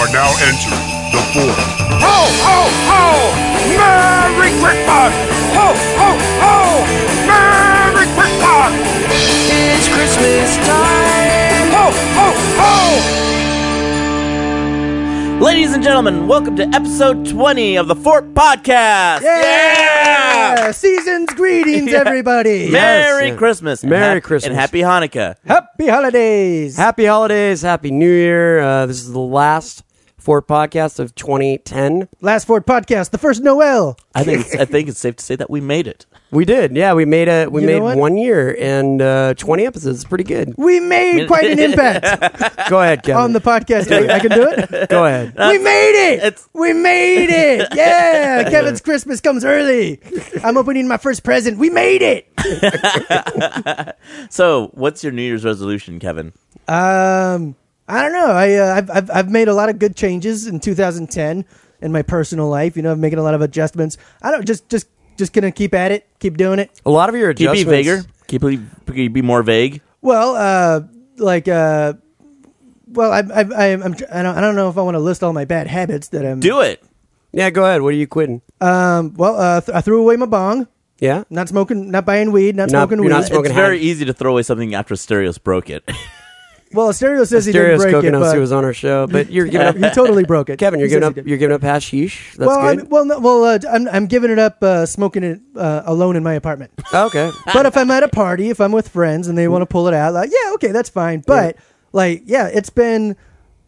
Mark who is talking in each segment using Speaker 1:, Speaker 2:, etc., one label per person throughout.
Speaker 1: are now entering the fourth.
Speaker 2: Ho, ho, ho! Merry Christmas! Ho, ho, ho! Merry Christmas!
Speaker 3: It's Christmas time.
Speaker 2: Ho, ho, ho!
Speaker 4: Ladies and gentlemen, welcome to episode 20 of the Fort Podcast.
Speaker 5: Yeah! Season's greetings,
Speaker 4: Yeah.
Speaker 5: everybody.
Speaker 4: Merry
Speaker 6: Yes.
Speaker 4: Christmas. and
Speaker 6: Merry
Speaker 4: hap-
Speaker 6: Christmas.
Speaker 4: And happy Hanukkah.
Speaker 5: Happy holidays.
Speaker 6: Happy holidays, happy new year. Uh, this is the last Fort podcast of 2010.
Speaker 5: Last Ford podcast, the first Noel.
Speaker 4: I think it's, I think it's safe to say that we made it.
Speaker 6: We did. Yeah, we made a we
Speaker 5: You know
Speaker 6: made
Speaker 5: what?
Speaker 6: one year and uh, 20 episodes. It's pretty good.
Speaker 5: We made quite an impact
Speaker 6: Go ahead, Kevin.
Speaker 5: on the podcast. Wait, I can do it.
Speaker 6: Go ahead.
Speaker 5: We made it.
Speaker 4: it's-
Speaker 5: We made it. Yeah. Kevin's Christmas comes early. I'm opening my first present. We made it.
Speaker 4: So, what's your New Year's resolution, Kevin?
Speaker 5: Um, I don't know. I uh, I've, I've I've made a lot of good changes in 2010 in my personal life. You know, I'm making a lot of adjustments. I don't just just just gonna keep at it, keep doing it.
Speaker 6: A lot of your
Speaker 4: Can you be
Speaker 6: adjustments.
Speaker 4: vaguer? Can you be, can you be more vague?
Speaker 5: Well, uh, like, uh, well, I, I, I, I'm, tr- I don't, I don't know if I want to list all my bad habits that I'm.
Speaker 4: Do it.
Speaker 6: Yeah, go ahead. What are you quitting?
Speaker 5: Um, well, uh, th- I threw away my bong.
Speaker 6: Yeah.
Speaker 5: Not smoking, not buying weed, not,
Speaker 6: You're not-
Speaker 5: smoking weed.
Speaker 6: you're not smoking-
Speaker 4: It's very easy to throw away something after Stereos broke it.
Speaker 5: well, Stereo says he didn't
Speaker 6: Stereos
Speaker 5: break it,
Speaker 6: Coconuts,
Speaker 5: but
Speaker 6: who was on our show, but you're giving up.
Speaker 5: he totally broke it.
Speaker 6: Kevin, you're
Speaker 5: He says
Speaker 6: giving up.
Speaker 5: he did.
Speaker 6: You're giving up hashish. That's
Speaker 5: well, I
Speaker 6: good.
Speaker 5: mean, well, no, well, uh, I'm, I'm giving it up, uh, smoking it uh, alone in my apartment.
Speaker 6: okay.
Speaker 5: but if I'm at a party, if I'm with friends and they want to pull it out, like, yeah, okay, that's fine. But like, yeah, it's been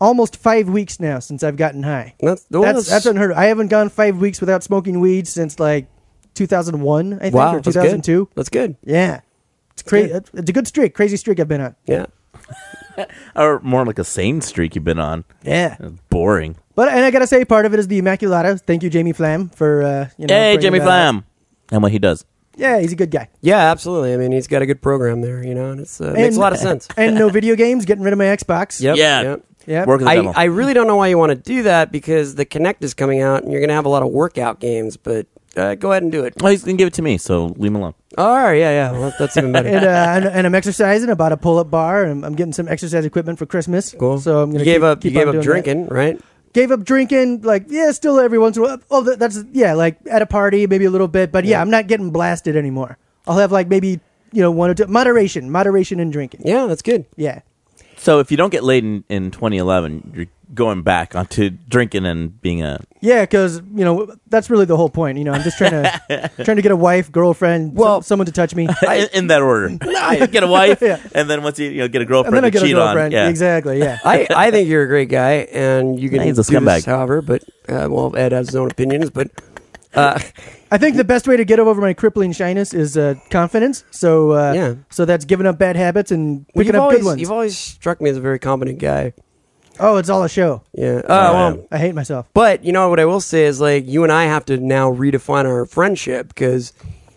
Speaker 5: almost five weeks now since I've gotten high.
Speaker 6: That's, well,
Speaker 5: that's that's unheard of. I haven't gone five weeks without smoking weed since like 2001, I think,
Speaker 6: wow.
Speaker 5: or
Speaker 6: That's good.
Speaker 5: 2002.
Speaker 6: That's good.
Speaker 5: Yeah, it's crazy. It's a good streak, crazy streak I've been on.
Speaker 6: Yeah.
Speaker 4: or more like a sane streak you've been on.
Speaker 5: Yeah,
Speaker 4: Boring.
Speaker 5: but and I gotta say, part of it is the Immaculata. Thank you, Jamie Flam, for uh, you know.
Speaker 4: hey,
Speaker 5: bringing
Speaker 4: Jamie
Speaker 5: that up.
Speaker 4: Flam. And what he does.
Speaker 5: Yeah, he's a good guy.
Speaker 6: Yeah, absolutely. I mean, he's got a good program there, you know, and it's uh, makes
Speaker 5: And-
Speaker 6: a lot of sense.
Speaker 5: And no video games, getting rid of my Xbox.
Speaker 6: Yep.
Speaker 4: yeah.
Speaker 6: Yep.
Speaker 5: Yep.
Speaker 4: Work of the
Speaker 6: I,
Speaker 4: devil.
Speaker 6: I really don't know why you want to do that because the Connect is coming out and you're going to have a lot of workout games, but uh, go ahead and do it.
Speaker 4: well, he's going to give it to me, so leave him alone.
Speaker 6: Oh, All right, yeah, yeah. Well, that's even better.
Speaker 5: And, uh, and, and I'm exercising. I bought a pull-up bar, and I'm, I'm getting some exercise equipment for Christmas.
Speaker 6: cool.
Speaker 5: So I'm gonna
Speaker 6: you gave
Speaker 5: keep,
Speaker 6: up.
Speaker 5: Keep
Speaker 6: you gave
Speaker 5: on
Speaker 6: up
Speaker 5: doing that.
Speaker 6: drinking, right?
Speaker 5: gave up drinking like yeah still every once in a while oh that- that's yeah like at a party maybe a little bit but yeah, i'm not getting blasted anymore i'll have like maybe you know one or two moderation moderation in drinking yeah,
Speaker 6: Yeah, that's good.
Speaker 4: So if you don't get laid in, in 2011, you're going back onto drinking and being a.
Speaker 5: yeah because you know that's really the whole point you know i'm just trying to trying to get a wife girlfriend well
Speaker 6: Well-
Speaker 5: someone to touch me
Speaker 4: in, in that order, get a wife,
Speaker 5: Yeah.
Speaker 4: and then once you you know get a
Speaker 5: and
Speaker 4: girlfriend,
Speaker 5: then i
Speaker 4: to
Speaker 5: get a
Speaker 4: cheat
Speaker 5: girlfriend
Speaker 4: on. Yeah,
Speaker 5: exactly yeah
Speaker 6: I, I think you're a great guy, and you can
Speaker 4: Nah, he's a
Speaker 6: do
Speaker 4: scumbag.
Speaker 6: this however, but uh, well, Ed has his own opinions, but uh,
Speaker 5: i think the best way to get over my crippling shyness is uh, confidence so uh,
Speaker 6: Yeah.
Speaker 5: so that's giving up bad habits and
Speaker 6: well,
Speaker 5: picking
Speaker 6: you've
Speaker 5: up
Speaker 6: always
Speaker 5: good ones
Speaker 6: you've always struck me as a very competent guy.
Speaker 5: oh it's all a show
Speaker 6: Yeah. Oh, well,
Speaker 5: i hate myself
Speaker 6: But you know what I will say is like you and I have to now redefine our friendship because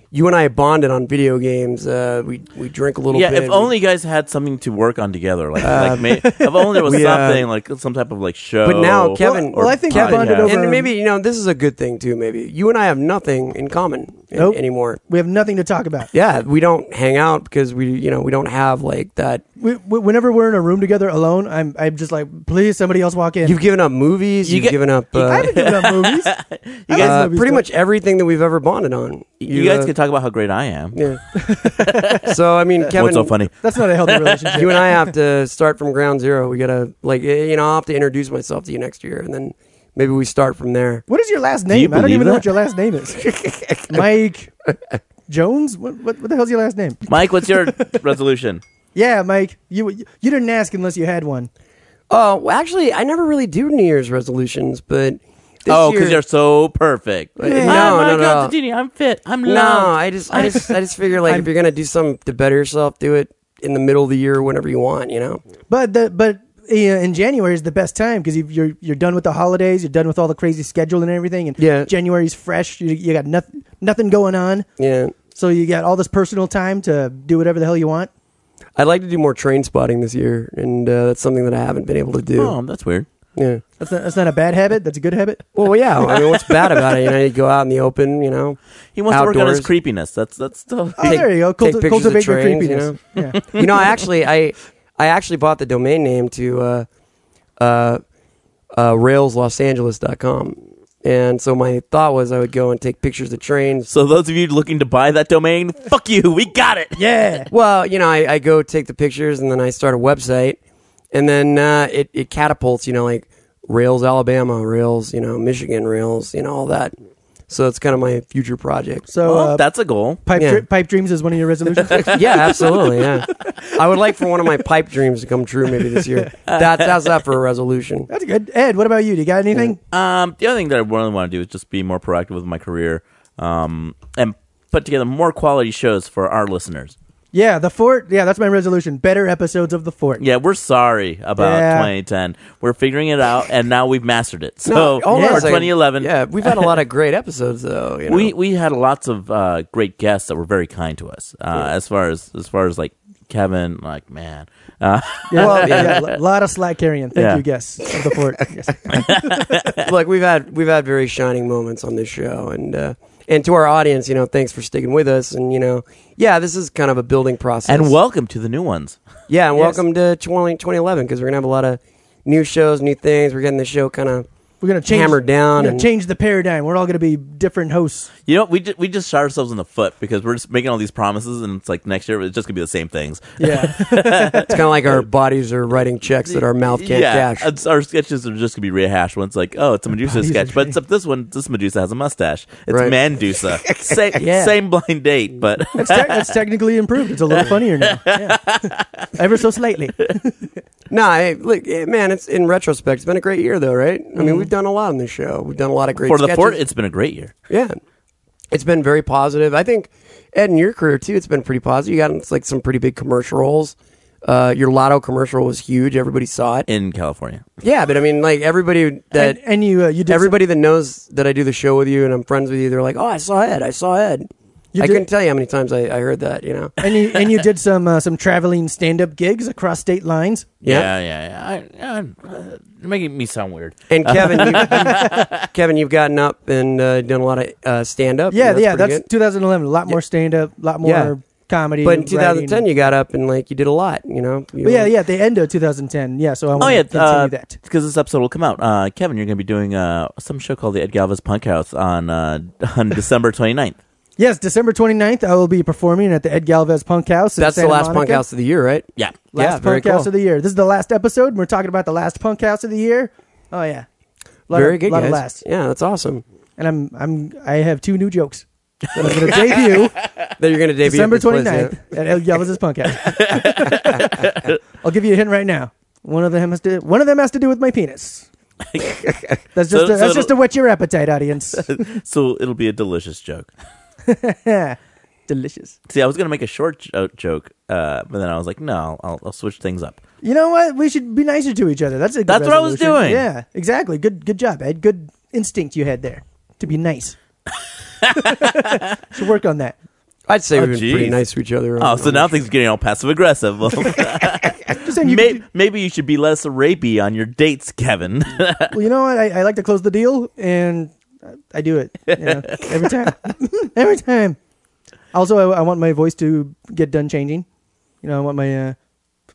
Speaker 6: you and I bonded on video games. Uh, we we drink a little
Speaker 4: Yeah,
Speaker 6: bit.
Speaker 4: if
Speaker 6: We-
Speaker 4: only you guys had something to work on together. Like, like may, if only there was
Speaker 6: we, uh,
Speaker 4: something like some type of like show.
Speaker 6: But now Kevin,
Speaker 5: Well, well, I think we
Speaker 4: Kevin-
Speaker 5: bonded
Speaker 4: yeah.
Speaker 5: over
Speaker 6: and maybe you know this is a good thing too. Maybe you and I have nothing in common a-
Speaker 5: Nope.
Speaker 6: anymore.
Speaker 5: we have nothing to talk about
Speaker 6: Yeah, we don't hang out because we you know we don't have like that.
Speaker 5: we, we, whenever we're in a room together alone, I'm I'm just like, please somebody else walk in.
Speaker 6: You've given up movies.
Speaker 4: You
Speaker 6: You
Speaker 4: get-
Speaker 6: have given up.
Speaker 5: I
Speaker 6: Uh,
Speaker 5: haven't given up movies.
Speaker 4: you
Speaker 5: I
Speaker 4: guys,
Speaker 5: love
Speaker 6: uh,
Speaker 5: movies
Speaker 6: pretty
Speaker 5: too.
Speaker 6: much everything that we've ever bonded on.
Speaker 4: you guys
Speaker 6: uh,
Speaker 4: can talk about how great I am.
Speaker 6: Yeah. so I mean, Kevin,
Speaker 4: What's so funny?
Speaker 5: That's not a healthy relationship.
Speaker 6: you and I have to start from ground zero. We gotta like eh, you know I'll have to introduce myself to you next year, and then maybe we start from there.
Speaker 5: what is your last name? I don't
Speaker 4: believe
Speaker 5: even know
Speaker 4: that?
Speaker 5: what your last name is. Mike Jones. What, what what the hell's your last name?
Speaker 4: Mike, what's your resolution?
Speaker 5: Yeah, Mike. You you didn't ask unless you had one.
Speaker 6: Oh, well, actually, I never really do New Year's resolutions, but this
Speaker 4: oh,
Speaker 6: year,
Speaker 4: because you're so perfect.
Speaker 6: no, no, no,
Speaker 4: Dini, I'm fit. I'm
Speaker 6: no. I just, I just, I just figure like if you're gonna do something to better yourself, do it in the middle of the year, whenever you want. You know,
Speaker 5: But the but uh, in January is the best time because you're you're done with the holidays. You're done with all the crazy schedule and everything. And
Speaker 6: Yeah.
Speaker 5: January's fresh. You, you got nothing nothing going on.
Speaker 6: yeah.
Speaker 5: So you got all this personal time to do whatever the hell you want.
Speaker 6: I'd like to do more train spotting this year, and uh, that's something that I haven't been able to do.
Speaker 4: Oh, that's weird.
Speaker 6: Yeah.
Speaker 5: That's not, that's not a bad habit. That's a good habit.
Speaker 6: Well, yeah. I mean, what's bad about it? You know, you go out in the open. You know,
Speaker 4: He wants to work on his
Speaker 6: Outdoors.
Speaker 4: creepiness. That's that's still.
Speaker 5: Oh, there you go.
Speaker 6: take
Speaker 5: Culti-
Speaker 6: pictures of
Speaker 5: cultivate your
Speaker 6: trains, you
Speaker 5: creepiness. Yeah.
Speaker 6: you know, I actually, I, I actually bought the domain name to, uh, uh, uh, railslosangeles.com. And so my thought was I would go and take pictures of trains.
Speaker 4: So those of you looking to buy that domain, fuck you. We got it.
Speaker 5: Yeah.
Speaker 6: Well, you know, I, I go take the pictures and then I start a website and then uh, it, it catapults, you know, like Rails, Alabama, Rails, you know, Michigan, Rails, you know, all that. So it's kind of my future project.
Speaker 5: So
Speaker 4: Well,
Speaker 5: uh,
Speaker 4: that's a goal.
Speaker 5: pipe
Speaker 6: yeah.
Speaker 5: dr- pipe dreams is one of your resolutions.
Speaker 6: yeah, absolutely. Yeah, I would like for one of my pipe dreams to come true maybe this year. That's that's that for a resolution.
Speaker 5: that's good. Ed, what about you? Do you got anything?
Speaker 4: Um, the other thing that I really want to do is just be more proactive with my career, um, and put together more quality shows for our listeners.
Speaker 5: Yeah, the fort. Yeah, that's my resolution. Better episodes of the fort.
Speaker 4: Yeah, we're sorry about
Speaker 5: Yeah.
Speaker 4: 2010. We're figuring it out, and now we've mastered it. So
Speaker 6: No, hold on
Speaker 4: for
Speaker 6: a second.
Speaker 4: 2011,
Speaker 6: Yeah, we've had a lot of great episodes though. You know?
Speaker 4: we we had lots of uh, great guests that were very kind to us. Uh, As far as as far as like Kevin, like man, uh,
Speaker 5: Yeah,
Speaker 6: Well,
Speaker 5: yeah, a lot of slack carrying. Thank
Speaker 4: Yeah.
Speaker 5: you, guests of the fort. Yes.
Speaker 6: like we've had we've had very shining moments on this show and uh, and to our audience, you know, thanks for sticking with us and you know, yeah, this is kind of a building process.
Speaker 4: and welcome to the new ones.
Speaker 6: yeah, and
Speaker 5: Yes.
Speaker 6: welcome to 20, 2011 because we're gonna have a lot of new shows, new things. We're getting the show kind of
Speaker 5: We're gonna change
Speaker 6: Hammer down
Speaker 5: We're gonna
Speaker 6: and-
Speaker 5: change the paradigm. We're all gonna be different hosts.
Speaker 4: You know, we just, we just shot ourselves in the foot because we're just making all these promises, and it's like next year it's just gonna be the same things.
Speaker 5: Yeah,
Speaker 6: it's kind of like our bodies are writing checks that our mouth can't
Speaker 4: yeah, Uh,
Speaker 6: cash.
Speaker 4: it's- our sketches are just gonna be rehashed. One's like, oh, it's a Medusa
Speaker 5: Bodies
Speaker 4: sketch,
Speaker 5: are
Speaker 4: but except this one, this Medusa has a mustache. It's
Speaker 6: Right.
Speaker 4: Mandusa. same,
Speaker 5: Yeah.
Speaker 4: same blind date, but
Speaker 5: it's, te- it's technically improved. It's a little funnier now, Yeah. ever so slightly.
Speaker 6: No, I, look, eh, man, it's in retrospect, it's been a great year though, right? I mean, we've done a lot on this show. We've done a lot of great
Speaker 4: Mm-hmm. for the
Speaker 6: sketches.
Speaker 4: fort, it's been a great year.
Speaker 6: yeah, it's been very positive. I think Ed, in your career too, it's been pretty positive. You got like some pretty big commercial roles. Uh, your Lotto commercial was huge. Everybody saw it.
Speaker 4: in California.
Speaker 6: Yeah, but I mean, like everybody that
Speaker 5: and, and you, uh, you did
Speaker 6: everybody that knows that I do the show with you and I'm friends with you, they're like, "Oh, I saw Ed. I saw Ed."
Speaker 5: You
Speaker 6: I
Speaker 5: did-
Speaker 6: couldn't tell you how many times I, I heard that. You know.
Speaker 5: some, and you and you did some uh, some traveling stand up gigs across state lines.
Speaker 4: Yeah, yeah, yeah. I, I, uh, making me sound weird.
Speaker 6: And Kevin, you, you- Kevin, you've gotten up and uh, done a lot of uh, stand up.
Speaker 5: Yeah, yeah, that's 2011. A lot more stand up, a lot more
Speaker 6: Yeah.
Speaker 5: comedy.
Speaker 6: But in
Speaker 5: writing.
Speaker 6: 2010, you got up and like you did a lot. You know. You uh,
Speaker 5: But yeah,
Speaker 6: were-
Speaker 5: yeah, at the end of 2010. Yeah, so I want
Speaker 4: Oh yeah,
Speaker 5: to continue
Speaker 4: because
Speaker 5: that.
Speaker 4: this episode will come out. Uh, Kevin, you're going to be doing uh, some show called the Ed Galvez Punk House on uh, on December 29th.
Speaker 5: Yes, December 29th, I will be performing at the Ed Galvez Punk House. in
Speaker 6: That's the
Speaker 5: Santa
Speaker 6: last punk
Speaker 5: Monica.
Speaker 6: house of the year, right?
Speaker 4: Yeah,
Speaker 5: Last
Speaker 6: Yeah, very
Speaker 5: punk house
Speaker 6: cool.
Speaker 5: of the year. This is the last episode. and We're talking about the last punk house of the year. Oh yeah, lot
Speaker 6: Very
Speaker 5: of,
Speaker 6: good,
Speaker 5: lot
Speaker 6: guys.
Speaker 5: Of last.
Speaker 6: Yeah, that's awesome.
Speaker 5: And I'm I'm I have two new jokes that I'm going to debut
Speaker 6: That you're going to debut
Speaker 5: December
Speaker 6: at eh? this place,
Speaker 4: uh,
Speaker 6: yeah.
Speaker 5: 29th at El Yelvis' punk house. I'll give you a hint right now. One of them has to one of them has to do with my penis. That's just
Speaker 4: So-
Speaker 5: a,
Speaker 4: so
Speaker 5: that's just to whet your appetite, audience.
Speaker 4: so it'll be a delicious joke.
Speaker 5: Delicious.
Speaker 4: See, I was going to make a short jo- joke, uh, but then I was like, no, I'll, I'll switch things up.
Speaker 5: You know what? We should be nicer to each other. That's a good
Speaker 4: That's what I was
Speaker 5: resolution.
Speaker 4: doing.
Speaker 5: Yeah, exactly. Good good job, Ed. Good instinct you had there to be nice. should work on that.
Speaker 6: I'd say
Speaker 4: Oh,
Speaker 6: we've been pretty
Speaker 4: geez.
Speaker 6: nice to each other.
Speaker 4: Oh, so now things are getting all passive aggressive. Well,
Speaker 5: Just saying you could
Speaker 4: may- maybe you should be less rapey on your dates, Kevin.
Speaker 5: Well, you know what? I, I like to close the deal, and I- I do it you know, every time. every time. Also, I, I want my voice to get done changing. You know, I want my, uh,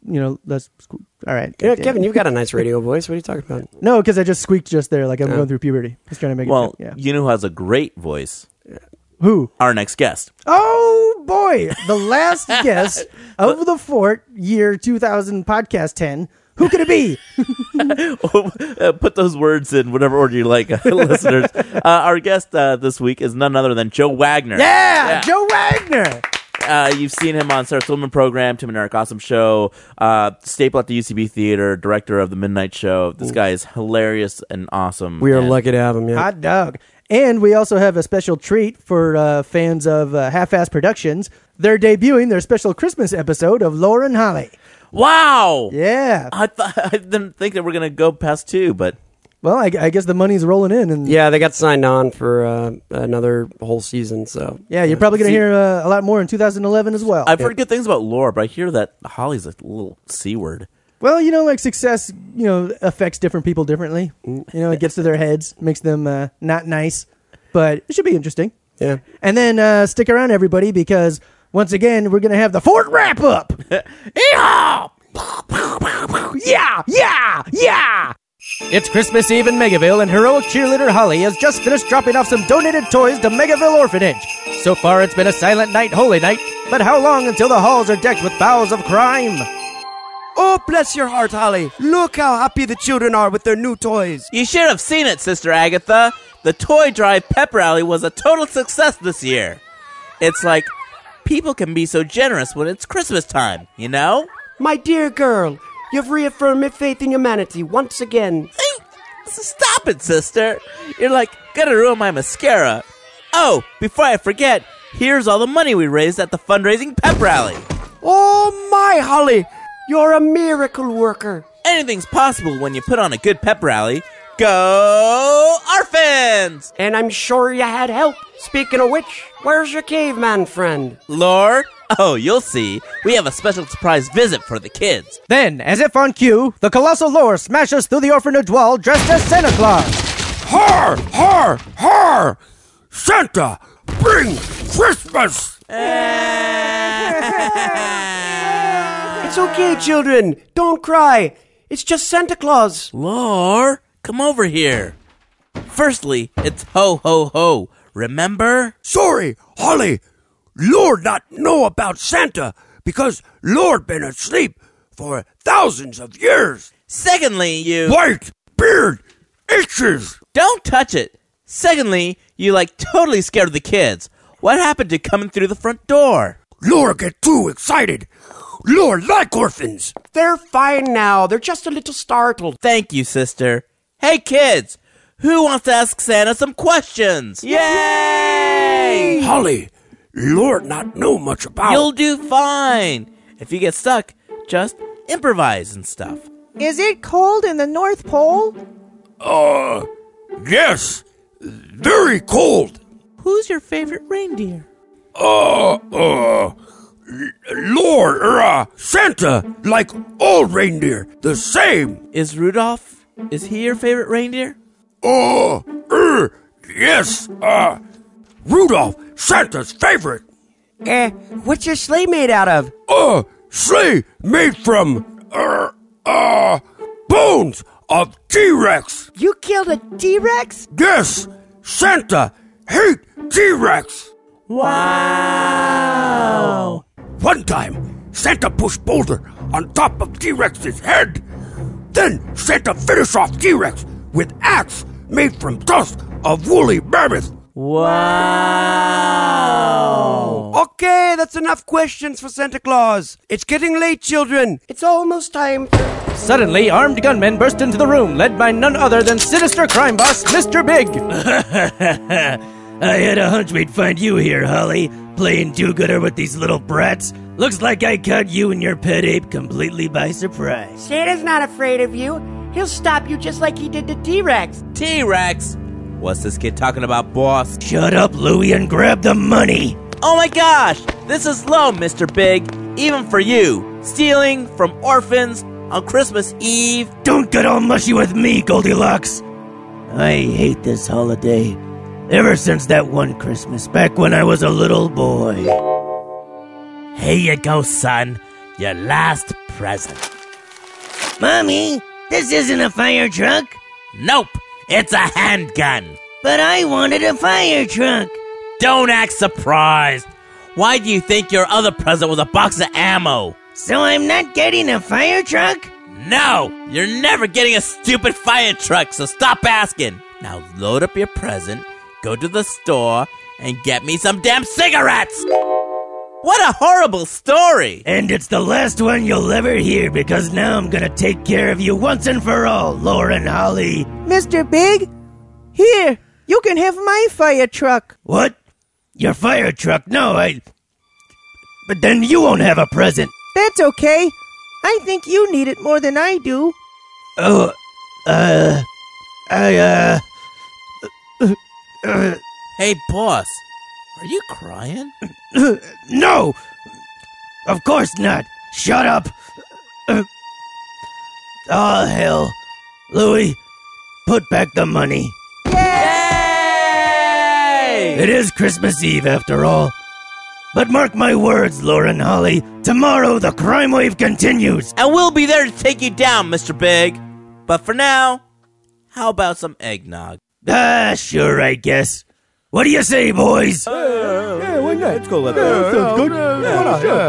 Speaker 5: you know, less. Sque- All right,
Speaker 6: You know,
Speaker 5: goddamn.
Speaker 6: Kevin, you've got a nice radio voice. What are you talking about?
Speaker 5: No, because I just squeaked just there, like I'm
Speaker 6: Oh.
Speaker 5: going through puberty. Just trying to make
Speaker 4: well,
Speaker 5: it. fit, Yeah.
Speaker 4: you know who has a great voice?
Speaker 5: Who?
Speaker 4: Our next guest.
Speaker 5: Oh boy, the last guest of the fort year 2000 podcast 10. Who could it be?
Speaker 4: Uh, put those words in whatever order you like, listeners. Uh, our guest uh, this week is none other than Joe Wagner.
Speaker 5: Yeah, Joe Wagner.
Speaker 4: Uh, you've seen him on Sarah Silverman program, Tim and Eric Awesome Show, uh, staple at the UCB Theater, director of the Midnight Show. This guy is hilarious and awesome.
Speaker 6: We are
Speaker 4: and
Speaker 6: lucky to have him. Yeah.
Speaker 5: Hot dog. And we also have a special treat for uh, fans of uh, Half Ass Productions. They're debuting their special Christmas episode of Lauren Holly.
Speaker 4: Wow.
Speaker 5: Yeah.
Speaker 4: I, th- I didn't think that we're gonna go past two, but
Speaker 5: Well, I, I guess the money's rolling in, and yeah,
Speaker 6: yeah, they got signed on for uh, another whole season. So
Speaker 5: you're probably going
Speaker 4: See-
Speaker 5: to hear uh, a lot more in 2011 as well.
Speaker 4: I've heard good things about Laura. But I hear that Holly's a little c word.
Speaker 5: well, you know, like success, you know, affects different people differently. You
Speaker 4: Mm.
Speaker 5: know, it gets to their heads, makes them uh, not nice, but it should be interesting.
Speaker 6: yeah.
Speaker 5: And then uh, stick around, everybody, because once again, we're going to have the Fort wrap up. yeah, yeah, yeah. It's Christmas Eve in Megaville, and heroic cheerleader Holly has just finished dropping off some donated toys to Megaville Orphanage. So far, it's been a silent night, holy night, but how long until the halls are decked with boughs of crime?
Speaker 6: Oh, bless your heart, Holly. Look how happy the children are with their new toys.
Speaker 4: You should have seen it, Sister Agatha. The toy drive pep rally was a total success this year. It's like people can be so generous when it's Christmas time, you know?
Speaker 6: My dear girl, you've reaffirmed my faith in humanity once again.
Speaker 4: Stop it, sister. You're like gonna ruin my mascara. Oh, before I forget, here's all the money we raised at the fundraising pep rally.
Speaker 6: Oh, my, Holly. You're a miracle worker.
Speaker 4: Anything's possible when you put on a good pep rally. Go orphans!
Speaker 6: And I'm sure you had help. Speaking of which, where's your caveman friend?
Speaker 4: Lord, oh, you'll see. We have a special surprise visit for the kids.
Speaker 5: Then, as if on cue, the colossal lore smashes through the orphanage wall dressed as Santa Claus.
Speaker 2: Har, har, har! Santa, bring Christmas!
Speaker 6: It's okay, children. Don't cry. It's just Santa Claus.
Speaker 4: Lord, come over here. Firstly, it's ho ho ho. Remember?
Speaker 2: Sorry, Holly. Lord not know about Santa because Lord been asleep for thousands of years.
Speaker 4: Secondly, you
Speaker 2: White beard itches.
Speaker 4: don't touch it. Secondly, you like totally scared the kids. What happened to coming through the front door?
Speaker 2: Lord get too excited. Lord like orphans.
Speaker 6: They're fine now. They're just a little startled.
Speaker 4: Thank you, sister. Hey, kids, who wants to ask Santa some questions? Yay!
Speaker 2: Holly, Lord not know much about.
Speaker 4: You'll do fine. If you get stuck, just improvise and stuff.
Speaker 7: Is it cold in the North Pole?
Speaker 2: Uh, yes, very cold.
Speaker 4: Who's your favorite reindeer?
Speaker 2: Uh, uh, Lord, or, uh, Santa, like all reindeer, the same.
Speaker 4: Is Rudolph? Is he your favorite reindeer?
Speaker 2: Uh, er, yes, uh, Rudolph, Santa's favorite.
Speaker 6: Eh, what's your sleigh made out of?
Speaker 2: Uh, sleigh made from, er, uh, bones of T-Rex.
Speaker 7: You killed a T Rex?
Speaker 2: Yes, Santa hate T-Rex.
Speaker 4: Wow!
Speaker 2: One time, Santa pushed Boulder on top of T-Rex's head. Then Santa finished off T-Rex with axe made from dust of woolly mammoth.
Speaker 4: Wow!
Speaker 6: Okay, that's enough questions for Santa Claus. It's getting late, children. It's almost time.
Speaker 5: Suddenly, armed gunmen burst into the room, led by none other than sinister crime boss Mr. Big.
Speaker 8: I had a hunch we'd find you here, Holly, playing do gooder with these little brats. Looks like I caught you and your pet ape completely by surprise.
Speaker 6: Santa's not afraid of you. He'll stop you just like he did the T Rex.
Speaker 4: T Rex! What's this kid talking about, boss?
Speaker 8: Shut up, Louie, and grab the money.
Speaker 4: Oh my gosh! This is low, Mr. Big! Even for you! Stealing from orphans on Christmas Eve!
Speaker 8: Don't get all mushy with me, Goldilocks. I hate this holiday. Ever since that one Christmas back when I was a little boy.
Speaker 4: Here you go, son. Your last present.
Speaker 8: Mommy, this isn't a fire truck,
Speaker 4: Nope! It's a handgun!
Speaker 8: but I wanted a fire truck.
Speaker 4: Don't act surprised! Why do you think your other present was a box of ammo?
Speaker 8: So I'm not getting a fire truck?
Speaker 4: No! You're never getting a stupid fire truck, so stop asking! Now load up your present, go to the store, and get me some damn cigarettes! What a horrible story!
Speaker 8: And it's the last one you'll ever hear because now I'm gonna take care of you once and for all, Lauren Holly.
Speaker 7: Mr. Big? Here, you can have my fire truck.
Speaker 8: What? Your fire truck? No, I. But then you won't have a present.
Speaker 7: That's okay. I think you need it more than I do.
Speaker 8: Oh, uh. I, uh.
Speaker 4: Hey, boss, are you crying?
Speaker 8: No! Of course not! Shut up! Oh, hell. Louis, put back the money. It is Christmas Eve, after all. But mark my words, Lauren Holly, tomorrow the crime wave continues.
Speaker 4: And we'll be there to take you down, Mr. Big. But for now, How about some eggnog?
Speaker 9: Ah, sure, I guess. What do you say, boys?
Speaker 5: Yeah, why not? Let's go, let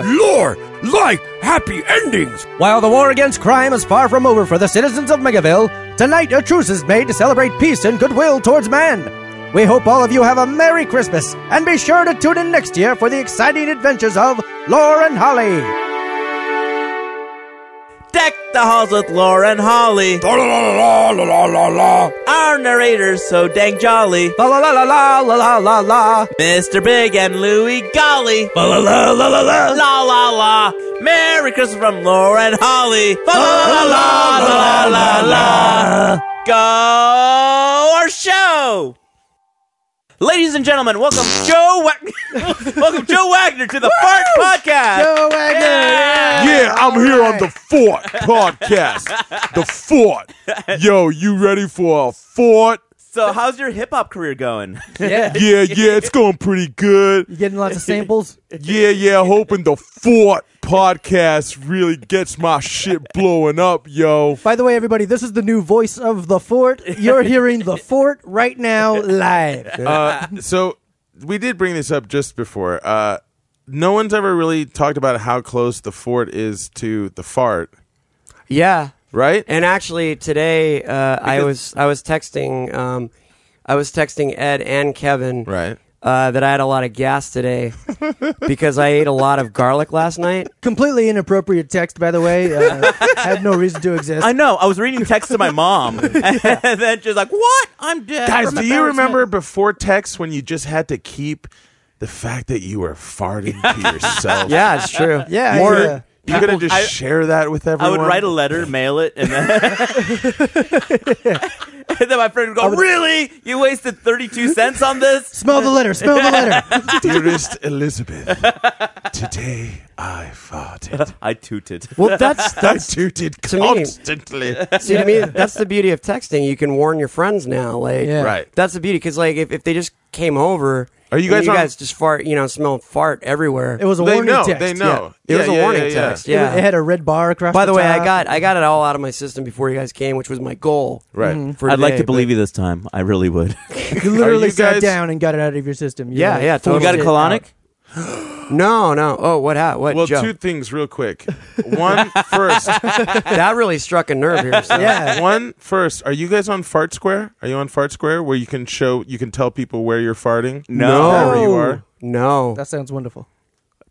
Speaker 10: Lore, like happy endings.
Speaker 11: While the war against crime is far from over for the citizens of Megaville, tonight a truce is made to celebrate peace and goodwill towards man. We hope all of you have a Merry Christmas, and be sure to tune in next year for the exciting adventures of Lore and Holly.
Speaker 4: Deck the halls with Laura and Holly.
Speaker 10: La la la la la la la.
Speaker 4: Our narrators so dang jolly.
Speaker 11: La la la la la la la la la.
Speaker 4: Mr. Big and Louie Golly.
Speaker 9: La la la la la la.
Speaker 4: La la la. Merry Christmas from Laura and Holly. La la la la la la la. Go our show. Ladies and gentlemen, welcome Joe Wag- welcome Joe Wagner to the Fart Podcast. Joe Wagner.
Speaker 2: Yeah, I'm here on the Fort podcast. The Fort. Yo, you ready for a Fort?
Speaker 4: So, how's your hip hop career going?
Speaker 2: Yeah, yeah, it's going pretty good.
Speaker 5: You getting lots of samples?
Speaker 2: Yeah, yeah, hoping the Fort podcast really gets my shit blowing up, yo.
Speaker 5: By the way, everybody, this is the new voice of the fort. You're hearing the fort right now live.
Speaker 1: Uh, so we did bring this up just before. Uh, no one's ever really talked about how close the fort is to the fart,
Speaker 6: Yeah.
Speaker 1: right?
Speaker 6: And actually, today uh, I was I was texting um, I was texting Ed and Kevin
Speaker 1: right.
Speaker 6: uh, that I had a lot of gas today because I ate a lot of garlic last night.
Speaker 5: Completely inappropriate text, by the way. Uh, had no reason to exist.
Speaker 4: I know. I was reading text to my mom, and then she's like, "What? I'm dead."
Speaker 1: Guys, do you remember before text when you just had to keep the fact that you were farting to yourself?
Speaker 6: Yeah, it's true.
Speaker 5: Yeah,
Speaker 6: More,
Speaker 5: yeah.
Speaker 1: You could have just
Speaker 4: I-
Speaker 1: share that with
Speaker 4: I
Speaker 1: everyone.
Speaker 4: would write a letter, mail it, and then, and then my friend would go, "Really? You wasted thirty-two cents on this?"
Speaker 5: Smell the letter. Smell the letter.
Speaker 1: Dearest Elizabeth, today I farted.
Speaker 4: I tooted.
Speaker 6: Well, that's
Speaker 1: I tooted
Speaker 6: To me-
Speaker 1: constantly.
Speaker 6: see to me that's the beauty of texting. You can warn your friends now. Like
Speaker 5: Yeah.
Speaker 1: Right.
Speaker 6: That's the beauty because like if, if they just came over,
Speaker 1: Are you
Speaker 6: and
Speaker 1: guys
Speaker 6: you
Speaker 1: on-
Speaker 6: guys just fart? You know, smell fart everywhere.
Speaker 5: It was a
Speaker 1: They
Speaker 5: warning
Speaker 1: know.
Speaker 5: text.
Speaker 1: They know.
Speaker 6: It was
Speaker 1: Yeah,
Speaker 6: a
Speaker 1: yeah,
Speaker 6: warning
Speaker 1: yeah, yeah.
Speaker 6: text.
Speaker 5: It,
Speaker 6: Yeah.
Speaker 5: it had a red bar across.
Speaker 6: By the, way, I
Speaker 5: top.
Speaker 6: got I got it all out of my system before you guys came, which was my goal. Mm-hmm.
Speaker 1: Right.
Speaker 6: For
Speaker 4: I'd like
Speaker 6: today,
Speaker 4: to believe you this time. I really would.
Speaker 5: You literally
Speaker 1: you
Speaker 5: sat
Speaker 1: guys-
Speaker 5: down and got it out of your system. You,
Speaker 6: Yeah,
Speaker 5: like,
Speaker 6: yeah,
Speaker 5: forced
Speaker 6: totally.
Speaker 4: You got a
Speaker 5: it
Speaker 4: colonic?
Speaker 6: but- No, no. Oh, what happened? What?
Speaker 1: Well,
Speaker 6: Joe?
Speaker 1: two things real quick. One first,
Speaker 6: that really struck a nerve here. So.
Speaker 5: Yeah.
Speaker 1: one first. Are you guys on Fart Square? Are you on Fart Square where you can show, you can tell people where you're farting?
Speaker 6: No.
Speaker 1: Wherever you are.
Speaker 6: No.
Speaker 5: out. Oh. That sounds wonderful.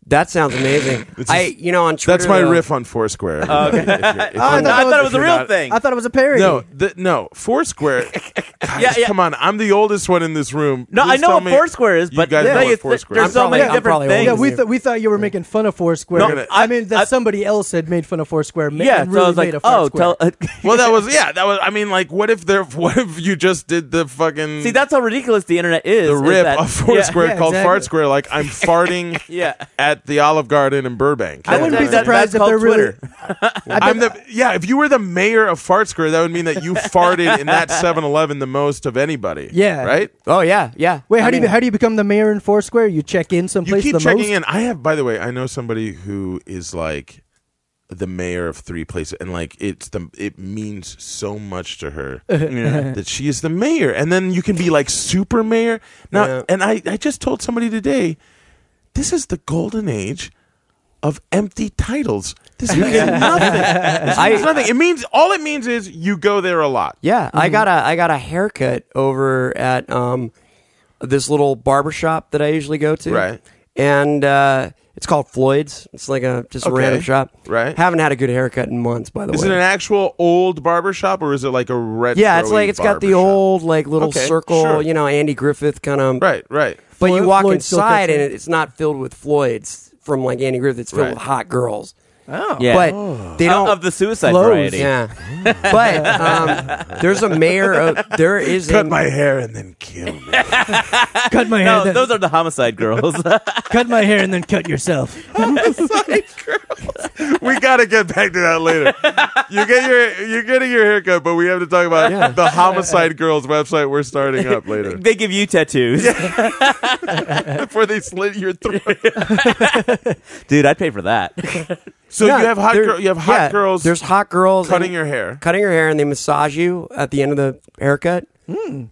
Speaker 6: That sounds amazing. I, you know, on Twitter.
Speaker 1: That's my
Speaker 6: though-
Speaker 1: riff on Foursquare. If you're- if
Speaker 4: I,
Speaker 1: you're-
Speaker 4: thought,
Speaker 5: thought
Speaker 4: it was a real thing.
Speaker 5: I thought it was a parody.
Speaker 1: no, the, no, Foursquare. Guys,
Speaker 4: Yeah, yeah.
Speaker 1: come on. I'm the oldest one in this room.
Speaker 4: no, I
Speaker 1: Please
Speaker 4: know
Speaker 1: tell
Speaker 4: what
Speaker 1: me
Speaker 4: Foursquare is,
Speaker 1: you
Speaker 4: but
Speaker 1: guys
Speaker 4: the
Speaker 1: know
Speaker 4: thing
Speaker 1: what
Speaker 4: is that
Speaker 1: Foursquare
Speaker 4: there's
Speaker 1: is.
Speaker 4: so
Speaker 6: I'm
Speaker 4: many
Speaker 6: probably- I'm
Speaker 4: different
Speaker 6: probably
Speaker 4: things.
Speaker 5: Yeah,
Speaker 6: old.
Speaker 5: we, th- we thought you were making fun of Foursquare.
Speaker 4: No,
Speaker 5: I
Speaker 4: I-
Speaker 5: mean that
Speaker 4: I-
Speaker 5: somebody else had made fun of Foursquare. ma-
Speaker 4: yeah,
Speaker 5: and
Speaker 4: so I
Speaker 5: really
Speaker 4: was
Speaker 5: made
Speaker 4: like,
Speaker 5: a
Speaker 4: "Oh,
Speaker 5: Foursquare."
Speaker 4: tell."
Speaker 1: well, that was yeah. That was. I mean, like, what if there? What if you just did the fucking
Speaker 4: See, that's how ridiculous the internet is.
Speaker 1: the
Speaker 4: is
Speaker 1: rip
Speaker 4: that-
Speaker 1: of Foursquare
Speaker 5: Yeah,
Speaker 1: called
Speaker 5: exactly.
Speaker 1: Fart Square? Like, I'm farting
Speaker 4: Yeah. yeah.
Speaker 1: at the Olive Garden in Burbank.
Speaker 5: I wouldn't be
Speaker 4: That- that-
Speaker 5: surprised
Speaker 4: that's
Speaker 5: if
Speaker 4: called
Speaker 5: they're really.
Speaker 4: Twitter.
Speaker 1: I'm the yeah. If you were the mayor of Fart Square, that would mean that you farted in that 7-Eleven the most of anybody.
Speaker 5: Yeah.
Speaker 1: right.
Speaker 6: Oh yeah, yeah.
Speaker 5: Wait, how
Speaker 6: I
Speaker 5: do you
Speaker 6: mean,
Speaker 5: how do you become the mayor in Foursquare? You check in
Speaker 1: You
Speaker 5: someplace
Speaker 1: keep
Speaker 5: the
Speaker 1: checking
Speaker 5: most.
Speaker 1: in. I have, by the way, I know somebody who is like the mayor of three places, and like it's the it means so much to her that she is the mayor, and then you can be like super mayor now.
Speaker 6: Yeah.
Speaker 1: And I I just told somebody today, this is the golden age. Of empty titles. This means nothing. This means nothing. It means all it means is you go there a lot.
Speaker 6: Yeah, I
Speaker 4: Mm-hmm.
Speaker 6: got a I got a haircut over at um this little barber shop that I usually go to.
Speaker 1: Right.
Speaker 6: And uh, it's called Floyd's. It's like a just a
Speaker 1: Okay.
Speaker 6: random shop.
Speaker 1: Right.
Speaker 6: Haven't had a good haircut in months, by the
Speaker 1: Is
Speaker 6: way.
Speaker 1: it an actual old barber shop or is it like a retro?
Speaker 6: yeah, it's like
Speaker 1: it's
Speaker 6: it's got the old like little
Speaker 1: Okay,
Speaker 6: circle,
Speaker 1: sure.
Speaker 6: you know, Andy Griffith kind of
Speaker 1: Right, right.
Speaker 6: But
Speaker 5: Floyd-
Speaker 6: you walk
Speaker 5: Floyd still
Speaker 6: inside
Speaker 5: cuts
Speaker 6: and
Speaker 5: me.
Speaker 6: it, it's not filled with Floyds from like Andy Griffith. It's filled
Speaker 1: Right.
Speaker 6: with hot girls.
Speaker 5: Oh.
Speaker 4: Yeah.
Speaker 6: But they don't.
Speaker 4: of the suicide
Speaker 5: Clothes.
Speaker 4: variety.
Speaker 6: yeah. but um, there's a mayor of there is
Speaker 1: Cut
Speaker 6: a,
Speaker 1: my hair and then kill me.
Speaker 5: Cut my hair,
Speaker 4: No,
Speaker 5: then,
Speaker 4: those are the homicide girls.
Speaker 5: cut my hair, and then cut yourself.
Speaker 1: we got to get back to that later. you get your you're getting your haircut, but we have to talk about the homicide girls website we're starting up later
Speaker 4: They give you tattoos.
Speaker 1: before they slit your throat.
Speaker 4: Dude, I'd pay for that.
Speaker 1: So
Speaker 6: Yeah,
Speaker 1: you have hot
Speaker 6: there-
Speaker 1: girl, you have hot
Speaker 6: yeah,
Speaker 1: girls
Speaker 6: There's hot girls
Speaker 1: cutting
Speaker 6: and-
Speaker 1: your hair.
Speaker 6: cutting your hair, and they massage you at the end of the haircut.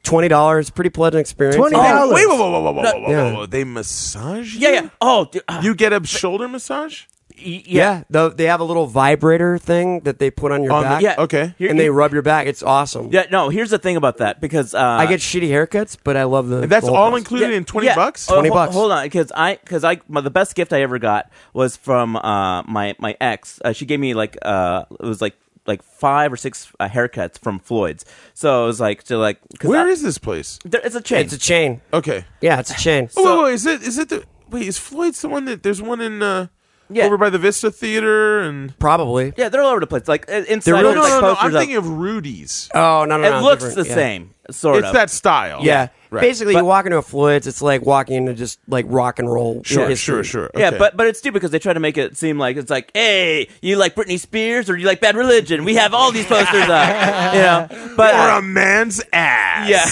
Speaker 6: Twenty dollars, pretty pleasant experience.
Speaker 5: Hmm. Twenty
Speaker 1: Oh,
Speaker 5: dollars.
Speaker 1: wait, whoa, whoa, whoa, whoa, whoa, whoa, whoa,
Speaker 6: Yeah.
Speaker 1: whoa. They massage you?
Speaker 4: Yeah, yeah. Oh, dude, uh,
Speaker 1: You get a shoulder massage?
Speaker 4: y- yeah.
Speaker 6: Yeah, though they have a little vibrator thing that they put on your
Speaker 1: On the-
Speaker 6: back.
Speaker 4: yeah.
Speaker 1: Okay.
Speaker 4: Here-
Speaker 6: and they rub your back. It's awesome.
Speaker 4: Yeah, no, here's the thing about that because uh,
Speaker 6: I get shitty haircuts, but I love the.
Speaker 1: That's
Speaker 6: the whole
Speaker 1: all
Speaker 6: process.
Speaker 1: included in 20
Speaker 4: yeah.
Speaker 1: bucks?
Speaker 4: Oh,
Speaker 6: 20
Speaker 4: hol-
Speaker 6: bucks.
Speaker 4: Hold on, because I because I my, the best gift I ever got was from uh, my my ex. Uh, she gave me like uh, it was like like five or six uh, haircuts from Floyd's. So it was like to like
Speaker 1: Where
Speaker 4: I,
Speaker 1: is this place?
Speaker 4: there, it's a chain.
Speaker 6: It's a chain.
Speaker 1: Okay.
Speaker 6: Yeah, it's a chain.
Speaker 1: Oh, wait, wait, is it is it the Wait, is Floyd's the one that there's one in uh
Speaker 4: Yeah.
Speaker 1: over by the Vista Theater and
Speaker 6: Probably.
Speaker 4: yeah, they're all over the place. Like i- inside,
Speaker 1: No,
Speaker 4: there's,
Speaker 1: no,
Speaker 4: like,
Speaker 1: no, no. I'm
Speaker 4: posters of-
Speaker 1: thinking of Rudy's.
Speaker 6: Oh no, no, no.
Speaker 4: it looks
Speaker 6: different.
Speaker 4: the
Speaker 6: Yeah.
Speaker 4: same, sort
Speaker 1: It's
Speaker 4: of.
Speaker 1: that style.
Speaker 6: Yeah.
Speaker 1: Right.
Speaker 6: Basically,
Speaker 4: But-
Speaker 6: you walk into a Floyd's, it's like walking into just like rock and roll.
Speaker 1: Sure,
Speaker 6: history.
Speaker 1: sure, sure.
Speaker 4: Yeah,
Speaker 1: Okay.
Speaker 4: but but it's stupid because they try to make it seem like it's like, hey, you like Britney Spears or you like Bad Religion? We have all these posters up, you know. But
Speaker 1: or a man's ass.
Speaker 4: Yeah.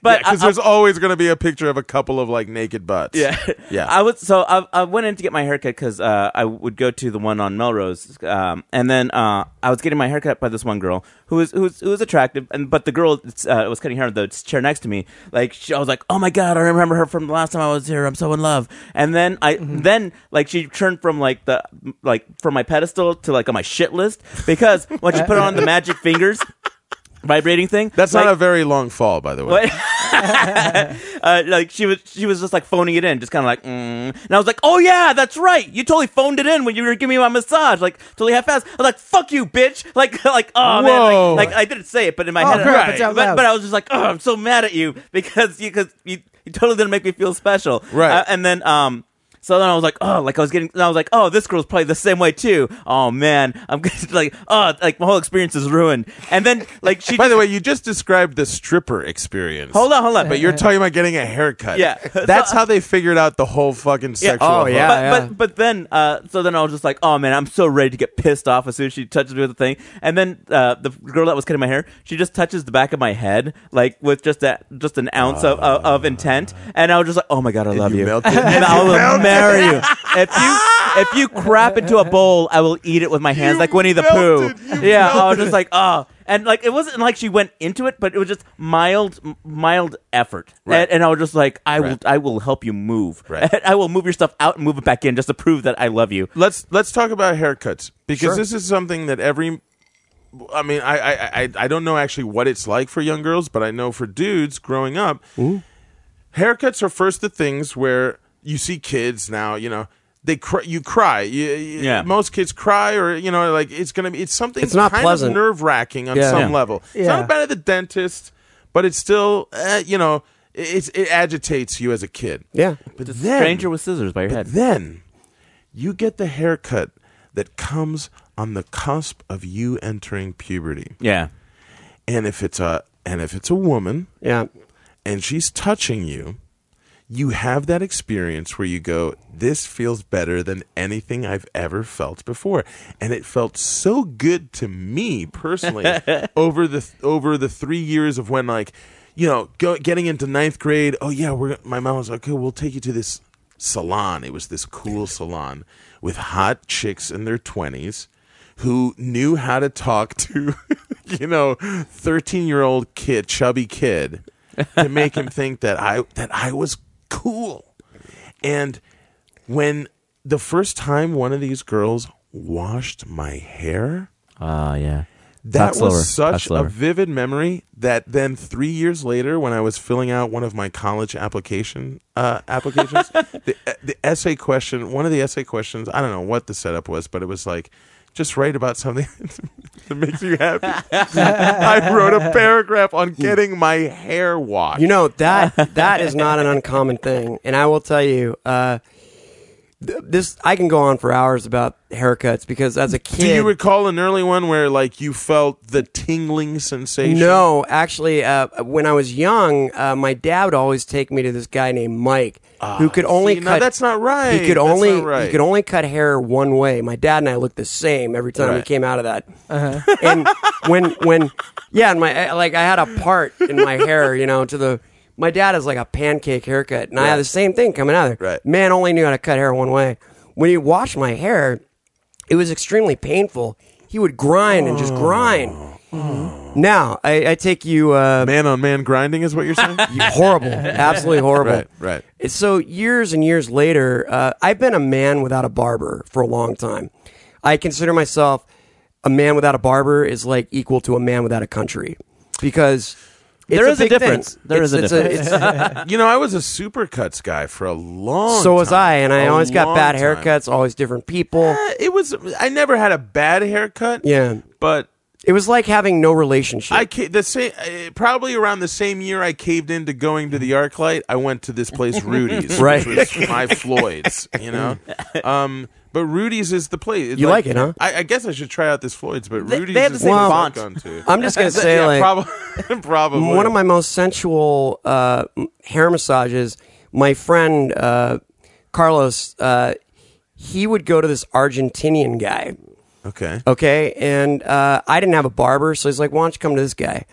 Speaker 4: But
Speaker 1: because
Speaker 4: I-
Speaker 1: there's always going to be a picture of a couple of like naked butts.
Speaker 4: Yeah,
Speaker 1: yeah.
Speaker 4: I was so I, I went in to get my haircut because uh, I would go to the one on Melrose, um, and then uh, I was getting my haircut by this one girl who was who was, who was attractive, and but the girl uh, was cutting hair on the chair next to me. Like she, I was like, oh my god, I remember her from the last time I was here. I'm so in love. And then I
Speaker 1: Mm-hmm.
Speaker 4: then like she turned from like the like from my pedestal to like on my shit list because when she put on the magic fingers vibrating thing,
Speaker 1: That's
Speaker 4: like,
Speaker 1: not a very long fall, by the way.
Speaker 4: What? uh, like she was, she was just like phoning it in, just kind of like, mm. and I was like, oh yeah, that's right, you totally phoned it in when you were giving me my massage, like totally half fast. I was like, fuck you, bitch, like, like,
Speaker 1: Whoa.
Speaker 4: oh man, like, like, I didn't say it, but in my
Speaker 5: Oh,
Speaker 4: head,
Speaker 5: crap, it's out
Speaker 4: but,
Speaker 5: loud.
Speaker 4: but I was just like, oh, I'm so mad at you because you, because you, you totally didn't make me feel special,
Speaker 1: Right.
Speaker 4: Uh, and then, um. So then I was like, oh, like I was getting, and I was like, oh, this girl's probably the same way too. Oh man, I'm gonna, like, oh, like my whole experience is ruined. And then like she,
Speaker 1: By the way, you just described the stripper experience.
Speaker 4: hold on, hold on,
Speaker 1: But you're talking about getting a haircut.
Speaker 4: Yeah.
Speaker 1: That's how they figured out the whole fucking sexual.
Speaker 6: Oh,
Speaker 1: hook.
Speaker 6: yeah.
Speaker 4: but, but but then uh, so then I was just like, oh man, I'm so ready to get pissed off as soon as she touches me with the thing. And then uh, the girl that was cutting my hair, she just touches the back of my head like with just that just an ounce of, of, of intent, and I was just like, oh my god, I love
Speaker 1: you
Speaker 4: you,
Speaker 1: melted.
Speaker 4: and I will marry you if you. If you crap into a bowl, I will eat it with my hands,
Speaker 1: You
Speaker 4: like Winnie the
Speaker 1: melted.
Speaker 4: Pooh. Yeah, I was just like, oh, and like it wasn't like she went into it, but it was just mild, m- mild effort. And, and I was just like, I will,
Speaker 1: Right.
Speaker 4: I will help you move.
Speaker 1: Right.
Speaker 4: I will move your stuff out and move it back in just to prove that I love you.
Speaker 1: Let's let's talk about haircuts because this is something that every. I mean, I, I I I don't know actually what it's like for young girls, but I know for dudes growing up, haircuts are first the things where you see kids now. You know, they cry, you cry. You, you-
Speaker 4: Yeah.
Speaker 1: most kids cry, or you know, like it's gonna be it's something.
Speaker 6: It's not
Speaker 1: kind
Speaker 6: pleasant.
Speaker 1: of nerve wracking on
Speaker 6: Yeah.
Speaker 1: some
Speaker 4: Yeah.
Speaker 1: level. It's
Speaker 5: Yeah.
Speaker 1: not bad at the dentist, but it's still uh, you know it, it agitates you as a kid.
Speaker 6: Yeah.
Speaker 1: But then,
Speaker 4: Stranger with scissors by your head.
Speaker 1: then you get the haircut that comes on the cusp of you entering puberty.
Speaker 4: yeah.
Speaker 1: And if it's a and if it's a woman
Speaker 6: Yeah.
Speaker 1: and she's touching you, you have that experience where you go, This feels better than anything I've ever felt before. And it felt so good to me personally over the over the three years of when like, you know, go, getting into ninth grade, oh yeah, we're my mom was like, Okay, we'll take you to this salon. It was this cool salon with hot chicks in their twenties who knew how to talk to, you know, thirteen-year-old kid, chubby kid, to make him think that I that I was cool. And when the first time one of these girls washed my hair,
Speaker 4: Ah, yeah.
Speaker 1: that
Speaker 4: That's slower.
Speaker 1: was
Speaker 4: That's
Speaker 1: such a
Speaker 4: slower.
Speaker 1: vivid memory that then three years later, when I was filling out one of my college application uh, applications, the, uh, the essay question, one of the essay questions, I don't know what the setup was, but it was like, just write about something that makes you happy. I wrote a paragraph on getting my hair washed.
Speaker 6: Hmm. You know that that is not an uncommon thing, and I will tell you, uh, th- this I can go on for hours about haircuts because as a kid,
Speaker 1: Do you recall an early one where like you felt the tingling sensation?
Speaker 6: No, actually, uh, when I was young, uh, my dad would always take me to this guy named Mike. who could
Speaker 1: Ah,
Speaker 6: only
Speaker 1: see, now
Speaker 6: cut.
Speaker 1: that's not right.
Speaker 6: He could
Speaker 1: That's
Speaker 6: only
Speaker 1: not right.
Speaker 6: he could only cut hair one way. My dad and I looked the same every time we
Speaker 1: Right. Uh-huh.
Speaker 6: came out of that. and when when yeah, and my I- like I had a part in my hair, you know, to the my dad has like a pancake haircut, and I had
Speaker 1: Right.
Speaker 6: the same thing coming out of there. Right. Man only knew how to cut hair one way. When he washed my hair, it was extremely painful. He would grind and just grind.
Speaker 1: Oh.
Speaker 6: Now I, I take you uh,
Speaker 1: man on man grinding is what you're saying.
Speaker 6: horrible, absolutely horrible.
Speaker 1: Right, right.
Speaker 6: It's So years and years later, uh, I've been a man without a barber for a long time. I consider myself a man without a barber is like equal to a man without a country because it's
Speaker 4: There is a
Speaker 6: big thing.
Speaker 4: difference. There
Speaker 6: It's-
Speaker 4: is a
Speaker 6: it's
Speaker 4: difference.
Speaker 6: it's-
Speaker 1: you know, I was a supercuts guy for a long.
Speaker 6: so was
Speaker 1: time.
Speaker 6: I, and I
Speaker 1: A
Speaker 6: always got
Speaker 1: long
Speaker 6: bad
Speaker 1: time.
Speaker 6: haircuts, always different people.
Speaker 1: Uh, It was. I never had a bad haircut.
Speaker 6: Yeah,
Speaker 1: but
Speaker 6: it was like having no relationship.
Speaker 1: I ca- the same uh, probably around the same year I caved into going to the ArcLight. I went to this place Rudy's,
Speaker 6: Right.
Speaker 1: Which was my Floyd's, you know. Um, but Rudy's is the place. It's
Speaker 6: You like it, huh?
Speaker 1: I, I guess I should try out this Floyd's, but
Speaker 6: They-
Speaker 1: Rudy's
Speaker 6: they have
Speaker 1: is
Speaker 6: the same
Speaker 1: the
Speaker 6: font.
Speaker 1: I've gone to.
Speaker 6: I'm just gonna say,
Speaker 1: yeah,
Speaker 6: like-
Speaker 1: prob- probably
Speaker 6: One of my most sensual uh, m- hair massages, my friend uh, Carlos, uh, he would go to this Argentinian guy.
Speaker 1: okay.
Speaker 6: Okay, and uh, I didn't have a barber, so he's like, "Why don't you come to this guy?"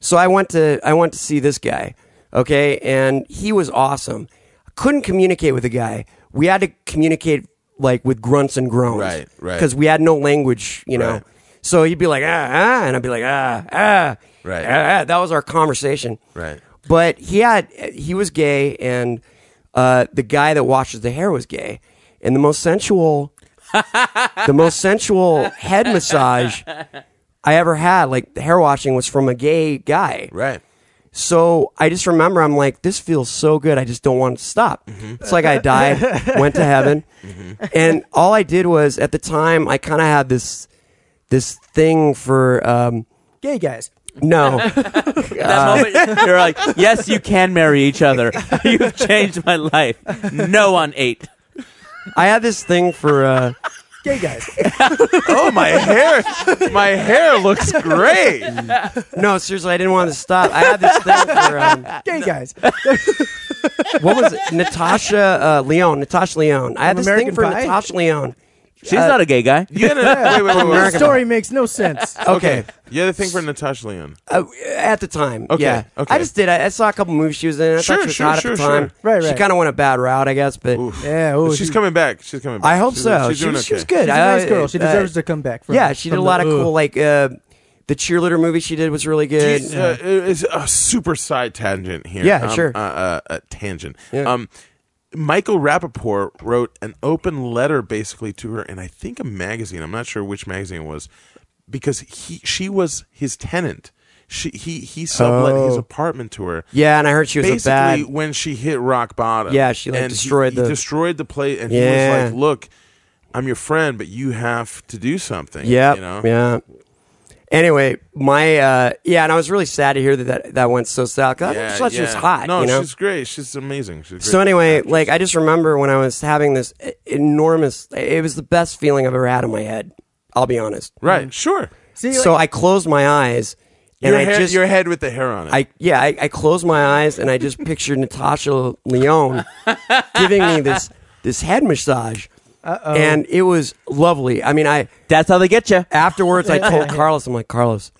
Speaker 6: So I went to I went to see this guy. Okay, and he was awesome. I couldn't communicate with the guy. We had to communicate like with grunts and groans,
Speaker 1: Right, right.
Speaker 6: Because we had no language, you know.
Speaker 1: Right.
Speaker 6: So he'd be like, ah, ah, and I'd be like, ah, ah,
Speaker 1: Right.
Speaker 6: ah, ah. That was our conversation.
Speaker 1: Right.
Speaker 6: But he had he was gay, and uh, the guy that washes the hair was gay, and the most sensual, the most sensual head massage I ever had, like the hair washing, was from a gay guy.
Speaker 1: Right.
Speaker 6: So I just remember I'm like, this feels so good. I just don't want it to stop.
Speaker 5: Mm-hmm.
Speaker 6: It's like I died, went to heaven, and all I did was at the time I kind of had this this thing for um,
Speaker 5: Gay guys.
Speaker 6: no.
Speaker 4: That moment, you're like, yes, you can marry each other. You've changed my life. No on eight.
Speaker 6: I had this thing for uh,
Speaker 5: Gay guys.
Speaker 1: oh my hair, my hair looks great.
Speaker 6: no seriously. I didn't want to stop. I had this thing for um,
Speaker 5: Gay guys.
Speaker 6: what was it? Natasha uh, Leon. Natasha Leon. I had
Speaker 5: From
Speaker 6: this
Speaker 5: American
Speaker 6: thing for
Speaker 5: Pie?
Speaker 6: Natasha Leon.
Speaker 4: She's
Speaker 1: Uh,
Speaker 4: not a gay guy.
Speaker 1: You had a, wait, wait, wait,
Speaker 5: The
Speaker 1: wait.
Speaker 5: story makes no sense.
Speaker 6: Okay.
Speaker 1: You had a thing for Natasha Leon.
Speaker 6: Uh, at the time.
Speaker 1: Okay,
Speaker 6: Yeah.
Speaker 1: okay.
Speaker 6: I just did. I, I saw a couple movies she was in. I
Speaker 1: Sure,
Speaker 6: thought she was
Speaker 1: sure,
Speaker 6: hot
Speaker 1: sure,
Speaker 6: at the
Speaker 1: sure.
Speaker 6: time.
Speaker 5: Right,
Speaker 6: She
Speaker 5: right.
Speaker 6: kind of went a bad route, I guess, but
Speaker 5: Yeah. Oh,
Speaker 1: she's
Speaker 5: she-
Speaker 1: coming back. She's coming back.
Speaker 6: I hope
Speaker 1: She's-
Speaker 6: so.
Speaker 1: She's
Speaker 6: she,
Speaker 1: doing
Speaker 6: was, she
Speaker 1: okay.
Speaker 6: was good.
Speaker 5: She's a
Speaker 6: I-
Speaker 5: nice girl. She
Speaker 6: uh,
Speaker 5: deserves to come back. From,
Speaker 6: yeah, she did
Speaker 5: from
Speaker 6: a lot
Speaker 5: the-
Speaker 6: of cool,
Speaker 5: ugh.
Speaker 6: like, uh, the cheerleader movie she did was really good.
Speaker 1: Jeez, uh, it's a super side tangent here.
Speaker 6: Yeah,
Speaker 1: Um,
Speaker 6: sure.
Speaker 1: Uh, uh, uh, tangent.
Speaker 6: Yeah.
Speaker 1: Um, Michael Rappaport wrote an open letter basically to her, and I think a magazine. I'm not sure which magazine it was, because he she was his tenant. She he he sublet his
Speaker 6: Oh.
Speaker 1: apartment to her.
Speaker 6: Yeah, and I heard she was a
Speaker 1: Basically,
Speaker 6: bad.
Speaker 1: when she hit rock bottom,
Speaker 6: Yeah, she, like,
Speaker 1: and he-
Speaker 6: destroyed
Speaker 1: he
Speaker 6: the-
Speaker 1: destroyed the place, and he
Speaker 6: Yeah.
Speaker 1: was like, "Look, I'm your friend, but you have to do something."
Speaker 6: Yeah,
Speaker 1: you know?
Speaker 6: yeah. Anyway, my uh, yeah, and I was really sad to hear that that, that went so south. 'cause I
Speaker 1: Yeah,
Speaker 6: thought she was
Speaker 1: yeah.
Speaker 6: hot.
Speaker 1: No,
Speaker 6: you know?
Speaker 1: she's great. She's amazing. She's a great
Speaker 6: So anyway, like I just remember when I was having this e- enormous. It was the best feeling I've ever had in my head. I'll be honest.
Speaker 1: Right. Sure.
Speaker 5: See, like,
Speaker 6: So I closed my eyes and
Speaker 1: your,
Speaker 6: I
Speaker 1: hair,
Speaker 6: just
Speaker 1: your head with the hair on it.
Speaker 6: I yeah I, I closed my eyes and I just pictured Natasha Leone giving me this this head massage, Uh-oh. and it was lovely. I mean, I
Speaker 4: That's how they get you.
Speaker 6: afterwards I told Carlos, I'm like Carlos,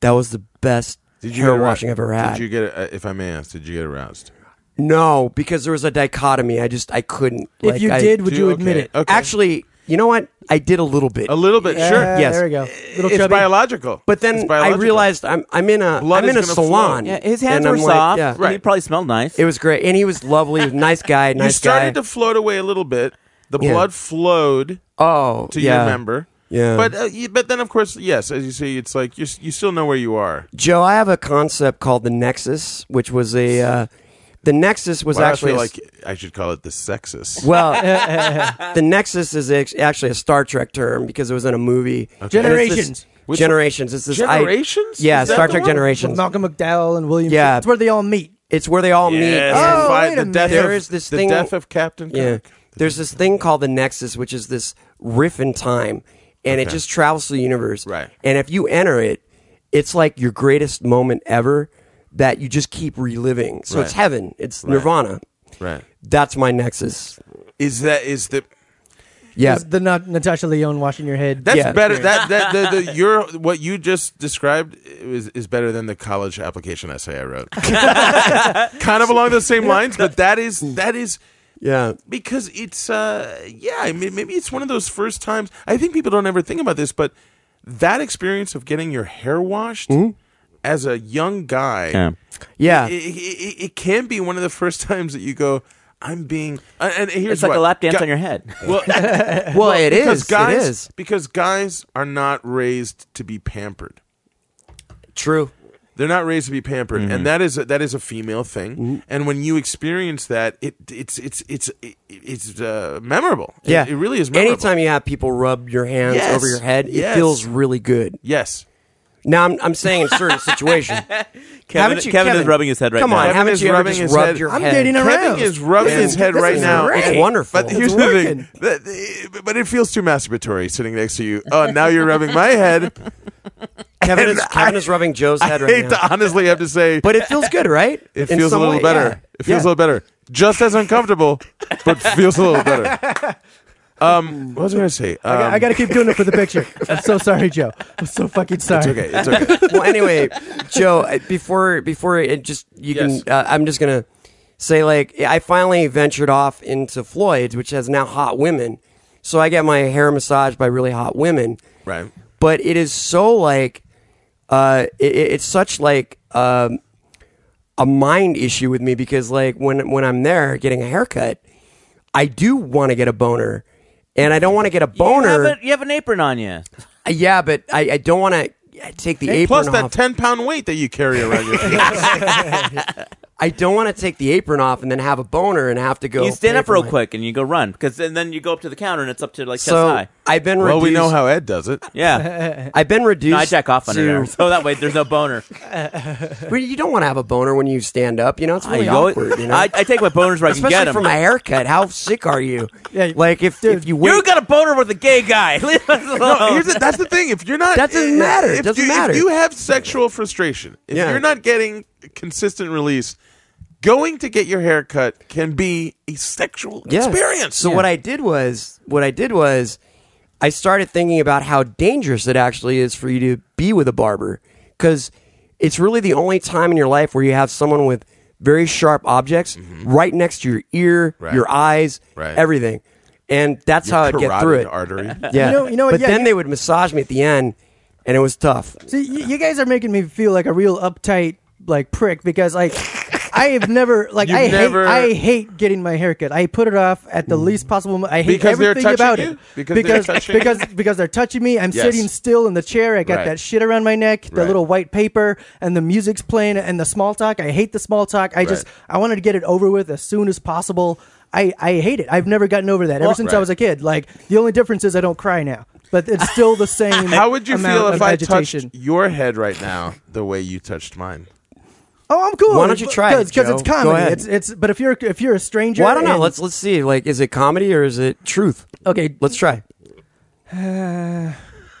Speaker 6: that was the best
Speaker 1: get
Speaker 6: hair
Speaker 1: arou-
Speaker 6: washing I've ever had.
Speaker 1: Did you get? Uh, if I may ask, did you get aroused?
Speaker 6: No, because there was a dichotomy. I just I couldn't.
Speaker 5: if
Speaker 6: Like,
Speaker 5: you
Speaker 6: I-
Speaker 5: did, would
Speaker 1: Do-
Speaker 5: you admit
Speaker 1: okay,
Speaker 5: it?
Speaker 1: Okay.
Speaker 6: Actually, you know what? I did a little bit.
Speaker 1: a little bit.
Speaker 5: Yeah,
Speaker 1: sure.
Speaker 6: yes.
Speaker 5: Eh, There we go. Little
Speaker 1: It's
Speaker 5: chubby.
Speaker 1: biological.
Speaker 6: But
Speaker 1: It's
Speaker 6: then I
Speaker 1: biological.
Speaker 6: realized I'm I'm in a
Speaker 1: Blood
Speaker 6: am
Speaker 1: is
Speaker 6: in a
Speaker 1: gonna flow.
Speaker 6: salon.
Speaker 4: Yeah, his hands
Speaker 6: and
Speaker 4: were
Speaker 6: I'm like,
Speaker 4: soft.
Speaker 6: yeah.
Speaker 4: He probably smelled nice.
Speaker 6: It was great, and he was lovely, he was a nice guy,
Speaker 1: you
Speaker 6: nice
Speaker 1: started
Speaker 6: guy.
Speaker 1: to float away a little bit. The
Speaker 6: Yeah.
Speaker 1: blood flowed
Speaker 6: oh,
Speaker 1: to
Speaker 6: yeah.
Speaker 1: your member.
Speaker 6: Yeah.
Speaker 1: But uh, you- but then of course yes, as you see, it's like you s- you still know where you are.
Speaker 6: Joe, I have a concept called the Nexus, which was a uh, the Nexus was
Speaker 1: Well,
Speaker 6: actually
Speaker 1: I
Speaker 6: a-
Speaker 1: feel like I should call it the sexist.
Speaker 6: well, the Nexus is ex- actually a Star Trek term because it was in a movie. And it's this-
Speaker 5: Generations.
Speaker 1: Which-
Speaker 6: generations. It's this I-
Speaker 1: Generations?
Speaker 6: yeah,
Speaker 1: Is that
Speaker 6: Star
Speaker 1: the
Speaker 6: Trek
Speaker 1: one?
Speaker 5: With
Speaker 6: Generations.
Speaker 5: Malcolm McDowell and William.
Speaker 6: Yeah.
Speaker 5: It's where they all meet.
Speaker 6: It's where they all
Speaker 1: Yes,
Speaker 6: meet.
Speaker 1: the
Speaker 5: Oh,
Speaker 1: fi-
Speaker 5: wait a
Speaker 1: the death
Speaker 5: minute.
Speaker 1: of-
Speaker 6: There is this
Speaker 1: the
Speaker 6: thing-
Speaker 1: death of Captain
Speaker 6: Yeah.
Speaker 1: Kirk.
Speaker 6: There's this thing called the Nexus, which is this riff in time, and it
Speaker 1: Okay.
Speaker 6: just travels through the universe.
Speaker 1: Right.
Speaker 6: And if you enter it, it's like your greatest moment ever that you just keep reliving. So it's
Speaker 1: Right.
Speaker 6: heaven. It's nirvana.
Speaker 1: Right.
Speaker 6: That's my nexus.
Speaker 1: Is that is the
Speaker 6: Yeah.
Speaker 5: the not Natasha Leone washing your head.
Speaker 1: That's better. That that the, the your what you just described is is better than the college application essay I wrote. kind of along those same lines, but that is that is
Speaker 6: yeah
Speaker 1: because it's uh yeah I mean, maybe it's one of those first times. I think people don't ever think about this, but that experience of getting your hair washed as a young guy,
Speaker 4: Hmm? Yeah.
Speaker 6: Yeah.
Speaker 1: it, it, it- it can be one of the first times that you go. I'm being, uh, and here's
Speaker 4: It's like
Speaker 1: what.
Speaker 4: a lap dance
Speaker 1: Gu-
Speaker 4: on your head.
Speaker 1: Well,
Speaker 6: Well, it
Speaker 1: because
Speaker 6: is. It
Speaker 1: Guys,
Speaker 6: is.
Speaker 1: because guys are not raised to be pampered.
Speaker 6: True.
Speaker 1: They're not raised to be pampered,
Speaker 6: Mm-hmm.
Speaker 1: and that is a, that is a female thing. And when you experience that, it it's it's it's it, it's uh, memorable. It-
Speaker 6: Yeah.
Speaker 1: it, really is. Memorable.
Speaker 6: Anytime you have people rub your hands
Speaker 1: Yes.
Speaker 6: over your head,
Speaker 1: Yes.
Speaker 6: it feels really good.
Speaker 1: Yes,
Speaker 6: Now I'm, I'm saying in certain situations.
Speaker 4: Kevin,
Speaker 6: Haven't you-
Speaker 4: Kevin is
Speaker 6: Kevin,
Speaker 4: rubbing his head right
Speaker 6: come
Speaker 4: now.
Speaker 6: on,
Speaker 1: Kevin
Speaker 6: haven't
Speaker 1: is
Speaker 6: you ever
Speaker 1: rubbing
Speaker 6: just
Speaker 1: his
Speaker 6: rubbed
Speaker 1: head.
Speaker 6: your
Speaker 5: I'm
Speaker 6: head?
Speaker 5: dating a
Speaker 1: Kevin is rubbing
Speaker 6: This
Speaker 1: his
Speaker 6: is-
Speaker 1: head
Speaker 6: this
Speaker 1: right
Speaker 6: is
Speaker 1: now.
Speaker 6: great.
Speaker 1: And-
Speaker 6: Wonderful.
Speaker 1: But here's
Speaker 6: It's
Speaker 1: the
Speaker 6: working.
Speaker 1: thing: That- but it feels too masturbatory sitting next to you. Oh, now you're rubbing my head.
Speaker 6: Kevin, is,
Speaker 1: And
Speaker 6: Kevin
Speaker 1: I-
Speaker 6: is rubbing Joe's head
Speaker 1: I
Speaker 6: right
Speaker 1: hate
Speaker 6: now.
Speaker 1: to honestly have to say,
Speaker 6: But it feels good, right?
Speaker 1: It
Speaker 6: In
Speaker 1: feels a
Speaker 6: some
Speaker 1: little
Speaker 6: way,
Speaker 1: better.
Speaker 6: yeah.
Speaker 1: It feels
Speaker 6: Yeah.
Speaker 1: a little better. Just as uncomfortable, but feels a little better. Um, what was I going to say? Um,
Speaker 5: I got to keep doing it for the picture. I'm so sorry, Joe. I'm so fucking sorry.
Speaker 1: It's okay. It's okay.
Speaker 6: well, anyway, Joe, I- before before it just you
Speaker 1: Yes.
Speaker 6: can, uh, I'm just gonna say like I finally ventured off into Floyd's, which has now hot women. So I get my hair massaged by really hot women,
Speaker 1: right.
Speaker 6: but it is so like, uh, it, it- it's such like um, a mind issue with me because like when when I'm there getting a haircut, I do want to get a boner, and I don't want to get a
Speaker 4: You
Speaker 6: boner.
Speaker 4: have, a, you have an apron on you.
Speaker 6: yeah, but I, I don't want to take the apron
Speaker 1: Plus
Speaker 6: off.
Speaker 1: that ten pound weight that you carry around your feet.
Speaker 6: I don't want to take the apron off and then have a boner and have to go.
Speaker 4: You stand
Speaker 6: pay
Speaker 4: up
Speaker 6: for
Speaker 4: real
Speaker 6: my-
Speaker 4: quick and you go run because and then you go up to the counter and it's up to like chest
Speaker 6: So
Speaker 4: high.
Speaker 6: I've been
Speaker 1: well,
Speaker 6: reduced.
Speaker 1: we know how Ed does it.
Speaker 4: Yeah,
Speaker 6: I've been reduced.
Speaker 4: no, I jack off under
Speaker 6: to-
Speaker 4: there, so that way there's no boner.
Speaker 6: But you don't want to have a boner when you stand up. You know, it's really
Speaker 4: I, go-
Speaker 6: awkward. You know,
Speaker 4: I, I take my boners where I can
Speaker 6: especially
Speaker 4: get them.
Speaker 6: from a haircut. How sick are you?
Speaker 5: Yeah,
Speaker 6: like if if you wait,
Speaker 4: you got a boner with a gay guy. Leave us alone.
Speaker 1: No, here's the, that's the thing. If you're not,
Speaker 6: That doesn't matter. It
Speaker 1: If
Speaker 6: doesn't
Speaker 1: you,
Speaker 6: matter.
Speaker 1: If you have sexual frustration, if
Speaker 6: Yeah.
Speaker 1: you're not getting consistent release, going to get your hair cut can be a sexual
Speaker 6: Yes.
Speaker 1: experience.
Speaker 6: So what I did was what I did was I started thinking about how dangerous it actually is for you to be with a barber because it's really the only time in your life where you have someone with very sharp objects right next to your ear,
Speaker 1: Right.
Speaker 6: your eyes,
Speaker 1: Right.
Speaker 6: everything, and that's how I get
Speaker 1: Carotid
Speaker 6: through it.
Speaker 1: Artery.
Speaker 6: Yeah,
Speaker 5: You know- you know what,
Speaker 6: but
Speaker 5: yeah,
Speaker 6: then
Speaker 5: you-
Speaker 6: they would massage me at the end, and it was tough.
Speaker 5: See, you, you guys are making me feel like a real uptight like prick because like I have never like
Speaker 1: You've
Speaker 5: I
Speaker 1: never-
Speaker 5: hate I hate getting my haircut. I put it off at the least possible. Mo- I hate
Speaker 1: Because they're touching
Speaker 5: everything about
Speaker 1: you?
Speaker 5: it
Speaker 1: Because they're
Speaker 5: because
Speaker 1: touching you?
Speaker 5: because, because they're touching me. I'm
Speaker 1: Yes.
Speaker 5: sitting still in the chair. I got
Speaker 1: Right.
Speaker 5: that shit around my neck, the
Speaker 1: Right.
Speaker 5: little white paper, and the music's playing and the small talk. I hate the small talk. I just
Speaker 1: Right.
Speaker 5: I wanted to get it over with as soon as possible. I, I hate it. I've never gotten over that ever since I
Speaker 1: right.
Speaker 5: was a kid. Like the only difference is I don't cry now, but it's still the same.
Speaker 1: How would you
Speaker 5: amount
Speaker 1: feel
Speaker 5: of
Speaker 1: if I
Speaker 5: agitation.
Speaker 1: touched your head right now the way you touched mine?
Speaker 5: Oh, I'm cool.
Speaker 6: Why don't you try it,
Speaker 5: Because it's
Speaker 6: Joe? Go
Speaker 5: comedy.
Speaker 6: ahead.
Speaker 5: It's it's. But if you're if you're a stranger,
Speaker 6: Well, I don't know.
Speaker 5: and-
Speaker 6: Let's let's see. Like, is it comedy or is it truth?
Speaker 5: Okay.
Speaker 6: Let's try.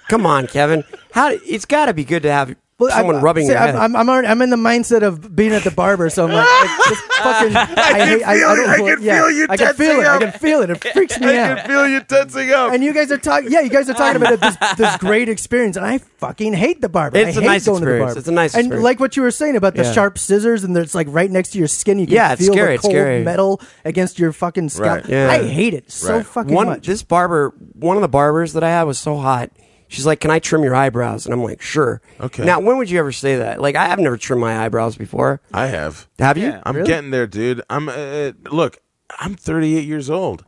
Speaker 6: Come on, Kevin. How it's got to be good to have
Speaker 5: Well, I'm-
Speaker 6: someone rubbing
Speaker 5: see,
Speaker 6: your
Speaker 5: I'm,
Speaker 6: head.
Speaker 5: I'm I'm, already, I'm in the mindset of being at the barber, so I'm like, it's just fucking. I, hate, I,
Speaker 1: feel
Speaker 5: I
Speaker 1: it.
Speaker 5: don't,
Speaker 1: I can
Speaker 5: yeah,
Speaker 1: feel you
Speaker 5: I can feel
Speaker 1: tensing
Speaker 5: it. I
Speaker 1: up.
Speaker 5: can feel it. It freaks me
Speaker 1: I
Speaker 5: out.
Speaker 1: can feel you tensing up.
Speaker 5: And you guys are talking. Yeah, you guys are talking about this, this great experience, and I fucking hate the barber.
Speaker 6: It's
Speaker 5: I
Speaker 6: a
Speaker 5: hate
Speaker 6: nice
Speaker 5: going To the
Speaker 6: experience.
Speaker 5: barber.
Speaker 6: It's a nice
Speaker 5: And
Speaker 6: experience.
Speaker 5: like what you were saying about the
Speaker 6: Yeah.
Speaker 5: sharp scissors, and it's like right next to your skin. You can
Speaker 6: Yeah, it's
Speaker 5: feel
Speaker 6: scary,
Speaker 5: the
Speaker 6: it's
Speaker 5: cold
Speaker 6: scary.
Speaker 5: metal against your fucking scalp.
Speaker 1: Right.
Speaker 6: Yeah.
Speaker 5: I hate it so
Speaker 1: Right.
Speaker 5: fucking
Speaker 6: one
Speaker 5: much.
Speaker 6: this barber, one of the barbers that I had was so hot. She's like, "Can I trim your eyebrows?" And I'm like, "Sure."
Speaker 1: Okay.
Speaker 6: Now, when would you ever say that? Like, I have never trimmed my eyebrows before.
Speaker 1: I have.
Speaker 6: Have you?
Speaker 1: I'm getting there, dude. I'm uh, look. I'm 38 years old.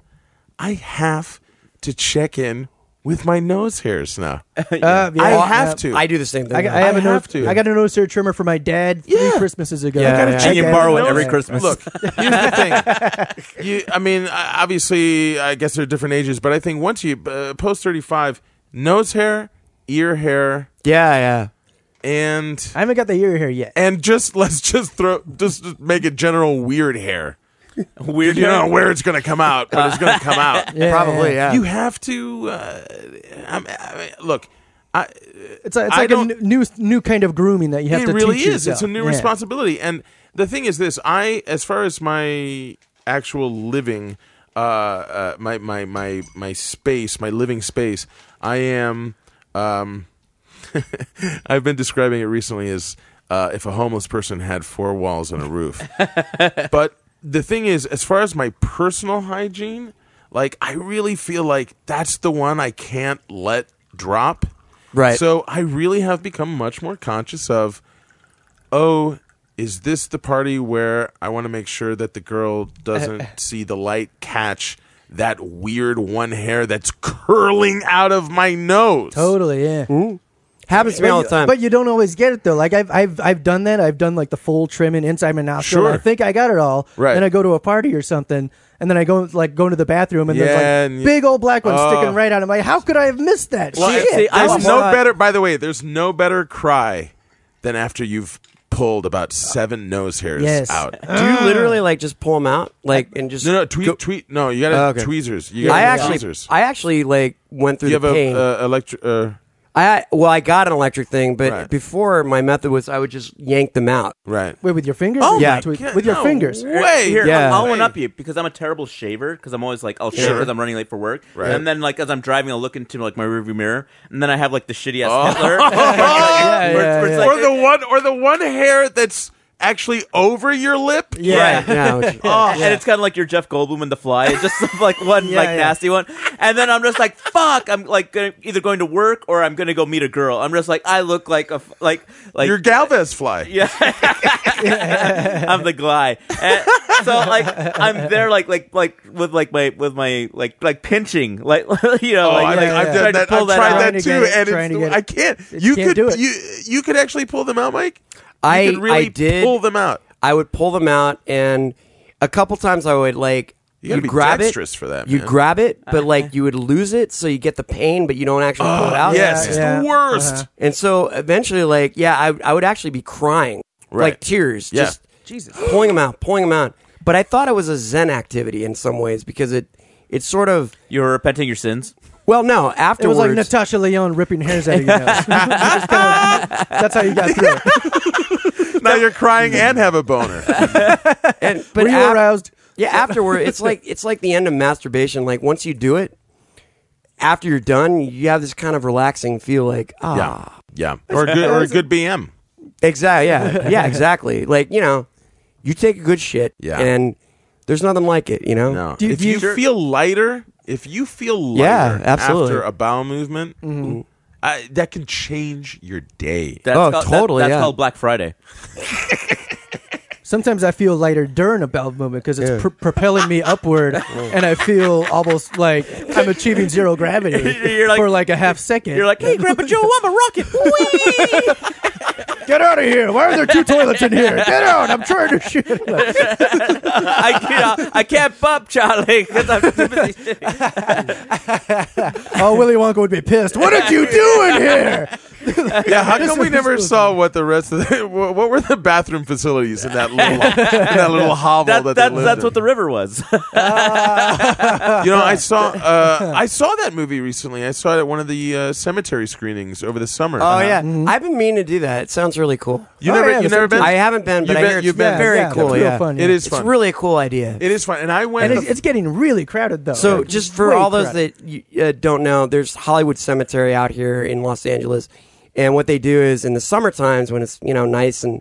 Speaker 1: I have to check in with my nose hairs now.
Speaker 5: Uh, yeah,
Speaker 6: Well,
Speaker 1: I have to.
Speaker 6: I do the same thing.
Speaker 5: I, I have a
Speaker 1: have
Speaker 5: nose.
Speaker 1: to.
Speaker 5: I got a nose hair trimmer for my dad three
Speaker 1: Yeah.
Speaker 5: Christmases ago.
Speaker 6: Yeah,
Speaker 5: I
Speaker 6: yeah.
Speaker 4: and you
Speaker 5: check
Speaker 4: borrow
Speaker 5: out
Speaker 4: it
Speaker 5: his
Speaker 4: every
Speaker 5: nose.
Speaker 4: Christmas.
Speaker 1: Look, here's the thing. You, I mean, I- obviously, I guess they're different ages, but I think once you uh, post 35, nose hair, ear hair,
Speaker 6: yeah, yeah.
Speaker 1: and
Speaker 5: I haven't got the ear hair yet.
Speaker 1: and just let's just throw just, just make it general weird hair.
Speaker 4: Weird.
Speaker 1: You don't know where it's going to come out, but it's going to come out.
Speaker 6: Probably, yeah.
Speaker 1: You have to. Uh, I'm, I mean, look, I,
Speaker 5: It's, a, it's
Speaker 1: I
Speaker 5: like a
Speaker 1: don't-
Speaker 5: n- new new kind of grooming that you have
Speaker 1: it
Speaker 5: to
Speaker 1: really
Speaker 5: teach
Speaker 1: is. It's
Speaker 5: yourself.
Speaker 1: a new
Speaker 5: Yeah.
Speaker 1: responsibility. And the thing is, this I, as far as my actual living, uh, uh, my my my my space, my living space, I am. Um, I've been describing it recently as uh, if a homeless person had four walls and a roof. but the thing is, as far as my personal hygiene, like I really feel like that's the one I can't let drop.
Speaker 6: Right.
Speaker 1: So I really have become much more conscious of, oh, is this the party where I want to make sure that the girl doesn't see the light catch that weird one hair that's curling out of my nose?
Speaker 5: Totally, yeah.
Speaker 6: Happens to me
Speaker 5: But
Speaker 6: all
Speaker 5: you-
Speaker 6: the time.
Speaker 5: But you don't always get it though. Like I've I've I've done that. I've done like the full trim and inside my nostril.
Speaker 1: Sure.
Speaker 5: and I think I got it all.
Speaker 1: Right.
Speaker 5: Then I go to a party or something, and then I go like go into the bathroom, and
Speaker 1: Yeah,
Speaker 5: there's
Speaker 1: and
Speaker 5: like
Speaker 1: you-
Speaker 5: big old black one
Speaker 1: Oh.
Speaker 5: sticking right out. I'm like, how could I have missed that?
Speaker 1: Well,
Speaker 5: Shit.
Speaker 1: see,
Speaker 5: That's
Speaker 1: there's no
Speaker 5: why-
Speaker 1: better. By the way, there's no better cry than after you've pulled about seven nose hairs out.
Speaker 6: Do you literally like just pull them out, like and just
Speaker 1: Ah. No, no, tweet, tweet. No, you got to
Speaker 6: Oh, okay.
Speaker 1: tweezers. You gotta
Speaker 6: I actually,
Speaker 1: tweezers.
Speaker 6: I actually like went through
Speaker 1: you have
Speaker 6: the pain.
Speaker 1: a uh, electric. Uh,
Speaker 6: I well, I got an electric thing, but
Speaker 1: Right.
Speaker 6: before my method was I would just yank them out.
Speaker 1: Right.
Speaker 5: Wait, with your fingers?
Speaker 6: Oh
Speaker 5: Or
Speaker 6: my
Speaker 5: with-
Speaker 6: God,
Speaker 5: with your
Speaker 6: no
Speaker 5: fingers.
Speaker 4: Wait, here
Speaker 6: Yeah.
Speaker 4: I'll, I'll one up you because I'm a terrible shaver because I'm always like I'll shave
Speaker 6: Sure.
Speaker 4: because I'm running late for work,
Speaker 6: Right.
Speaker 4: and then like as I'm driving, I'll look into like my rearview mirror, and then I have like the shitty ass
Speaker 1: Oh.
Speaker 4: Hitler,
Speaker 1: Yeah,
Speaker 4: Where it's- where it's like-
Speaker 1: Or the one, or the one hair that's actually over your lip.
Speaker 4: Right. Oh, and it's kind of like your Jeff Goldblum in The Fly. It's just like one
Speaker 1: Yeah,
Speaker 4: like
Speaker 1: yeah.
Speaker 4: nasty one, and then I'm just like, fuck. I'm like gonna, either going to work or I'm gonna go meet a girl. I'm just like, I look like a f- like like
Speaker 1: your Galvez fly.
Speaker 4: yeah. I'm the guy. And so like I'm there like like like with like my with my like like pinching like you know
Speaker 1: Oh,
Speaker 4: like,
Speaker 1: I
Speaker 4: like,
Speaker 1: think I've
Speaker 4: trying
Speaker 1: done
Speaker 4: to
Speaker 1: that.
Speaker 4: pull
Speaker 1: I've tried
Speaker 4: out.
Speaker 1: that too, and it's, the- I can't. You
Speaker 6: can't
Speaker 1: could
Speaker 6: do it.
Speaker 1: you you could actually pull them out, Mike. You
Speaker 6: I
Speaker 1: could really
Speaker 6: I did
Speaker 1: pull them out.
Speaker 6: I would pull them out, and a couple times I would like
Speaker 1: You gotta
Speaker 6: you'd
Speaker 1: be
Speaker 6: grab it.
Speaker 1: dexterous for that,
Speaker 6: You
Speaker 1: man.
Speaker 6: grab it, but like you would lose it, so you get the pain, but you don't actually pull
Speaker 1: Oh,
Speaker 6: it out.
Speaker 1: yes, Yeah, it's the yeah. worst. Uh-huh.
Speaker 6: And so eventually, like yeah, I I would actually be crying, like
Speaker 1: Right.
Speaker 6: tears,
Speaker 1: Yeah.
Speaker 6: just Jesus, pulling them out, pulling them out. But I thought it was a Zen activity in some ways because it it sort of
Speaker 4: you're repenting your sins.
Speaker 6: Well, no,
Speaker 5: It was
Speaker 6: afterwards
Speaker 5: like Natasha Leon ripping hairs out of your nose. Just kinda- that's how you got through. it.
Speaker 1: Now you're crying and have a boner.
Speaker 6: and but
Speaker 5: Were you
Speaker 6: af-
Speaker 5: aroused?
Speaker 6: Yeah, afterward, it's like it's like the end of masturbation. Like once you do it, after you're done, you have this kind of relaxing feel, like ah,
Speaker 1: Yeah, yeah, or a good or a good BM.
Speaker 6: exactly, yeah, yeah, exactly. Like you know, you take a good shit,
Speaker 1: Yeah.
Speaker 6: and there's nothing like it, you know.
Speaker 1: No, if you, feel lighter, if you feel lighter
Speaker 6: Yeah, absolutely.
Speaker 1: after a bowel movement, I, that can change your day.
Speaker 4: That's
Speaker 6: Oh,
Speaker 4: called, that-
Speaker 6: totally,
Speaker 4: that's
Speaker 6: yeah.
Speaker 4: called Black Friday.
Speaker 5: Sometimes I feel lighter during a bowel movement because it's
Speaker 6: Yeah.
Speaker 5: pr- propelling me upward, and I feel almost like I'm achieving zero gravity
Speaker 4: You're like-
Speaker 5: for like a half second.
Speaker 4: You're like, hey, Grandpa Joe, I'm a rocket.
Speaker 5: get out of here! Why are there two toilets in here? Get out! I'm trying to shit.
Speaker 4: I, you know, I can't bump Charlie because I'm too busy shitting.
Speaker 5: Oh, Willy Wonka would be pissed. What did you do in here?
Speaker 1: Yeah, how
Speaker 5: This
Speaker 1: come we
Speaker 5: is-
Speaker 1: never saw what the rest of the, what what were the bathroom facilities in that little in that little hovel that,
Speaker 4: That-
Speaker 1: they
Speaker 4: that's-
Speaker 1: lived
Speaker 4: that's
Speaker 1: in?
Speaker 4: what the river was.
Speaker 1: you know, I saw uh, I saw that movie recently. I saw it at one of the uh, cemetery screenings over the summer.
Speaker 6: Oh yeah, I've been meaning to do that. It sounds really cool.
Speaker 1: Mm-hmm. You
Speaker 5: Oh,
Speaker 1: never, you never been?
Speaker 6: I haven't been, but
Speaker 1: You've
Speaker 6: I hear it's
Speaker 1: you've
Speaker 6: very
Speaker 5: yeah,
Speaker 6: cool.
Speaker 5: it's real
Speaker 6: yeah,
Speaker 5: fun,
Speaker 1: It
Speaker 5: yeah.
Speaker 1: is
Speaker 6: it's
Speaker 1: fun.
Speaker 6: really a cool idea.
Speaker 1: it is fun, and I went.
Speaker 5: And it's, it's getting really crowded though.
Speaker 6: So,
Speaker 5: Like,
Speaker 6: just for
Speaker 5: way
Speaker 6: all those
Speaker 5: crowded.
Speaker 6: that you, uh, don't know, there's Hollywood Cemetery out here in Los Angeles, and what they do is in the summer times when it's you know nice and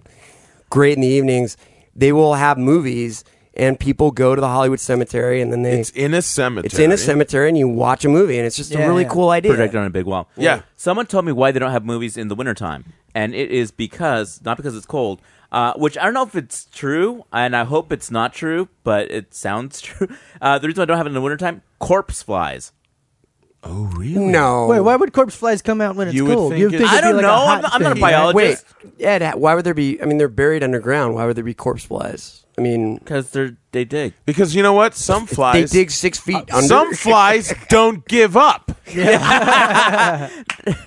Speaker 6: great in the evenings, they will have movies, and people go to the Hollywood Cemetery, and then they
Speaker 1: it's in a cemetery.
Speaker 6: it's in a cemetery, and you watch a movie, and it's just a really cool idea.
Speaker 4: Projected on a big wall.
Speaker 1: Yeah.
Speaker 4: Someone told me why they don't have movies in the wintertime. And it is because, not because it's cold, uh, which I don't know if it's true, and I hope it's not true, but it sounds true. Uh, the reason why I don't have it in the wintertime, corpse flies.
Speaker 1: Oh really?
Speaker 6: No,
Speaker 5: Wait, why would corpse flies come out when it's
Speaker 1: You would
Speaker 5: cold?
Speaker 1: think
Speaker 5: You'd
Speaker 1: it-
Speaker 5: it'd
Speaker 4: I
Speaker 5: be
Speaker 4: don't
Speaker 5: like
Speaker 4: know.
Speaker 5: hot
Speaker 4: I'm not- I'm not a
Speaker 5: thing, right?
Speaker 4: biologist.
Speaker 6: Wait, Ed, ha- why would there be? I mean, they're buried underground. Why would there be corpse flies? I mean,
Speaker 4: Because they they dig.
Speaker 1: because you know what? Some
Speaker 6: they
Speaker 1: flies. Uh,
Speaker 6: dig six feet under.
Speaker 1: some flies don't give up.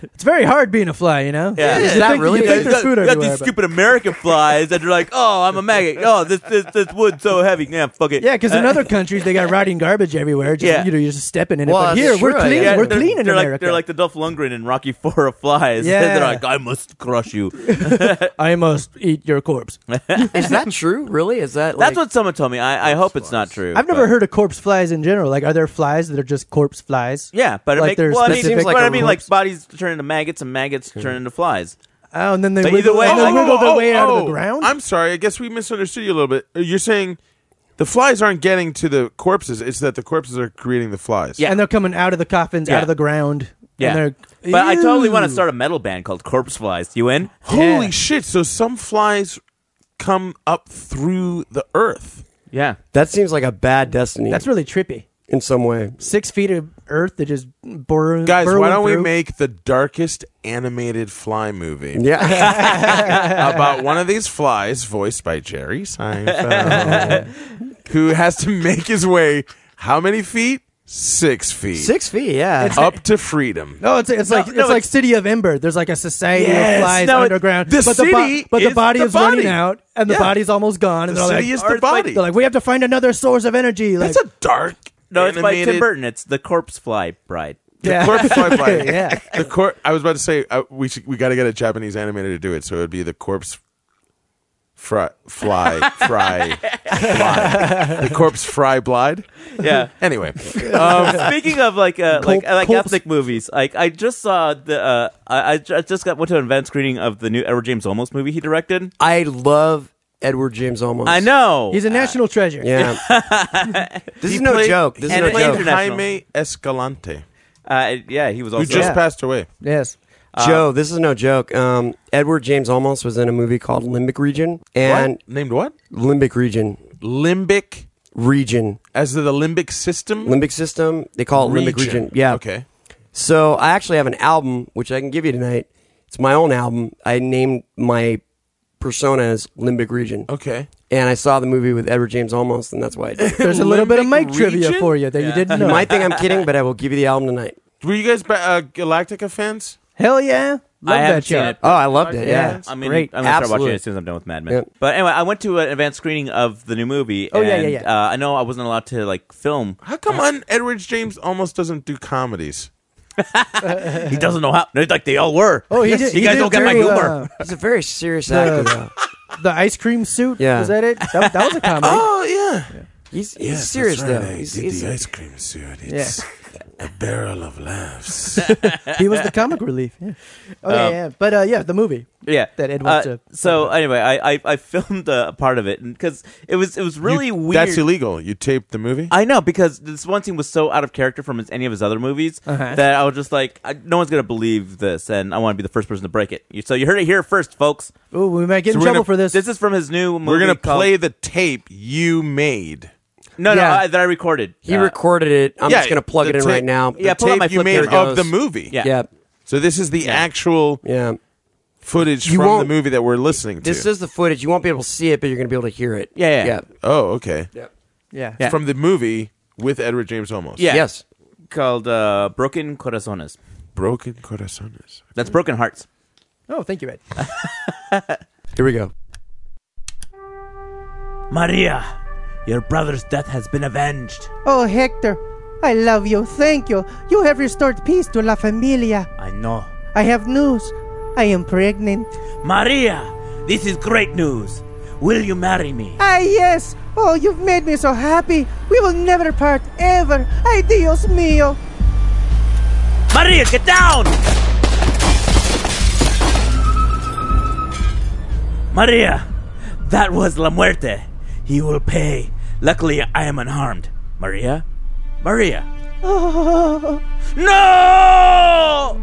Speaker 5: It's very hard being a fly, you know.
Speaker 4: Yeah.
Speaker 5: You
Speaker 6: Is that
Speaker 5: think-
Speaker 6: really-
Speaker 5: You think there's food
Speaker 4: you got
Speaker 5: everywhere.
Speaker 4: these
Speaker 5: but-
Speaker 4: stupid American flies that are like, oh, I'm a maggot. Oh, this this this wood's so heavy. Yeah, fuck it.
Speaker 5: Yeah, because in
Speaker 4: Uh,
Speaker 5: other countries they got rotting garbage everywhere. Just,
Speaker 4: Yeah.
Speaker 5: you know, you're just stepping in it.
Speaker 6: Well,
Speaker 5: but
Speaker 6: that's
Speaker 5: here we're
Speaker 6: true,
Speaker 5: clean.
Speaker 6: yeah.
Speaker 5: we're
Speaker 4: they're,
Speaker 5: clean in
Speaker 4: they're
Speaker 5: America.
Speaker 4: Like, they're like the Duff Lundgren in Rocky Four of flies.
Speaker 5: Yeah.
Speaker 4: they're like, I must crush you.
Speaker 5: I must eat your corpse.
Speaker 6: Is that true? Really? Is that?
Speaker 4: That's
Speaker 6: like-
Speaker 4: what someone told me. I, I hope it's not true.
Speaker 5: I've never
Speaker 4: but-
Speaker 5: heard of corpse flies in general. Like, are there flies that are just corpse flies?
Speaker 4: Yeah, but it
Speaker 5: like
Speaker 4: make-
Speaker 5: they're
Speaker 4: well, I mean,
Speaker 5: specific-
Speaker 4: but I mean, like bodies turn into maggots and maggots turn into flies.
Speaker 5: Oh, and then they
Speaker 4: But
Speaker 5: wiggle,
Speaker 4: either way,
Speaker 5: and they
Speaker 4: Oh,
Speaker 5: wiggle
Speaker 1: oh,
Speaker 5: their way out of
Speaker 1: oh,
Speaker 5: the ground.
Speaker 1: I'm sorry. I guess we misunderstood you a little bit. Uh, You're saying the flies aren't getting to the corpses. It's that the corpses are creating the flies.
Speaker 5: and they're coming out of the coffins,
Speaker 4: Yeah.
Speaker 5: out of the ground.
Speaker 4: Yeah,
Speaker 5: and they're,
Speaker 4: but I totally want to
Speaker 5: Ew.
Speaker 4: start a metal band called Corpse Flies. You in?
Speaker 1: Holy shit! So some flies come up through the earth.
Speaker 4: Yeah,
Speaker 6: that seems like a bad destiny.
Speaker 5: That's really trippy.
Speaker 6: in some way.
Speaker 5: Six feet of earth that just burrow.
Speaker 1: Guys,
Speaker 5: burrowing
Speaker 1: why don't we
Speaker 5: through.
Speaker 1: make the darkest animated fly movie?
Speaker 6: Yeah.
Speaker 1: about one of these flies voiced by Jerry Seinfeld, who has to make his way how many feet? Six feet.
Speaker 6: Six feet, yeah.
Speaker 5: It's-
Speaker 1: Up to freedom.
Speaker 5: No, it's it's
Speaker 4: No,
Speaker 5: like
Speaker 4: no,
Speaker 5: it's like
Speaker 4: it's-
Speaker 5: City of Ember. There's like a society
Speaker 1: Yes,
Speaker 5: of flies
Speaker 1: no, it-
Speaker 5: underground,
Speaker 1: the
Speaker 5: but the bo-
Speaker 1: city
Speaker 5: but the
Speaker 1: is
Speaker 5: body
Speaker 1: the
Speaker 5: is running
Speaker 1: body.
Speaker 5: out, and the
Speaker 1: Yeah.
Speaker 5: body's almost gone. And
Speaker 1: The
Speaker 5: they're
Speaker 1: city
Speaker 5: like,
Speaker 1: is the
Speaker 5: "Or it's like-
Speaker 1: body."
Speaker 5: they're like, we have to find another source of energy. Like,
Speaker 1: That's a dark.
Speaker 4: No, it's by Tim
Speaker 1: animated-
Speaker 4: Burton. It's the Corpse Fly Bride.
Speaker 1: The
Speaker 5: Yeah.
Speaker 1: corpse fly fly.
Speaker 5: Yeah.
Speaker 1: The cor- I was about to say uh, we should, we got to get a Japanese animator to do it, so it would be the corpse fry fly fry fly the corpse fry blide.
Speaker 4: Yeah.
Speaker 1: Anyway,
Speaker 4: Um, Speaking of like uh, like
Speaker 5: Col-
Speaker 4: like
Speaker 5: Colts.
Speaker 4: ethnic movies, like I just saw the uh, I, I ju- I just got went to an advanced screening of the new Edward James Olmos movie he directed.
Speaker 6: I love Edward James almost.
Speaker 4: I know
Speaker 5: he's a national treasure.
Speaker 6: Yeah. this
Speaker 1: He
Speaker 6: is no
Speaker 1: played-
Speaker 6: joke. This
Speaker 4: and
Speaker 6: is
Speaker 4: it
Speaker 6: no
Speaker 4: played
Speaker 6: joke.
Speaker 4: International.
Speaker 1: Jaime Escalante,
Speaker 4: Uh, yeah, he was
Speaker 1: who
Speaker 4: also
Speaker 1: just passed away.
Speaker 5: Yes.
Speaker 6: Joe, this is no joke. Um, Edward James almost was in a movie called Limbic Region, and
Speaker 1: what? named what?
Speaker 6: Limbic Region,
Speaker 1: Limbic,
Speaker 6: region,
Speaker 1: as the, the limbic system.
Speaker 6: limbic system. They call it Limbic Region. Yeah.
Speaker 1: Okay.
Speaker 6: So I actually have an album which I can give you tonight. It's my own album. I named my persona as Limbic Region.
Speaker 1: Okay.
Speaker 6: And I saw the movie with Edward James almost, and that's why I did. it.
Speaker 5: There's a little bit of Mike
Speaker 1: Limbic
Speaker 5: trivia
Speaker 1: region?
Speaker 5: for you that you didn't
Speaker 6: you
Speaker 5: know.
Speaker 6: might think I'm kidding, but I will give you the album tonight.
Speaker 1: Were you guys ba- uh, Galactica fans?
Speaker 5: Hell yeah, love
Speaker 4: I
Speaker 5: that
Speaker 4: haven't
Speaker 5: show.
Speaker 4: seen it.
Speaker 6: Oh, I loved it. Yeah.
Speaker 4: I mean,
Speaker 6: Great.
Speaker 4: I'm gonna start watching
Speaker 6: Absolutely.
Speaker 4: it as soon as I'm done with Mad Men.
Speaker 6: Yep.
Speaker 4: But anyway, I went to an advanced screening of the new movie.
Speaker 5: Oh, yeah,
Speaker 4: and,
Speaker 5: yeah, yeah.
Speaker 4: Uh, I know I wasn't allowed to like film.
Speaker 1: How come on Edward James almost doesn't do comedies?
Speaker 4: He doesn't know how. No, like they all were.
Speaker 5: Oh, he did,
Speaker 4: you
Speaker 5: he
Speaker 4: guys
Speaker 5: did
Speaker 4: don't get my
Speaker 5: do,
Speaker 4: humor.
Speaker 5: uh,
Speaker 6: He's a very serious actor, though.
Speaker 5: the ice cream suit.
Speaker 6: Yeah.
Speaker 5: was that it? That, that was a comedy.
Speaker 1: Oh yeah,
Speaker 6: He's, he's
Speaker 1: Yeah, that's
Speaker 6: serious,
Speaker 1: right.
Speaker 6: though.
Speaker 1: I
Speaker 6: He's,
Speaker 1: did
Speaker 6: he's-
Speaker 1: the uh, ice cream suit. It's a barrel of laughs.
Speaker 5: He was the comic relief. Yeah. Oh yeah, yeah, but uh, yeah, the movie.
Speaker 4: Yeah,
Speaker 5: That Ed wants
Speaker 4: Uh,
Speaker 5: to-
Speaker 4: So anyway, I I, I filmed uh, a part of it because it was it was really
Speaker 1: You-
Speaker 4: weird.
Speaker 1: That's illegal. You taped the movie.
Speaker 4: I know because this one scene was so out of character from his, any of his other movies
Speaker 5: Uh-huh.
Speaker 4: that I was just like, I, no one's gonna believe this, and I want to be the first person to break it. You- So you heard it here first, folks.
Speaker 5: Ooh, we might get
Speaker 1: So
Speaker 5: in
Speaker 1: we're
Speaker 5: trouble
Speaker 1: gonna-
Speaker 5: for this.
Speaker 4: This is from his new movie.
Speaker 1: We're gonna
Speaker 4: called-
Speaker 1: play the tape you made.
Speaker 4: No, no,
Speaker 6: Yeah.
Speaker 4: I, that I recorded.
Speaker 6: he
Speaker 4: Uh,
Speaker 6: recorded it. I'm
Speaker 1: Yeah,
Speaker 6: just going to plug
Speaker 1: the
Speaker 6: it in
Speaker 1: tape-
Speaker 6: right now.
Speaker 4: Yeah,
Speaker 1: the
Speaker 4: pull out
Speaker 1: tape
Speaker 4: my
Speaker 1: you
Speaker 4: flip.
Speaker 1: made
Speaker 4: Here
Speaker 6: it
Speaker 1: of the
Speaker 6: goes.
Speaker 1: movie.
Speaker 4: Yeah.
Speaker 6: Yeah.
Speaker 1: So this is the actual
Speaker 6: Yeah.
Speaker 1: footage
Speaker 6: You
Speaker 1: from the
Speaker 6: won't-
Speaker 1: movie that we're listening to.
Speaker 6: This is the footage. You won't be able to see it, but you're going to be able to hear it.
Speaker 4: Yeah, yeah.
Speaker 1: oh, okay.
Speaker 5: yeah.
Speaker 4: Yeah.
Speaker 1: From the movie with Edward James Olmos.
Speaker 4: Yeah.
Speaker 6: Yes.
Speaker 4: called uh, Broken Corazones.
Speaker 1: Broken Corazones.
Speaker 4: That's Broken Hearts.
Speaker 5: Oh, thank you, Ed.
Speaker 6: Here we go.
Speaker 2: Maria, your brother's death has been avenged.
Speaker 12: Oh, Hector, I love you. Thank you. You have restored peace to La Familia.
Speaker 2: I know.
Speaker 12: I have news. I am pregnant.
Speaker 2: Maria, this is great news. Will you marry me?
Speaker 12: Ah, yes. Oh, you've made me so happy. We will never part ever. Ay, Dios mío.
Speaker 2: Maria, get down! Maria, that was La Muerte. He will pay. Luckily, I am unharmed. Maria? Maria?
Speaker 12: Oh,
Speaker 2: No!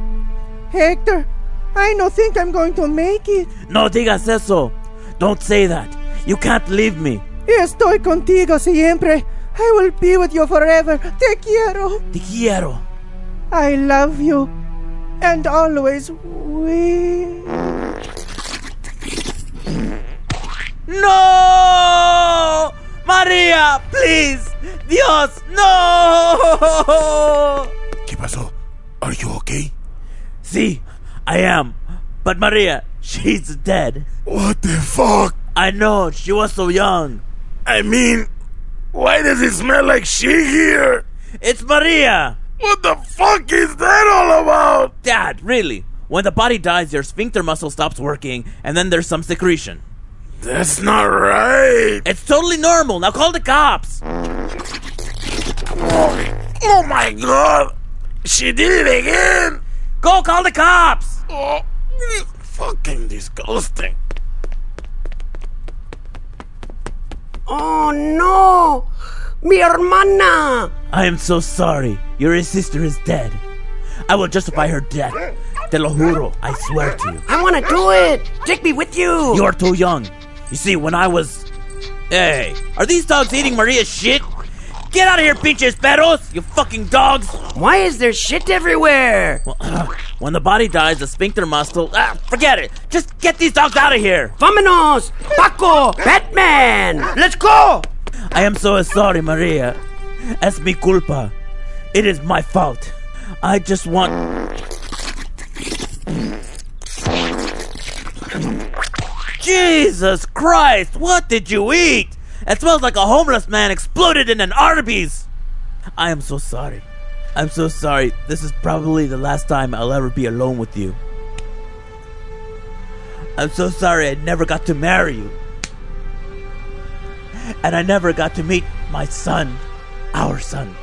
Speaker 12: Hector, I don't think I'm going to make it.
Speaker 2: No digas eso. Don't say that. You can't leave me.
Speaker 12: Estoy contigo siempre. I will be with you forever. Te quiero.
Speaker 2: Te quiero.
Speaker 12: I love you. And always we.
Speaker 2: No! Maria, please! Dios, no!
Speaker 1: ¿Qué pasó? Are you okay?
Speaker 2: See, I am. But Maria, she's dead.
Speaker 1: What the fuck?
Speaker 2: I know, she was so young.
Speaker 1: I mean, why does it smell like shit here?
Speaker 2: It's Maria!
Speaker 1: What the fuck is that all about?
Speaker 2: Dad, really? When the body dies, your sphincter muscle stops working, and then there's some secretion.
Speaker 1: That's not right.
Speaker 2: It's totally normal. Now call the cops.
Speaker 1: Oh my god! She did it again!
Speaker 2: Go call the cops!
Speaker 1: Oh, this is fucking disgusting.
Speaker 6: Oh no, mi hermana.
Speaker 2: I am so sorry. Your sister is dead. I will justify her death. Te lo juro, I swear to you.
Speaker 6: I want to do it. Take me with you.
Speaker 2: You're too young. You see, when I was. Hey, are these dogs eating Maria's shit? Get out of here, pinches perros! You fucking dogs!
Speaker 6: Why is there shit everywhere?
Speaker 2: Well, when the body dies, the sphincter muscle. Ah, forget it! Just get these dogs out of here!
Speaker 6: Vamonos! Paco! Batman! Let's go!
Speaker 2: I am so sorry, Maria. Es mi culpa. It is my fault. I just want. Jesus Christ! What did you eat? It smells like a homeless man exploded in an Arby's. I am so sorry. I'm so sorry. This is probably the last time I'll ever be alone with you. I'm so sorry I never got to marry you. And I never got to meet my son, our son.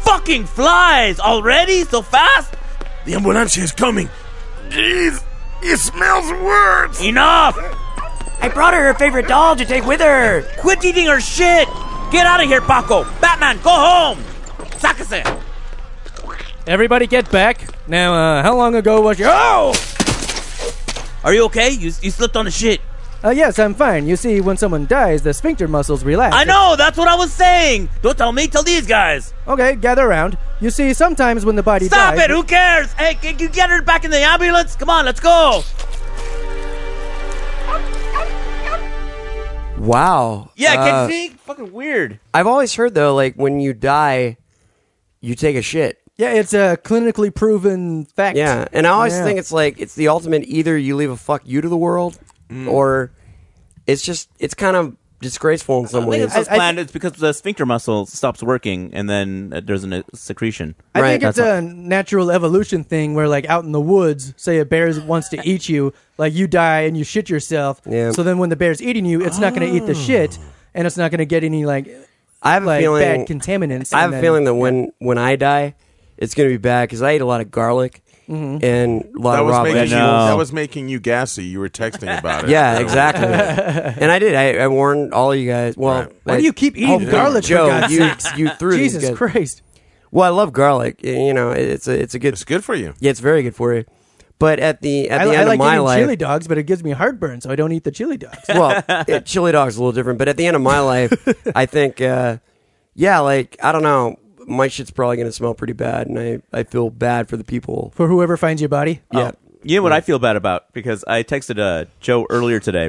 Speaker 2: Fucking flies already so fast?
Speaker 1: The ambulancia is coming. Jeez, it smells worse.
Speaker 2: Enough!
Speaker 6: I brought her her favorite doll to take with her.
Speaker 2: Quit eating her shit! Get out of here, Paco! Batman, go home! Sakase!
Speaker 13: Everybody get back. Now, uh, how long ago was you? Oh!
Speaker 2: Are you okay? You, you slipped on the shit.
Speaker 5: Uh, yes, I'm fine. You see, when someone dies, the sphincter muscles relax.
Speaker 2: I know, that's what I was saying! Don't tell me, tell these guys!
Speaker 5: Okay, gather around. You see, sometimes when the body
Speaker 2: Stop
Speaker 5: dies.
Speaker 2: it! Who cares? Hey, can you get her back in the ambulance? Come on, let's go!
Speaker 6: Wow.
Speaker 4: Yeah,
Speaker 6: Uh,
Speaker 4: get see? Fucking weird.
Speaker 6: I've always heard though, like when you die, you take a shit.
Speaker 5: Yeah, it's a clinically proven fact.
Speaker 6: Yeah, and I always
Speaker 5: Yeah.
Speaker 6: think it's like it's the ultimate. Either you leave a fuck you to the world, or it's just it's kind of disgraceful in some
Speaker 4: I think
Speaker 6: ways.
Speaker 4: it's, just planned. it's because the sphincter muscle stops working, and then uh, there's an, a secretion.
Speaker 5: I
Speaker 6: Right,
Speaker 5: think it's
Speaker 4: that's
Speaker 5: a natural evolution thing where, like, out in the woods, say a bear wants to eat you, like, you die and you shit yourself.
Speaker 6: Yeah. Oh.
Speaker 5: So then when the bear's eating you, it's not going to eat the shit and it's not going to get any, like,
Speaker 6: I have a
Speaker 5: like
Speaker 6: feeling.
Speaker 5: bad contaminants.
Speaker 6: I have
Speaker 5: and
Speaker 6: a
Speaker 5: then-
Speaker 6: feeling that when when I die, it's gonna be bad because I ate a lot of garlic
Speaker 5: Mm-hmm.
Speaker 6: and a lot
Speaker 1: That
Speaker 6: of
Speaker 1: was,
Speaker 6: raw
Speaker 1: making you,
Speaker 6: vegetables.
Speaker 4: No.
Speaker 1: that was making you gassy. You were texting about it.
Speaker 6: Yeah, exactly. and I did. I, I warned all you guys. Well,
Speaker 1: Right.
Speaker 5: Why
Speaker 6: I-
Speaker 5: do you keep eating
Speaker 6: Oh, wait,
Speaker 5: garlic, for
Speaker 6: Joe?
Speaker 5: God's
Speaker 6: you
Speaker 5: sakes?
Speaker 6: you threw these
Speaker 5: Jesus
Speaker 6: guys-
Speaker 5: Christ.
Speaker 6: Well, I love garlic. y- You know, it- it's a it's a good.
Speaker 1: It's good for you.
Speaker 6: Yeah, it's very good for you. But at the at
Speaker 5: I,
Speaker 6: the
Speaker 5: I
Speaker 6: end
Speaker 5: like
Speaker 6: of my
Speaker 5: eating
Speaker 6: life,
Speaker 5: chili dogs, but it gives me heartburn, so I don't eat the chili dogs.
Speaker 6: well, it, chili dog's a little different, but at the end of my life, I think, uh, yeah, like I don't know, my shit's probably gonna smell pretty bad, and I, I feel bad for the people.
Speaker 5: For whoever finds your body.
Speaker 6: Yeah,
Speaker 4: You know what I feel bad about because I texted uh, Joe earlier today.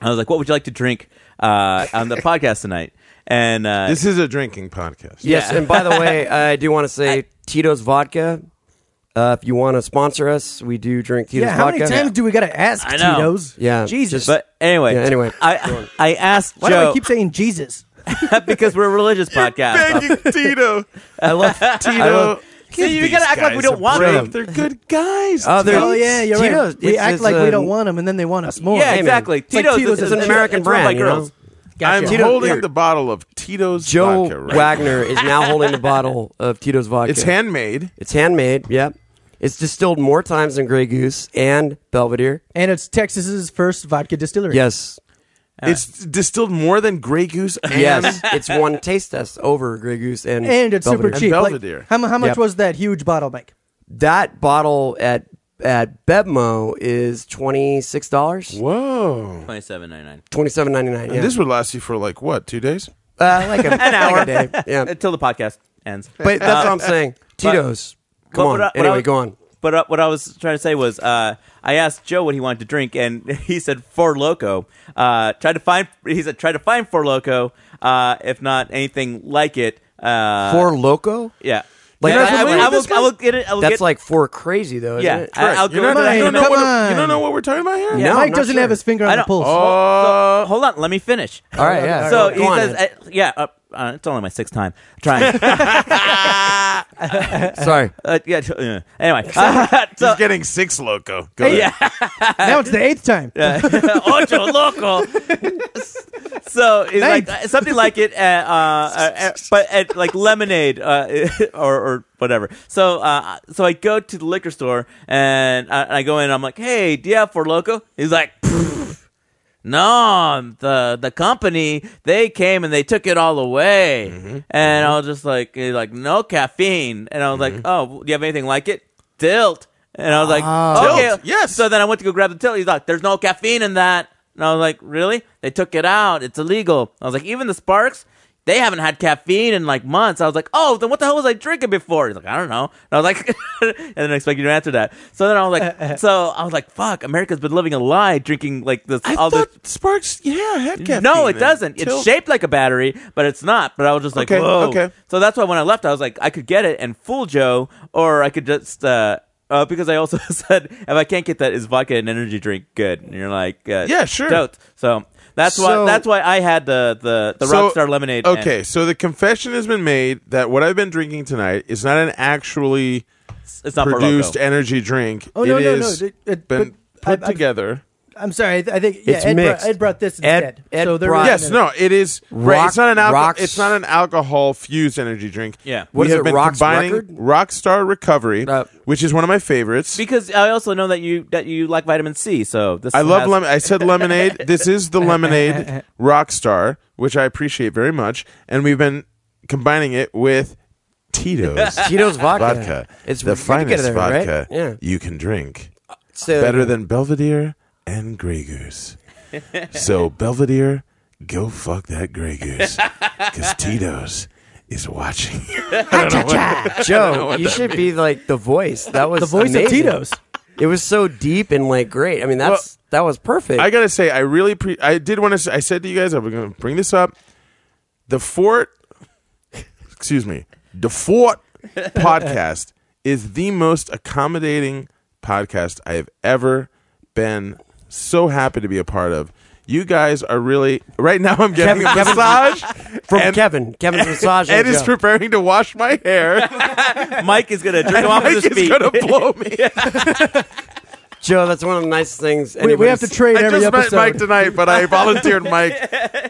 Speaker 4: I was like, "What would you like to drink uh, on the podcast tonight?" And uh,
Speaker 1: This is a drinking podcast.
Speaker 6: yes, and by the way, I do want to say Tito's vodka. Uh, if you want to sponsor us, we do drink Tito's
Speaker 5: Yeah, how
Speaker 6: vodka.
Speaker 5: many times do we got to ask
Speaker 2: I know.
Speaker 5: Tito's?
Speaker 6: Yeah,
Speaker 5: Jesus.
Speaker 6: just-
Speaker 4: but anyway,
Speaker 6: Yeah, anyway.
Speaker 4: I I asked
Speaker 5: Why do
Speaker 4: Joe
Speaker 5: I keep saying Jesus?
Speaker 4: because we're a religious podcast.
Speaker 1: Begging Tito.
Speaker 6: I love Tito.
Speaker 4: See, you gotta act like we don't want
Speaker 1: them.
Speaker 4: them.
Speaker 1: They're good guys.
Speaker 6: Oh, they're-
Speaker 5: Oh, yeah, you're
Speaker 6: Tito's-
Speaker 5: right. We
Speaker 6: it's-
Speaker 5: act
Speaker 6: it's,
Speaker 5: like
Speaker 6: uh,
Speaker 5: we don't want them, and then they want us more.
Speaker 4: Yeah,
Speaker 6: Hey, man.
Speaker 4: exactly.
Speaker 5: It's like
Speaker 4: Tito's,
Speaker 5: Tito's
Speaker 4: is
Speaker 5: is an
Speaker 6: American
Speaker 4: it's run
Speaker 6: brand,
Speaker 4: by
Speaker 6: you know?
Speaker 4: girls.
Speaker 1: I'm
Speaker 5: Gotcha.
Speaker 1: holding
Speaker 6: here.
Speaker 1: the bottle of Tito's
Speaker 6: Joe
Speaker 1: vodka right
Speaker 6: Wagner is now holding the bottle of Tito's vodka.
Speaker 1: It's handmade.
Speaker 6: It's handmade. Yep. It's distilled more times than Grey Goose and Belvedere.
Speaker 5: And it's Texas's first vodka distillery.
Speaker 6: Yes.
Speaker 1: It's distilled more than Grey Goose. And
Speaker 6: Yes. it's one taste test over Grey Goose and
Speaker 5: And it's
Speaker 6: Belvedere.
Speaker 5: super cheap. Like,
Speaker 1: Belvedere.
Speaker 5: how, mu- how much
Speaker 6: Yep.
Speaker 5: was that huge bottle, Mike?
Speaker 6: That bottle at at Bevmo is twenty six dollars,
Speaker 1: Whoa.
Speaker 4: Twenty-seven ninety-nine
Speaker 6: twenty seven ninety nine. Yeah,
Speaker 1: And this would last you for like what? Two days.
Speaker 6: uh, like a, an hour a day. Yeah,
Speaker 4: until the podcast ends.
Speaker 6: but that's what I'm saying. Tito's. Come
Speaker 4: but
Speaker 6: on.
Speaker 4: what I- what I
Speaker 6: anyway,
Speaker 4: was-
Speaker 6: go on.
Speaker 4: But uh, what I was trying to say was, uh, I asked Joe what he wanted to drink, and he said Four Loco. Uh, tried to find. He said try to find Four Loco. Uh, if not anything like it. Uh,
Speaker 6: Four Loco.
Speaker 4: Yeah.
Speaker 6: Like,
Speaker 4: Yeah,
Speaker 6: that's
Speaker 4: I, I,
Speaker 6: what
Speaker 4: will- I
Speaker 6: we-
Speaker 4: will. I will get it. I will
Speaker 6: That's
Speaker 4: get,
Speaker 6: like four crazy though. Isn't
Speaker 4: Yeah.
Speaker 6: It?
Speaker 4: I, I'll
Speaker 1: You're
Speaker 4: go
Speaker 1: not- you,
Speaker 4: over there.
Speaker 1: don't know
Speaker 5: come
Speaker 1: what, you
Speaker 5: on.
Speaker 1: don't know what we're talking about here.
Speaker 6: Yeah. No, I'm
Speaker 5: Mike
Speaker 6: not
Speaker 5: doesn't
Speaker 6: sure.
Speaker 5: have his finger on
Speaker 4: I
Speaker 5: the
Speaker 4: don't-
Speaker 5: pulse.
Speaker 1: Oh,
Speaker 4: Hold on, let me finish.
Speaker 6: All right. Yeah.
Speaker 4: so
Speaker 6: go
Speaker 4: he
Speaker 6: on,
Speaker 4: says,
Speaker 6: Ed.
Speaker 4: uh, yeah, uh, uh, it's only my sixth time trying.
Speaker 6: Sorry.
Speaker 4: Uh, yeah. t- uh, anyway, uh, so,
Speaker 1: He's getting six loco. Go
Speaker 4: yeah.
Speaker 1: ahead.
Speaker 5: now it's the eighth time.
Speaker 4: Yeah. Ocho loco. so it's like uh, something like it, uh, uh, uh, but at, like lemonade uh, or, or whatever. So uh, so I go to the liquor store and I, and I go in. and I'm like, hey, do you have four loco? He's like. No, the the company they came and they took it all away, and I was just like, eh, like no caffeine, and I was like, oh, do you have anything like it? Tilt, and I was like, okay, yes. So then I went to go grab the tilt. He's like, there's no caffeine in that, and I was like, really? They took it out. It's illegal. I was like, even the sparks. They haven't had caffeine in like months. I was like, oh, then what the hell was I drinking before? He's like, I don't know. And I was like, and then I expect you to answer that. So then I was like, so I was like, fuck, America's been living a lie, drinking like this all this
Speaker 1: Sparks, yeah, head cap.
Speaker 4: no, it doesn't. It's shaped like a battery, but it's not. But I was just like,
Speaker 1: Okay,
Speaker 4: whoa.
Speaker 1: okay.
Speaker 4: So that's why when I left, I was like, I could get it and fool Joe, or I could just. Uh, uh, because I also said, if I can't get that, is vodka an energy drink good? And you're like, uh,
Speaker 1: Yeah, sure.
Speaker 4: dope. So that's
Speaker 1: So-
Speaker 4: why that's why I had the the, the
Speaker 1: So-
Speaker 4: Rockstar lemonade. and-
Speaker 1: Okay, so the confession has been made that what I've been drinking tonight is not an actually
Speaker 4: it's not Four
Speaker 1: produced
Speaker 4: Loko.
Speaker 1: energy drink.
Speaker 5: Oh,
Speaker 1: It
Speaker 5: no, no, no.
Speaker 1: is
Speaker 5: It- it-
Speaker 1: been
Speaker 5: but
Speaker 1: put
Speaker 5: I've- I've-
Speaker 1: together.
Speaker 5: I'm sorry. I, th- I think yeah,
Speaker 6: It's
Speaker 5: Ed, brought,
Speaker 6: mixed.
Speaker 5: Ed brought this instead.
Speaker 6: Ed
Speaker 5: so there
Speaker 6: brought-
Speaker 5: is
Speaker 1: Yes,
Speaker 5: another-
Speaker 1: no, it is. right,
Speaker 6: Rock-
Speaker 1: it's not an alcohol.
Speaker 6: rocks-
Speaker 1: It's not an alcohol fused energy drink.
Speaker 4: Yeah.
Speaker 6: What
Speaker 1: we
Speaker 6: is
Speaker 1: have
Speaker 6: it,
Speaker 1: been
Speaker 6: Rock's
Speaker 1: combining
Speaker 6: Record?
Speaker 1: Rockstar Recovery,
Speaker 6: Uh,
Speaker 1: which is one of my favorites.
Speaker 4: Because I also know that you that you like vitamin C, so this
Speaker 1: I love
Speaker 4: has-
Speaker 1: lemon. I said lemonade. this is the lemonade Rockstar, which I appreciate very much, and we've been combining it with Tito's
Speaker 6: Tito's vodka.
Speaker 1: vodka.
Speaker 6: It's
Speaker 1: the
Speaker 6: good
Speaker 1: finest
Speaker 6: together, right?
Speaker 1: vodka
Speaker 6: Yeah. Uh,
Speaker 1: you can drink.
Speaker 6: So,
Speaker 1: better than Belvedere and Grey Goose. so Belvedere, go fuck that Grey Goose, because Tito's is watching.
Speaker 6: Joe, you should be like the voice. That was
Speaker 5: the voice of
Speaker 6: amazing.
Speaker 5: Tito's.
Speaker 6: It was so deep and like great. I mean, that's that was perfect.
Speaker 1: I gotta say, I really pre- I did want to. I said to you guys, I'm gonna bring this up. The Fort, excuse me, the Fort podcast is the most accommodating podcast I have ever been. So happy to be a part of. You guys are really right now. I'm getting
Speaker 6: Kevin-
Speaker 1: a
Speaker 6: Kevin-
Speaker 1: massage
Speaker 6: From
Speaker 1: and-
Speaker 6: Kevin, Kevin's massage. on
Speaker 1: Ed is
Speaker 6: Joe.
Speaker 1: preparing to wash my hair.
Speaker 4: Mike is gonna drink
Speaker 1: and
Speaker 4: him off
Speaker 1: Mike
Speaker 4: his
Speaker 1: is
Speaker 4: feet.
Speaker 1: gonna blow me.
Speaker 6: Joe, that's one of the nicest things.
Speaker 5: We, we have to
Speaker 6: anybody's-
Speaker 5: trade
Speaker 1: I
Speaker 5: every
Speaker 1: just met
Speaker 5: episode.
Speaker 1: Mike tonight, but I volunteered Mike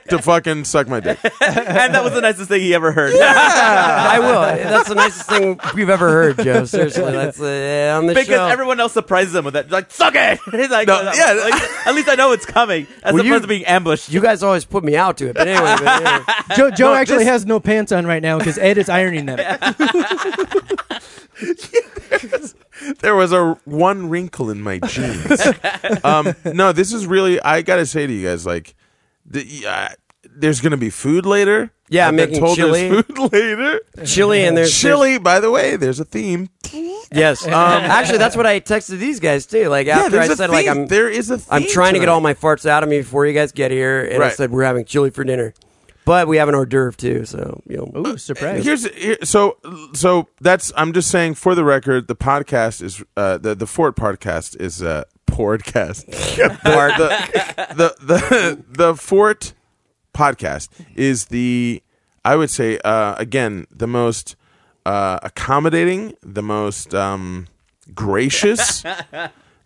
Speaker 1: to fucking suck my dick.
Speaker 4: and that was the nicest thing he ever heard.
Speaker 6: I will. That's the nicest thing we've ever heard, Joe. Seriously, that's uh, on the
Speaker 4: because
Speaker 6: show.
Speaker 4: everyone else surprises him with that. Like, suck it! He's like,
Speaker 1: No,
Speaker 4: like,
Speaker 1: yeah.
Speaker 4: like, at least I know it's coming, as opposed
Speaker 6: Well, you-
Speaker 4: to being ambushed.
Speaker 6: you guys always put me out to it, but anyway. But anyway.
Speaker 5: Joe, Joe actually has no pants on right now because Ed is ironing them.
Speaker 1: There was a one wrinkle in my jeans. um, no, this is really. I gotta say to you guys, like, the, uh, there's gonna be food later.
Speaker 6: Yeah,
Speaker 1: I've
Speaker 6: I'm
Speaker 1: been
Speaker 6: making
Speaker 1: told
Speaker 6: chili.
Speaker 1: There's food later.
Speaker 6: chili and there's
Speaker 1: chili, by the way, there's a theme.
Speaker 6: Yes, um, actually, that's what I texted these guys too. Like
Speaker 1: yeah,
Speaker 6: after
Speaker 1: there's
Speaker 6: I
Speaker 1: a
Speaker 6: said,
Speaker 1: theme.
Speaker 6: like I'm,
Speaker 1: there is a. Theme
Speaker 6: I'm trying to get
Speaker 1: tonight.
Speaker 6: all my farts out of me before you guys get here, and I
Speaker 1: Right.
Speaker 6: said we're having chili for dinner, but we have an hors d'oeuvre too, so you know.
Speaker 5: Ooh, surprise!
Speaker 1: Here's here, so so that's I'm just saying for the record the podcast is uh the the Ford podcast is uh podcast the, the the the Fort podcast is the I would say uh again the most uh accommodating the most um gracious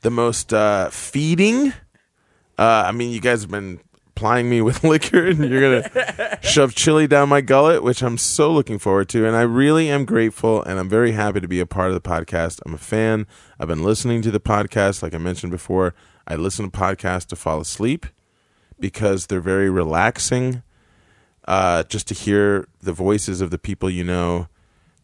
Speaker 1: the most uh feeding uh, I mean, you guys have been plying me with liquor, and you're gonna shove chili down my gullet, which I'm so looking forward to. And I really am grateful, and I'm very happy to be a part of the podcast. I'm a fan. I've been listening to the podcast, like I mentioned before. I listen to podcasts to fall asleep because they're very relaxing. Uh, just to hear the voices of the people you know,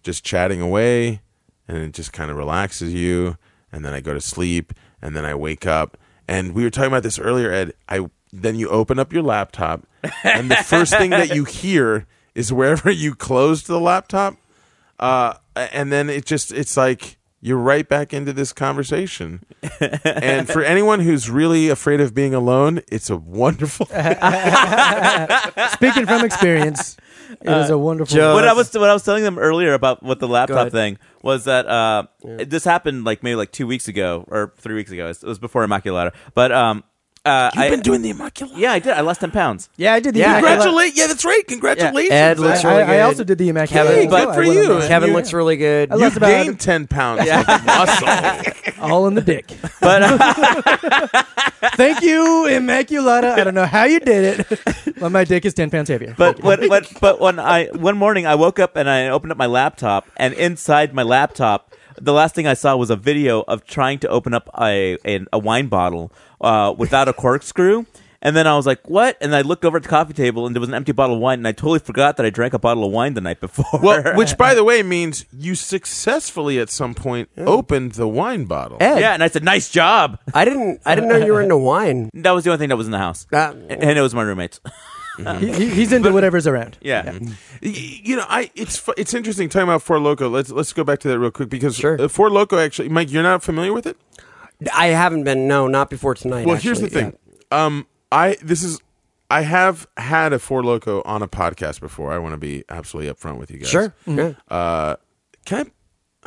Speaker 1: just chatting away, and it just kind of relaxes you. And then I go to sleep, and then I wake up. And we were talking about this earlier, Ed. I then you open up your laptop, and the first thing that you hear is wherever you closed the laptop. Uh, and then it just it's like you're right back into this conversation. and for anyone who's really afraid of being alone, it's a wonderful
Speaker 5: Speaking from experience, it is a wonderful.
Speaker 6: Joe-
Speaker 4: what I
Speaker 6: that's-
Speaker 4: was what I was telling them earlier about what the laptop
Speaker 6: ahead.
Speaker 4: thing was that uh, this happened like maybe like two weeks ago or three weeks ago. It was before Immaculata, but um, uh,
Speaker 1: You've
Speaker 4: I,
Speaker 1: been doing the Immaculate.
Speaker 4: Yeah, I did. I lost ten pounds.
Speaker 5: Yeah, I did
Speaker 1: the Yeah, Immaculate- Congratulate- yeah, that's right. Congratulations.
Speaker 6: Ed looks
Speaker 5: I,
Speaker 6: really
Speaker 5: I
Speaker 6: good.
Speaker 5: also did the E immaculate.
Speaker 6: Kevin,
Speaker 5: as well.
Speaker 6: good
Speaker 5: I
Speaker 6: for
Speaker 5: went on
Speaker 6: you.
Speaker 5: that.
Speaker 6: Kevin looks really good.
Speaker 5: I lost
Speaker 1: You've
Speaker 5: about
Speaker 1: gained ten pounds of muscle.
Speaker 5: all in the dick.
Speaker 4: But uh,
Speaker 5: Thank you, Immaculata. I don't know how you did it, but my dick is ten pounds heavier.
Speaker 4: But what, what, but when I one morning I woke up and I opened up my laptop and inside my laptop the last thing I saw was a video of trying to open up a a, a wine bottle uh, without a corkscrew. And then I was like, "What?" And I looked over at the coffee table, and there was an empty bottle of wine, and I totally forgot that I drank a bottle of wine the night before.
Speaker 1: well, which by the way means you successfully at some point opened the wine bottle.
Speaker 4: yeah, and I said, "Nice job."
Speaker 6: I didn't. I didn't know you were into wine. Uh,
Speaker 4: That was the only thing that was in the house,
Speaker 1: Ah.
Speaker 6: That-
Speaker 4: and it was my roommates.
Speaker 5: He, he- he's into whatever's around.
Speaker 4: yeah.
Speaker 1: Y- you know, I it's fu- it's interesting talking about Four Loco. Let's let's go back to that real quick because uh, Four Loco actually, Mike, you're not familiar with it.
Speaker 6: I haven't been. No, not before tonight.
Speaker 1: Well, here's the
Speaker 6: actually, yeah.
Speaker 1: thing. Um, I this is I have had a Four Loco on a podcast before. I want to be absolutely upfront with you guys.
Speaker 6: Sure.
Speaker 4: Mm-hmm.
Speaker 6: Mhm.
Speaker 1: Uh, can I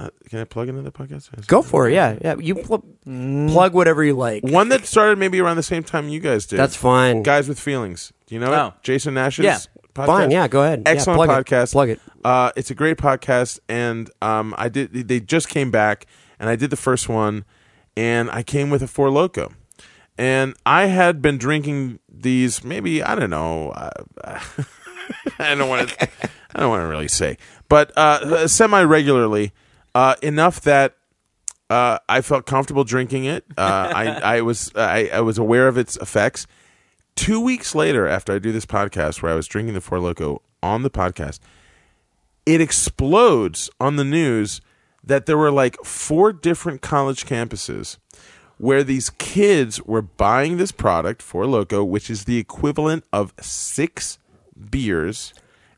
Speaker 1: uh, can I plug into the podcast?
Speaker 6: Go for it. Yeah, yeah. You pl-
Speaker 4: Mm-hmm.
Speaker 6: plug whatever you like.
Speaker 1: One that started maybe around the same time you guys did.
Speaker 6: That's fine.
Speaker 1: Guys with feelings. Do you know
Speaker 4: Oh.
Speaker 1: it? Jason Nash's
Speaker 6: Yeah.
Speaker 1: podcast.
Speaker 6: Fine, yeah, go ahead. Yeah,
Speaker 1: Excellent
Speaker 6: plug it.
Speaker 1: podcast.
Speaker 6: Plug it.
Speaker 1: Uh, it's a great podcast, and um, I did. They just came back, and I did the first one, and I came with a four loco, and I had been drinking these. Maybe I don't know. Uh, I don't want to. I don't want to really say, but uh, semi regularly, uh, enough that uh, I felt comfortable drinking it. Uh, I, I was I, I was aware of its effects. Two weeks later, after I do this podcast, where I was drinking the Four Loco on the podcast, it explodes on the news that there were like four different college campuses where these kids were buying this product Four Loco, which is the equivalent of six beers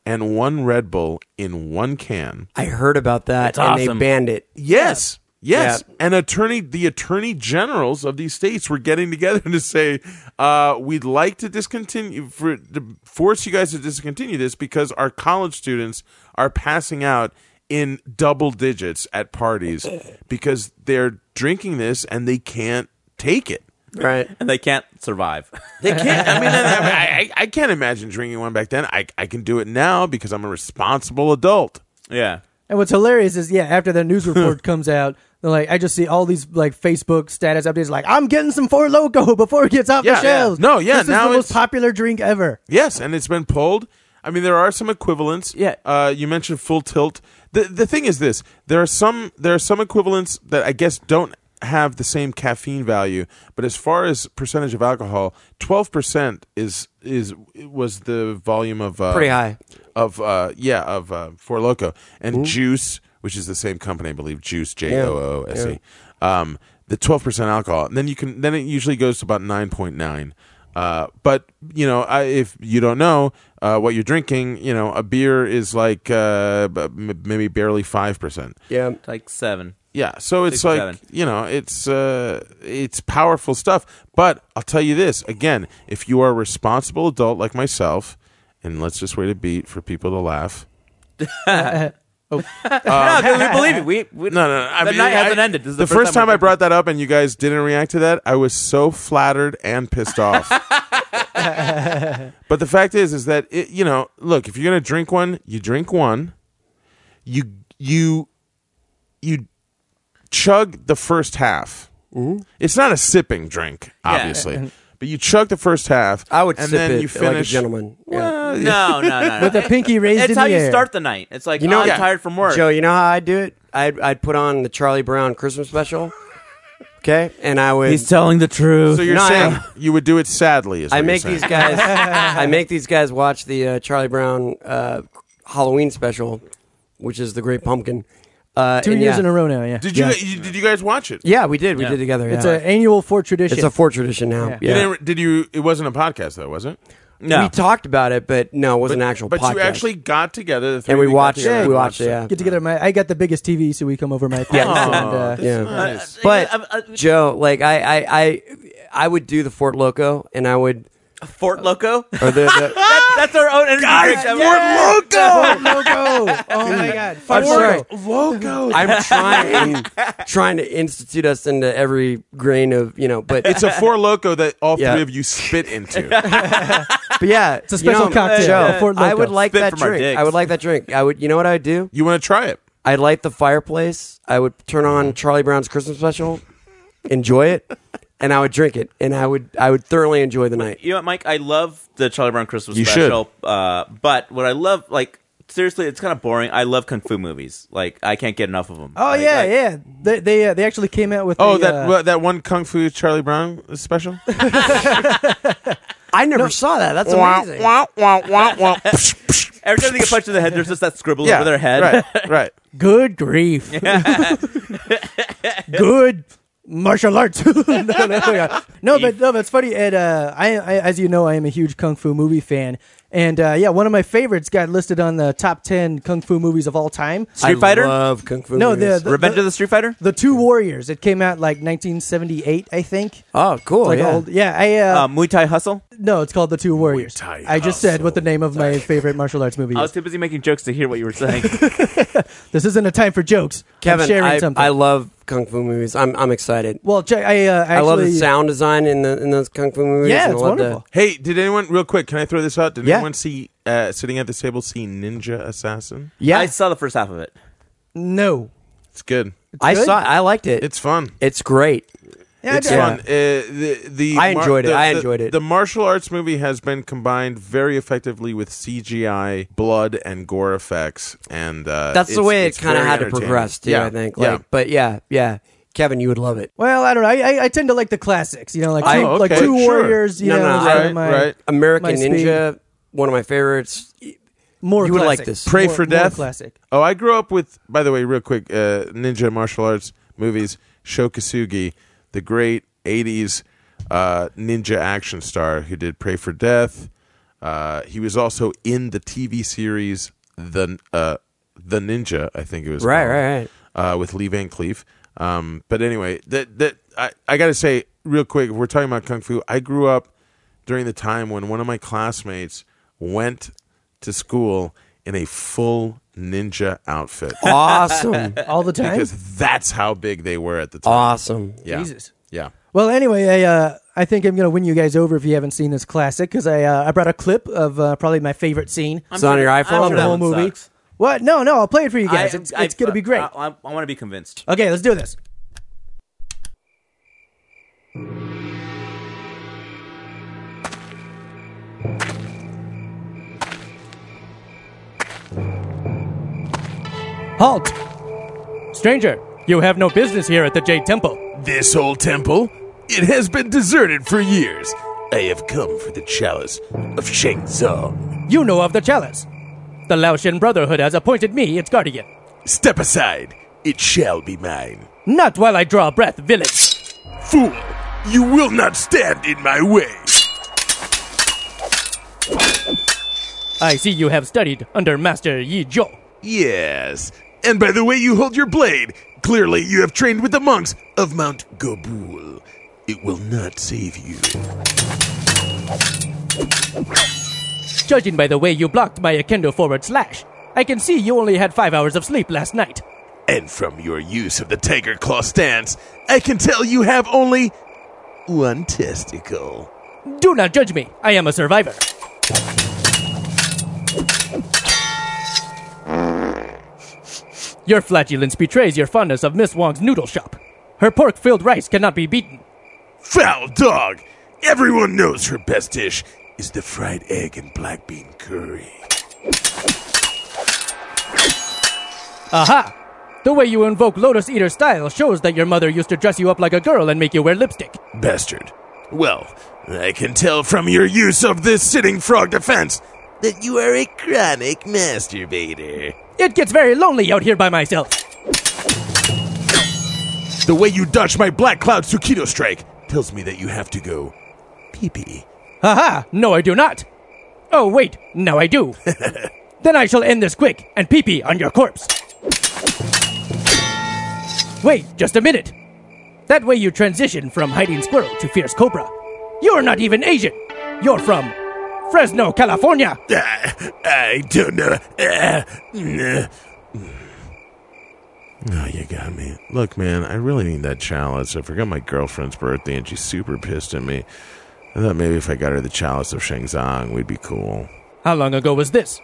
Speaker 1: and one Red Bull in one can.
Speaker 6: I heard about that,
Speaker 4: That's
Speaker 6: and
Speaker 4: awesome.
Speaker 6: they banned it.
Speaker 1: Yes. Yes.
Speaker 6: Yeah.
Speaker 1: And attorney the attorney generals of these states were getting together to say, uh, we'd like to discontinue for to force you guys to discontinue this because our college students are passing out in double digits at parties because they're drinking this and they can't take it.
Speaker 6: Right.
Speaker 4: and they can't survive.
Speaker 1: They can't. I mean, I, I, I can't imagine drinking one back then. I, I can do it now because I'm a responsible adult.
Speaker 4: yeah,
Speaker 5: And what's hilarious is, yeah, after the news report comes out, they're like, I just see all these like Facebook status updates, like I'm getting some Four Loco before it gets off
Speaker 1: Yeah,
Speaker 5: the shelves.
Speaker 1: yeah. No, yeah,
Speaker 5: this
Speaker 1: now
Speaker 5: is the
Speaker 1: it's-
Speaker 5: most popular drink ever.
Speaker 1: Yes, and it's been pulled. I mean, there are some equivalents.
Speaker 4: Yeah.
Speaker 1: Uh, you mentioned full tilt. The the thing is this: there are some there are some equivalents that I guess don't have the same caffeine value. But as far as percentage of alcohol, twelve percent is is was the volume of uh,
Speaker 6: Pretty high.
Speaker 1: of uh, yeah of uh, Four Loco and Juice, which is the same company, I believe. Juice J O O S E. Um, the twelve percent alcohol, and then you can then it usually goes to about nine point nine. Uh, but you know, I, if you don't know uh, what you're drinking, you know, a beer is like uh, b- m- maybe barely five percent.
Speaker 6: Yeah.
Speaker 4: like seven.
Speaker 1: Yeah, so it's
Speaker 4: Six or
Speaker 1: like
Speaker 4: seven.
Speaker 1: you know, it's uh, it's powerful stuff. But I'll tell you this again: if you are a responsible adult like myself, and let's just wait a beat for people to laugh.
Speaker 4: no, 'cause we believe it. We, we
Speaker 1: No, no, no. I
Speaker 4: the
Speaker 1: mean,
Speaker 4: night
Speaker 1: I-
Speaker 4: hasn't ended. This is
Speaker 1: the, first, time, I brought that up and you guys didn't react to that, I was so flattered and pissed off. but the fact is, is that it, you know, look, if you're gonna drink one, you drink one. You you you chug the first half. It's not a sipping drink, obviously, but you chug the first half.
Speaker 6: I would
Speaker 1: and
Speaker 6: sip
Speaker 1: then
Speaker 6: it
Speaker 1: you
Speaker 6: like a
Speaker 1: finish.
Speaker 6: gentleman. Yeah.
Speaker 4: No, no, no. no.
Speaker 5: With a pinky raised
Speaker 4: it's
Speaker 5: in
Speaker 4: how
Speaker 5: the
Speaker 4: you
Speaker 5: air.
Speaker 4: start the night. It's like
Speaker 6: You
Speaker 4: you
Speaker 6: know-
Speaker 4: know, I'm
Speaker 6: Yeah.
Speaker 4: tired from work.
Speaker 6: Joe, you know how I'd do it? I'd I'd put on the Charlie Brown Christmas special. Okay, and I would.
Speaker 4: telling the truth.
Speaker 1: So you're
Speaker 6: No, I-
Speaker 1: saying you would do it sadly? Is
Speaker 6: I
Speaker 1: what
Speaker 6: make
Speaker 1: you're
Speaker 6: these
Speaker 1: saying.
Speaker 6: guys. I make these guys watch the uh, Charlie Brown uh, Halloween special, which is the Great Pumpkin. Uh,
Speaker 5: Two
Speaker 6: and
Speaker 5: years
Speaker 6: yeah.
Speaker 5: in a row now. Yeah,
Speaker 1: Did you, you did you guys watch it?
Speaker 6: Yeah, we did. We did together.
Speaker 5: it's
Speaker 6: yeah.
Speaker 5: an annual four tradition.
Speaker 6: it's a four tradition now.
Speaker 5: Yeah.
Speaker 6: Yeah.
Speaker 1: You didn't, did you? It wasn't a podcast though, was it?
Speaker 4: no.
Speaker 6: We talked about it, but no, it wasn't an actual
Speaker 1: But
Speaker 6: podcast.
Speaker 1: you actually got together, the three of
Speaker 6: and we
Speaker 1: you got
Speaker 6: watched
Speaker 1: together
Speaker 6: it.
Speaker 1: and
Speaker 6: We watched it. Yeah.
Speaker 5: Get together. My I got the biggest TV, so we come over my parents and, uh,
Speaker 1: that's
Speaker 6: Yeah.
Speaker 1: nice.
Speaker 6: But
Speaker 4: Uh, uh,
Speaker 6: Joe, like I, I, I, I would do the Fort Loco, and I would
Speaker 4: Fort Loco.
Speaker 6: or the, the
Speaker 4: That- That's our own energy
Speaker 3: Guys,
Speaker 4: drinks. That
Speaker 3: we're
Speaker 4: was-
Speaker 5: loco. Oh my god.
Speaker 6: I'm sorry.
Speaker 5: Loco.
Speaker 6: I'm trying trying to institute us into every grain of you know, but
Speaker 1: It's a four loco that all
Speaker 6: Yeah.
Speaker 1: three of you spit into.
Speaker 6: But yeah, it's
Speaker 1: a special cocktail, a Fort
Speaker 6: I
Speaker 1: Loco.
Speaker 6: would like
Speaker 1: Spit
Speaker 6: that
Speaker 1: from our
Speaker 6: drink.
Speaker 1: dicks.
Speaker 6: I would like that drink. I would. You know what I would do?
Speaker 1: You want to try it?
Speaker 6: I'd light the fireplace. I would turn on Charlie Brown's Christmas special, enjoy it, and I would drink it, and I would I would thoroughly enjoy the night.
Speaker 4: You know what, Mike? I love the Charlie Brown Christmas
Speaker 6: You
Speaker 4: special. Uh, but what I love, like, seriously, it's kind of boring. I love kung fu movies. Like, I can't get enough of them.
Speaker 5: Oh yeah, yeah. They they, uh, they actually came out with.
Speaker 1: Oh,
Speaker 5: a,
Speaker 1: that
Speaker 5: uh,
Speaker 1: what- that one Kung Fu Charlie Brown special.
Speaker 6: I never saw that. That's
Speaker 1: Wow,
Speaker 6: amazing.
Speaker 1: wow, wow, wow, wow.
Speaker 4: Every time they get punched in the head, there's just that scribble
Speaker 1: Yeah,
Speaker 4: over their head.
Speaker 1: right, right.
Speaker 5: Good grief. Good martial arts. no, no, no, no, but no, that's funny. And uh, I, I, as you know, I am a huge kung fu movie fan, and uh, yeah, one of my favorites got listed on the top ten kung fu movies of all time.
Speaker 4: Street Fighter?
Speaker 6: love Kung Fu
Speaker 5: No, the, the
Speaker 4: Revenge of the Street Fighter?
Speaker 5: The Two Warriors. It came out like 1978, I think.
Speaker 6: Oh, cool.
Speaker 5: It's like
Speaker 4: yeah.
Speaker 5: old- yeah, I. Uh,
Speaker 4: Uh, Muay Thai Hustle?
Speaker 5: no, it's called The Two Warriors. I just said what the name of my favorite martial arts movie
Speaker 4: I
Speaker 5: is.
Speaker 4: was too busy making jokes to hear what you were saying.
Speaker 5: This isn't a time for jokes. I'm
Speaker 6: Kevin,
Speaker 5: sharing
Speaker 6: I,
Speaker 5: something.
Speaker 6: I love kung fu movies. I'm I'm excited.
Speaker 5: well, check. I uh, actually,
Speaker 6: I love the sound design in the in those kung fu movies. and I love the-
Speaker 1: Hey, did anyone real quick? Can I throw this out? Did
Speaker 6: Yeah.
Speaker 1: anyone see uh, sitting at this table see Ninja Assassin?
Speaker 4: yeah. I saw the first half of it.
Speaker 5: No,
Speaker 1: it's good.
Speaker 6: I saw. it. I liked it.
Speaker 1: It's fun.
Speaker 6: It's great.
Speaker 1: it's fun. Uh, the, the
Speaker 6: I
Speaker 1: mar-
Speaker 6: enjoyed it.
Speaker 1: the-
Speaker 6: I
Speaker 1: the-
Speaker 6: enjoyed it.
Speaker 1: The martial arts movie has been combined very effectively with CGI, blood, and gore effects, and uh,
Speaker 6: That's the
Speaker 1: it's-
Speaker 6: way it
Speaker 1: it's
Speaker 6: kind of
Speaker 1: very
Speaker 6: had to
Speaker 1: entertaining.
Speaker 6: progress too.
Speaker 1: Yeah,
Speaker 6: I think.
Speaker 1: yeah.
Speaker 6: Like, but yeah, yeah. Kevin, you would love it.
Speaker 5: Well, I don't know. I, I, I tend to like the classics, you know, like two,
Speaker 6: I-
Speaker 5: like two warriors. You
Speaker 6: No,
Speaker 5: know,
Speaker 6: no,
Speaker 5: is
Speaker 6: I-
Speaker 5: out of my-
Speaker 6: American
Speaker 5: my speed.
Speaker 6: Ninja, one of my favorites.
Speaker 5: More
Speaker 6: you would
Speaker 5: classic.
Speaker 6: like this.
Speaker 1: Pray
Speaker 5: More-
Speaker 1: for
Speaker 5: more
Speaker 1: Death.
Speaker 5: classic.
Speaker 1: Oh, I grew up with. By the way, real quick, uh, ninja martial arts movies. Shokasugi, the great '80s uh, ninja action star who did Pray for Death. Uh, he was also in the TV series The uh, The Ninja. I think it was
Speaker 6: Right,
Speaker 1: called,
Speaker 6: right,
Speaker 1: Uh, with Lee Van Cleef. Um, but anyway, that that I, I got to say real quick. If we're talking about kung fu, I grew up during the time when one of my classmates went to school in a full ninja outfit.
Speaker 6: Awesome.
Speaker 5: All the time?
Speaker 1: Because that's how big they were at the time.
Speaker 6: Awesome.
Speaker 1: Yeah.
Speaker 5: Jesus.
Speaker 1: Yeah.
Speaker 5: Well, anyway, I uh, I think I'm gonna win you guys over if you haven't seen this classic because I uh, I brought a clip of uh, probably my favorite scene.
Speaker 6: It's on your iPhone.
Speaker 5: of the whole movie. What? No, no, I'll play it for you guys. it's it's gonna be
Speaker 6: uh,
Speaker 5: great.
Speaker 4: I, I, I want to be convinced.
Speaker 5: okay, let's do this. Halt! Stranger, you have no business here at the Jade Temple.
Speaker 14: This whole temple, it has been deserted for years. I have come for the chalice of Shang Tsung.
Speaker 5: You know of the chalice. The Laotian Brotherhood has appointed me its guardian.
Speaker 14: Step aside, it shall be mine.
Speaker 5: Not while I draw breath, village.
Speaker 14: Fool, you will not stand in my way.
Speaker 5: I see you have studied under Master Yi Zhou.
Speaker 14: Yes, and by the way you hold your blade, clearly you have trained with the monks of Mount Gobul. It will not save you.
Speaker 5: Judging by the way you blocked my Akendo forward slash, I can see you only had five hours of sleep last night.
Speaker 14: And from your use of the tiger claw stance, I can tell you have only one testicle.
Speaker 5: Do not judge me. I am a survivor. Your flatulence betrays your fondness of Miss Wong's noodle shop. Her pork filled rice cannot be beaten.
Speaker 14: Foul dog! Everyone knows her best dish is the fried egg and black bean curry.
Speaker 5: Aha! The way you invoke Lotus Eater style shows that your mother used to dress you up like a girl and make you wear lipstick.
Speaker 14: Bastard. Well, I can tell from your use of this sitting frog defense that you are a chronic masturbator.
Speaker 5: It gets very lonely out here by myself.
Speaker 14: The way you dodge my Black Cloud Tsukito strike tells me that you have to go pee pee.
Speaker 5: Aha! No, I do not. Oh, wait, now I do. then I shall end this quick and pee pee on your corpse. Wait, just a minute. That way you transition from hiding squirrel to fierce cobra. You're not even Asian. You're from
Speaker 15: Fresno, California.
Speaker 1: Uh,
Speaker 14: I don't know. Uh, nah.
Speaker 1: mm. Oh, you got me. Look, man, I really need that chalice. I forgot my girlfriend's birthday, and she's super pissed at me. I thought maybe if I got her the chalice of Shenzong, we'd be cool.
Speaker 15: How long ago was this?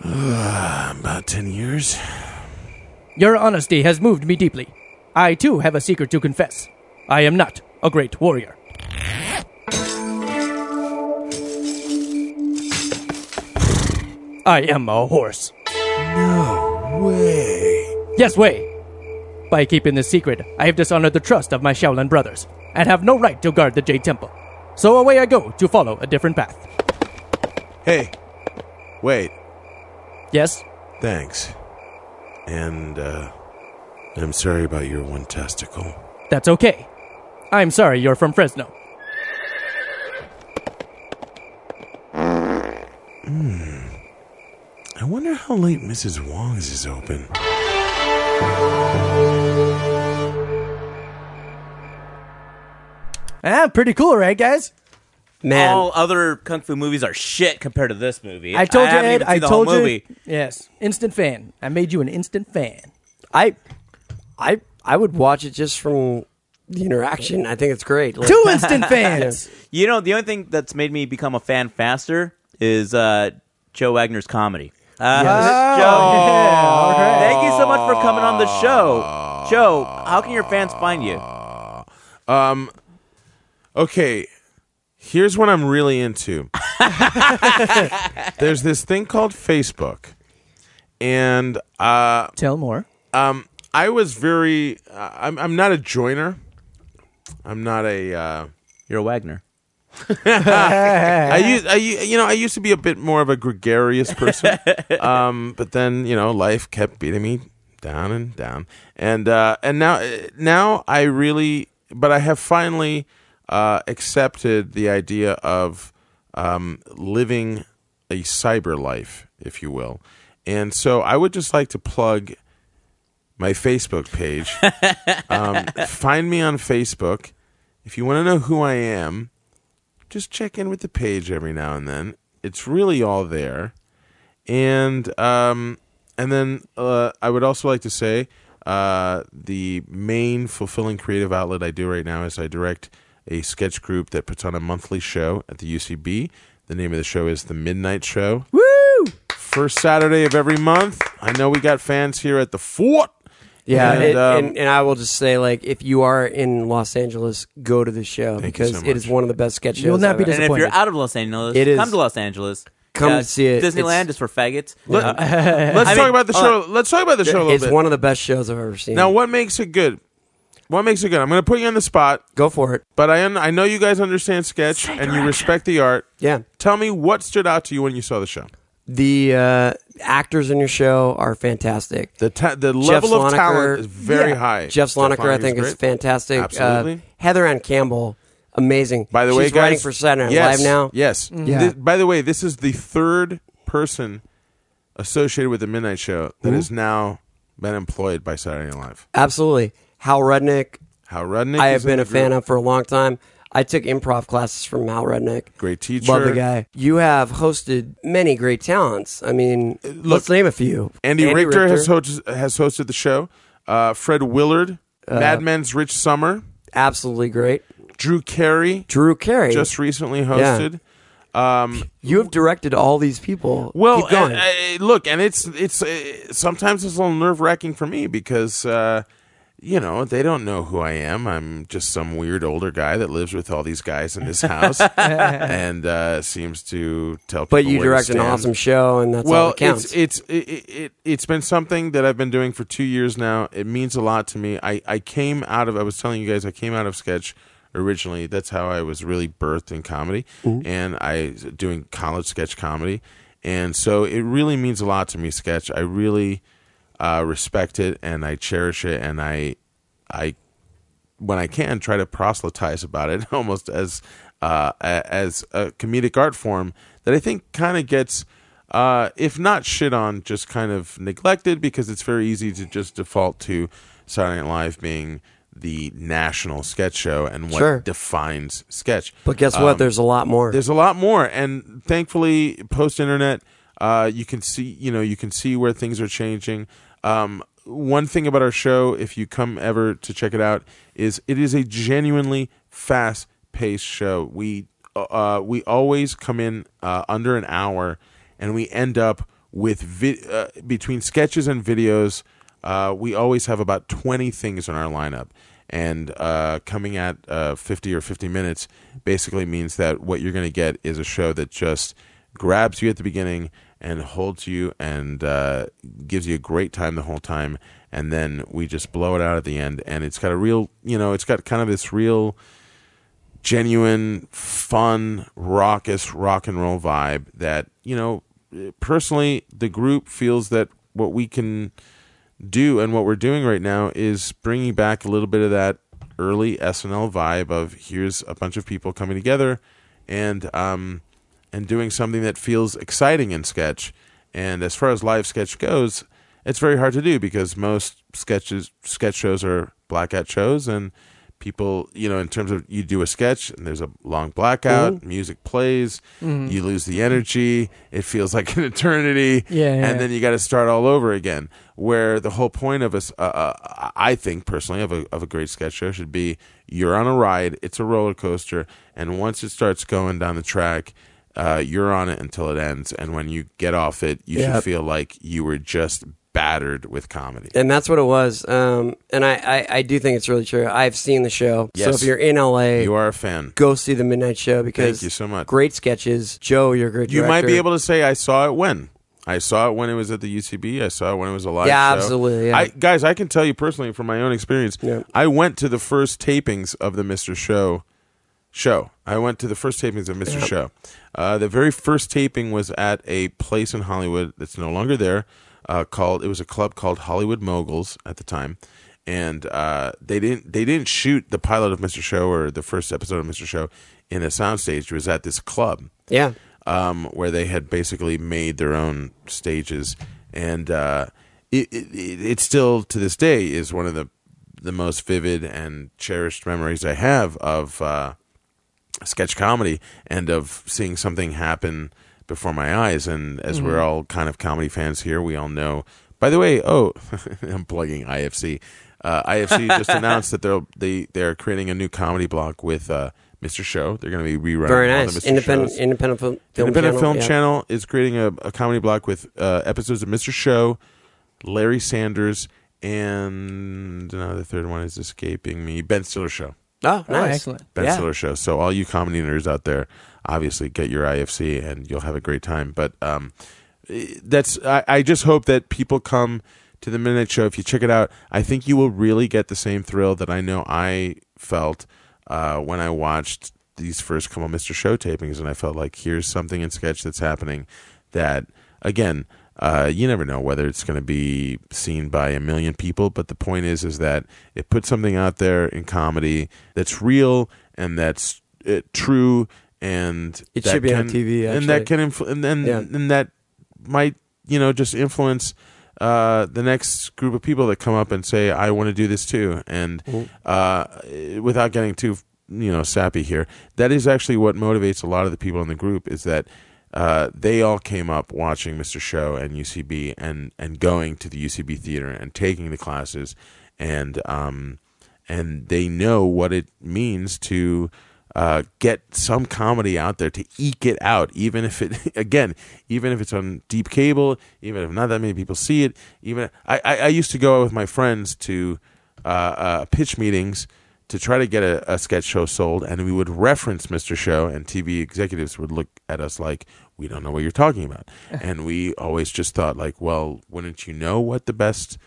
Speaker 1: about 10 years.
Speaker 15: Your honesty has moved me deeply. I too have a secret to confess. I am not a great warrior. I am a horse. No way. Yes, way. By keeping this secret, I have dishonored the trust of my Shaolin brothers and have no right to guard the Jade Temple. So away I go to follow a different path.
Speaker 1: Hey, wait.
Speaker 15: Yes?
Speaker 1: Thanks. And, uh, I'm sorry about your one testicle.
Speaker 15: That's okay. I'm sorry you're from Fresno.
Speaker 1: I wonder how late Mrs. Wong's is open.
Speaker 5: Ah, pretty cool, right, guys?
Speaker 4: all other kung fu movies are shit compared to this movie.
Speaker 5: I told you,
Speaker 4: haven't
Speaker 5: Ed.
Speaker 4: even seen
Speaker 5: I
Speaker 4: the whole
Speaker 5: told you.
Speaker 4: movie.
Speaker 5: Yes, instant fan. I made you an instant fan.
Speaker 6: I, I, I would watch it just from the interaction. I think it's great. Like-
Speaker 4: you know, the only thing that's made me become a fan faster is uh, Joe Wagner's comedy. Uh,
Speaker 5: Oh,
Speaker 4: Joe,
Speaker 6: Oh.
Speaker 4: thank you so much for coming on the show. Joe, how can your fans find you?
Speaker 1: Um, okay. Here's what I'm really into. There's this thing called Facebook, and uh,
Speaker 5: tell more.
Speaker 1: Um, I was very. Uh, I'm. I'm not a joiner. I'm not a. Uh,
Speaker 4: You're a Wagner.
Speaker 1: I used, I, u- you know, I used to be a bit more of a gregarious person, um, but then you know, life kept beating me down and down, and uh, and now, now I really, but I have finally uh, accepted the idea of um, living a cyber life, if you will, and so I would just like to plug my Facebook page. um, find me on Facebook. If you want to know who I am, just check in with the page every now and then. It's really all there. And um, and then uh, I would also like to say uh, the main fulfilling creative outlet I do right now is I direct a sketch group that puts on a monthly show at the UCB. The name of the show is The Midnight Show. Woo! First Saturday of every month. I know we got fans here at the fort.
Speaker 6: Yeah,
Speaker 1: And,
Speaker 6: it-
Speaker 1: um,
Speaker 6: and, and I will just say, like, if you are in Los Angeles, go to the show because
Speaker 4: so
Speaker 6: it is one of the best sketch shows. I've ever-
Speaker 4: And if you're out of Los Angeles,
Speaker 6: It is.
Speaker 4: come to Los Angeles. Uh,
Speaker 6: Come see it.
Speaker 4: Disneyland
Speaker 6: It's-
Speaker 4: is for faggots.
Speaker 6: Let-
Speaker 4: Uh,
Speaker 1: Let's
Speaker 4: I
Speaker 1: talk
Speaker 4: mean, uh,
Speaker 1: about the
Speaker 4: hold
Speaker 1: show.
Speaker 4: on.
Speaker 1: Let's talk about the show a little
Speaker 6: it's
Speaker 1: bit.
Speaker 6: one of the best shows I've ever seen.
Speaker 1: Now, what makes it good? What makes it good? I'm going to put you on the spot.
Speaker 6: Go for it.
Speaker 1: But I un- I know you guys understand sketch and you respect the art.
Speaker 6: Yeah.
Speaker 1: Tell me what stood out to you when you saw the show.
Speaker 6: the uh, actors in your show are fantastic.
Speaker 1: The ta- the level of talent is very high.
Speaker 6: Jeff
Speaker 1: Jeff
Speaker 6: Slonaker, I
Speaker 1: Loniker
Speaker 6: think,
Speaker 1: is
Speaker 6: is
Speaker 1: great.
Speaker 6: fantastic. Uh,
Speaker 1: Absolutely.
Speaker 6: Heather Ann Campbell, amazing.
Speaker 1: By the
Speaker 6: She's
Speaker 1: way, guys,
Speaker 6: writing for Saturday Night
Speaker 1: yes,
Speaker 6: Live now.
Speaker 1: Yes.
Speaker 6: Mm-hmm. Yeah.
Speaker 1: Thi- by the way, this is the third person associated with the Midnight Show that
Speaker 6: Who?
Speaker 1: has now been employed by Saturday Night Live.
Speaker 6: Absolutely. Hal Rudnick.
Speaker 1: Hal Rudnick.
Speaker 6: I
Speaker 1: is
Speaker 6: have
Speaker 1: in
Speaker 6: been
Speaker 1: the
Speaker 6: a fan
Speaker 1: group.
Speaker 6: of for a long time. I took improv classes from Hal Rudnick.
Speaker 1: Great teacher.
Speaker 6: Love the guy. You have hosted many great talents. I mean, let's name a few.
Speaker 1: Uh, Andy, Richter, has host- has hosted the show. Uh, Fred Willard,
Speaker 6: Uh,
Speaker 1: Mad Men's Rich Summer,
Speaker 6: absolutely great.
Speaker 1: Drew Carey,
Speaker 6: Drew Carey,
Speaker 1: just recently
Speaker 6: Yeah.
Speaker 1: hosted. Um,
Speaker 6: you have directed all these people.
Speaker 1: well,
Speaker 6: Keep going.
Speaker 1: uh, uh, look, and it's it's uh, sometimes it's a little nerve wracking for me because uh, you know they don't know who I am. I'm just some weird older guy that lives with all these guys in his house and uh, seems to tell.
Speaker 6: But
Speaker 1: people
Speaker 6: you
Speaker 1: where to
Speaker 6: direct an
Speaker 1: stand.
Speaker 6: awesome show, and that's all
Speaker 1: well,
Speaker 6: that counts.
Speaker 1: It's, it's it, it, it, it's been something that I've been doing for two years now. It means a lot to me. I, I came out of I was telling you guys I came out of sketch originally. That's how I was really birthed in comedy, and I was doing college sketch comedy, and so it really means a lot to me. Sketch, I really uh, respect it and I cherish it, and I I when I can try to proselytize about it almost as uh, a- as a comedic art form that I think kind of gets uh, if not shit on just kind of neglected because it's very easy to just default to Saturday Night Live being the national sketch show and what
Speaker 6: Sure.
Speaker 1: defines sketch.
Speaker 6: But guess what? There's a lot more.
Speaker 1: um, There's a lot more, and thankfully, post internet, uh, you can see you know you can see where things are changing. Um, one thing about our show, if you come ever to check it out, is it is a genuinely fast paced show. We uh, we always come in uh, under an hour, and we end up with vi- uh, between sketches and videos. Uh, we always have about twenty things in our lineup and uh, coming at uh, 50 or 50 minutes basically means that what you're going to get is a show that just grabs you at the beginning and holds you and uh, gives you a great time the whole time and then we just blow it out at the end and it's got a real you know it's got kind of this real genuine, fun, raucous rock and roll vibe that, you know, personally, the group feels that what we can do and what we're doing right now is bringing back a little bit of that early SNL vibe of here's a bunch of people coming together and, um, and doing something that feels exciting in sketch. And as far as live sketch goes, it's very hard to do because most sketches sketch shows are blackout shows and people you know in terms of you do a sketch and there's a long blackout
Speaker 16: Mhm.
Speaker 1: music plays
Speaker 16: Mhm.
Speaker 1: you lose the energy it feels like an eternity
Speaker 16: Yeah, yeah,
Speaker 1: and
Speaker 16: yeah.
Speaker 1: then you got to start all over again where the whole point of us uh, uh, i think personally of a, of a great sketch show should be you're on a ride it's a roller coaster and once it starts going down the track uh, you're on it until it ends and when you get off it you
Speaker 6: Yeah.
Speaker 1: should feel like you were just battered with comedy
Speaker 6: And that's what it was. Um, and I, I, I do think it's really true. I've seen the show. So
Speaker 1: Yes.
Speaker 6: if you're in LA,
Speaker 1: You are a fan.
Speaker 6: Go see the Midnight Show because
Speaker 1: Thank you so much.
Speaker 6: Great sketches. Joe, you're a great.
Speaker 1: You might
Speaker 6: director.
Speaker 1: be able to say I saw it when. I saw it when it was at the UCB. I saw it when it was a live
Speaker 6: Yeah,
Speaker 1: show.
Speaker 6: absolutely, yeah.
Speaker 1: I, guys, I can tell you personally from my own experience. I went to the first tapings of the Mr. Show show. I went to the first tapings of Mr.
Speaker 16: Yeah.
Speaker 1: Show. Uh, the very first taping was at a place in Hollywood that's no longer there. Uh, called it was a club called Hollywood Moguls at the time, and uh, they didn't they didn't shoot the pilot of Mr. Show or the first episode of Mr. Show in a soundstage. It was at this club
Speaker 6: Yeah.
Speaker 1: um, where they had basically made their own stages, and uh, it, it, it it still to this day is one of the the most vivid and cherished memories I have of uh, sketch comedy and of seeing something happen before my eyes. And as
Speaker 6: Mm-hmm.
Speaker 1: we're
Speaker 16: Mhm.
Speaker 1: all kind of comedy fans here, we all know. By the way, oh, I'm plugging IFC. Uh, IFC just announced that they're they they're creating a new comedy block with uh, Mr. Show. They're going to be rerunning
Speaker 6: Very
Speaker 1: all the
Speaker 6: nice.
Speaker 1: Mr.
Speaker 6: Independent-
Speaker 1: shows.
Speaker 6: independent fil- film
Speaker 1: independent
Speaker 6: channel,
Speaker 1: film
Speaker 6: yeah.
Speaker 1: channel is creating a, a comedy block with uh, episodes of Mr. Show, Larry Sanders, and uh, the third one is escaping me. Ben Stiller Show.
Speaker 6: Oh, Oh, nice. excellent.
Speaker 1: Ben
Speaker 6: Yeah.
Speaker 1: Stiller Show. So all you comedy nerds out there, obviously get your IFC and you'll have a great time. But um, that's I, I just hope that people come to the midnight show if you check it out i think you will really get the same thrill that i know i felt uh, when i watched these first couple mr show tapings and i felt like here's something in sketch that's happening that again uh, you never know whether it's going to be seen by a million people but the point is is that it puts something out there in comedy that's real and that's uh, true and
Speaker 6: It
Speaker 1: that
Speaker 6: should be on
Speaker 1: can-
Speaker 6: TV,
Speaker 1: and that
Speaker 6: actually.
Speaker 1: can influ- and then
Speaker 6: Yeah.
Speaker 1: and that might you know just influence uh, the next group of people that come up and say I want to do this too, and
Speaker 16: Mhm.
Speaker 1: uh, without getting too you know sappy here, that is actually what motivates a lot of the people in the group is that uh, they all came up watching Mr. Show and UCB and and going to the UCB theater and taking the classes and um, and they know what it means to uh, get some comedy out there to eke it out, even if it again, even if it's on deep cable, even if not that many people see it. Even I, I, I used to go out with my friends to uh, uh, pitch meetings to try to get a, a sketch show sold, and we would reference Mr. Show, and TV executives would look at us like, "We don't know what you're talking about," and we always just thought like, "Well, wouldn't you know what the best?"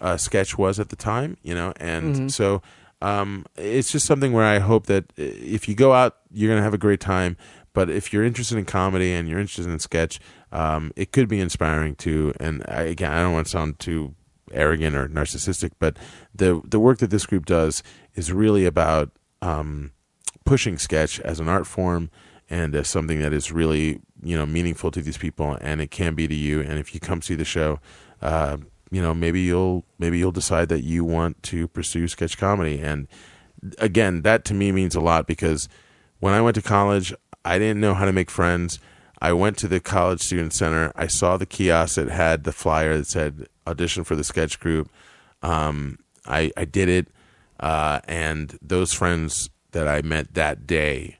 Speaker 1: uh, sketch was at the time, you know, and
Speaker 16: Mhm.
Speaker 1: so um, it's just something where I hope that uh, if you go out, you're gonna have a great time. But if you're interested in comedy and you're interested in sketch, um, it could be inspiring too. And I, again, I don't want to sound too arrogant or narcissistic, but the the work that this group does is really about um, pushing sketch as an art form and as something that is really you know meaningful to these people, and it can be to you. And if you come see the show, uh, you know maybe you'll maybe you'll decide that you want to pursue sketch comedy and again that to me means a lot because when I went to college I didn't know how to make friends I went to the college student center I saw the kiosk that had the flyer that said audition for the sketch group um, I I did it uh, and those friends that I met that day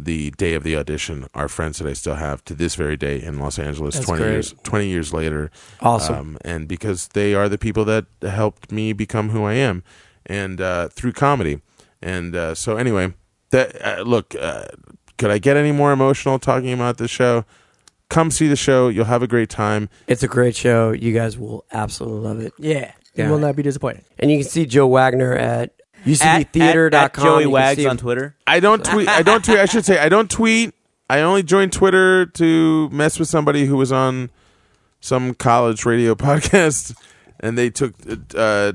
Speaker 1: the day of the audition are friends that I still have to this very day in Los Angeles.
Speaker 6: That's
Speaker 1: twenty
Speaker 6: great.
Speaker 1: years, twenty years later. Um,
Speaker 6: Awesome.
Speaker 1: and because they are the people that helped me become who I am, and uh, through comedy. And uh, so, anyway, that uh, look, uh, could I get any more emotional talking about this show? Come see the show. You'll have a great time.
Speaker 6: It's a great show. You guys will absolutely love it.
Speaker 5: Yeah.
Speaker 6: Yeah.
Speaker 5: You will not be disappointed.
Speaker 6: And you can see Joe Wagner at UCBtheater.com. You can see him-
Speaker 1: I don't tweet. I don't tweet. I should say I don't tweet. I only joined Twitter to mess with somebody who was on some college radio podcast, and they took uh, uh,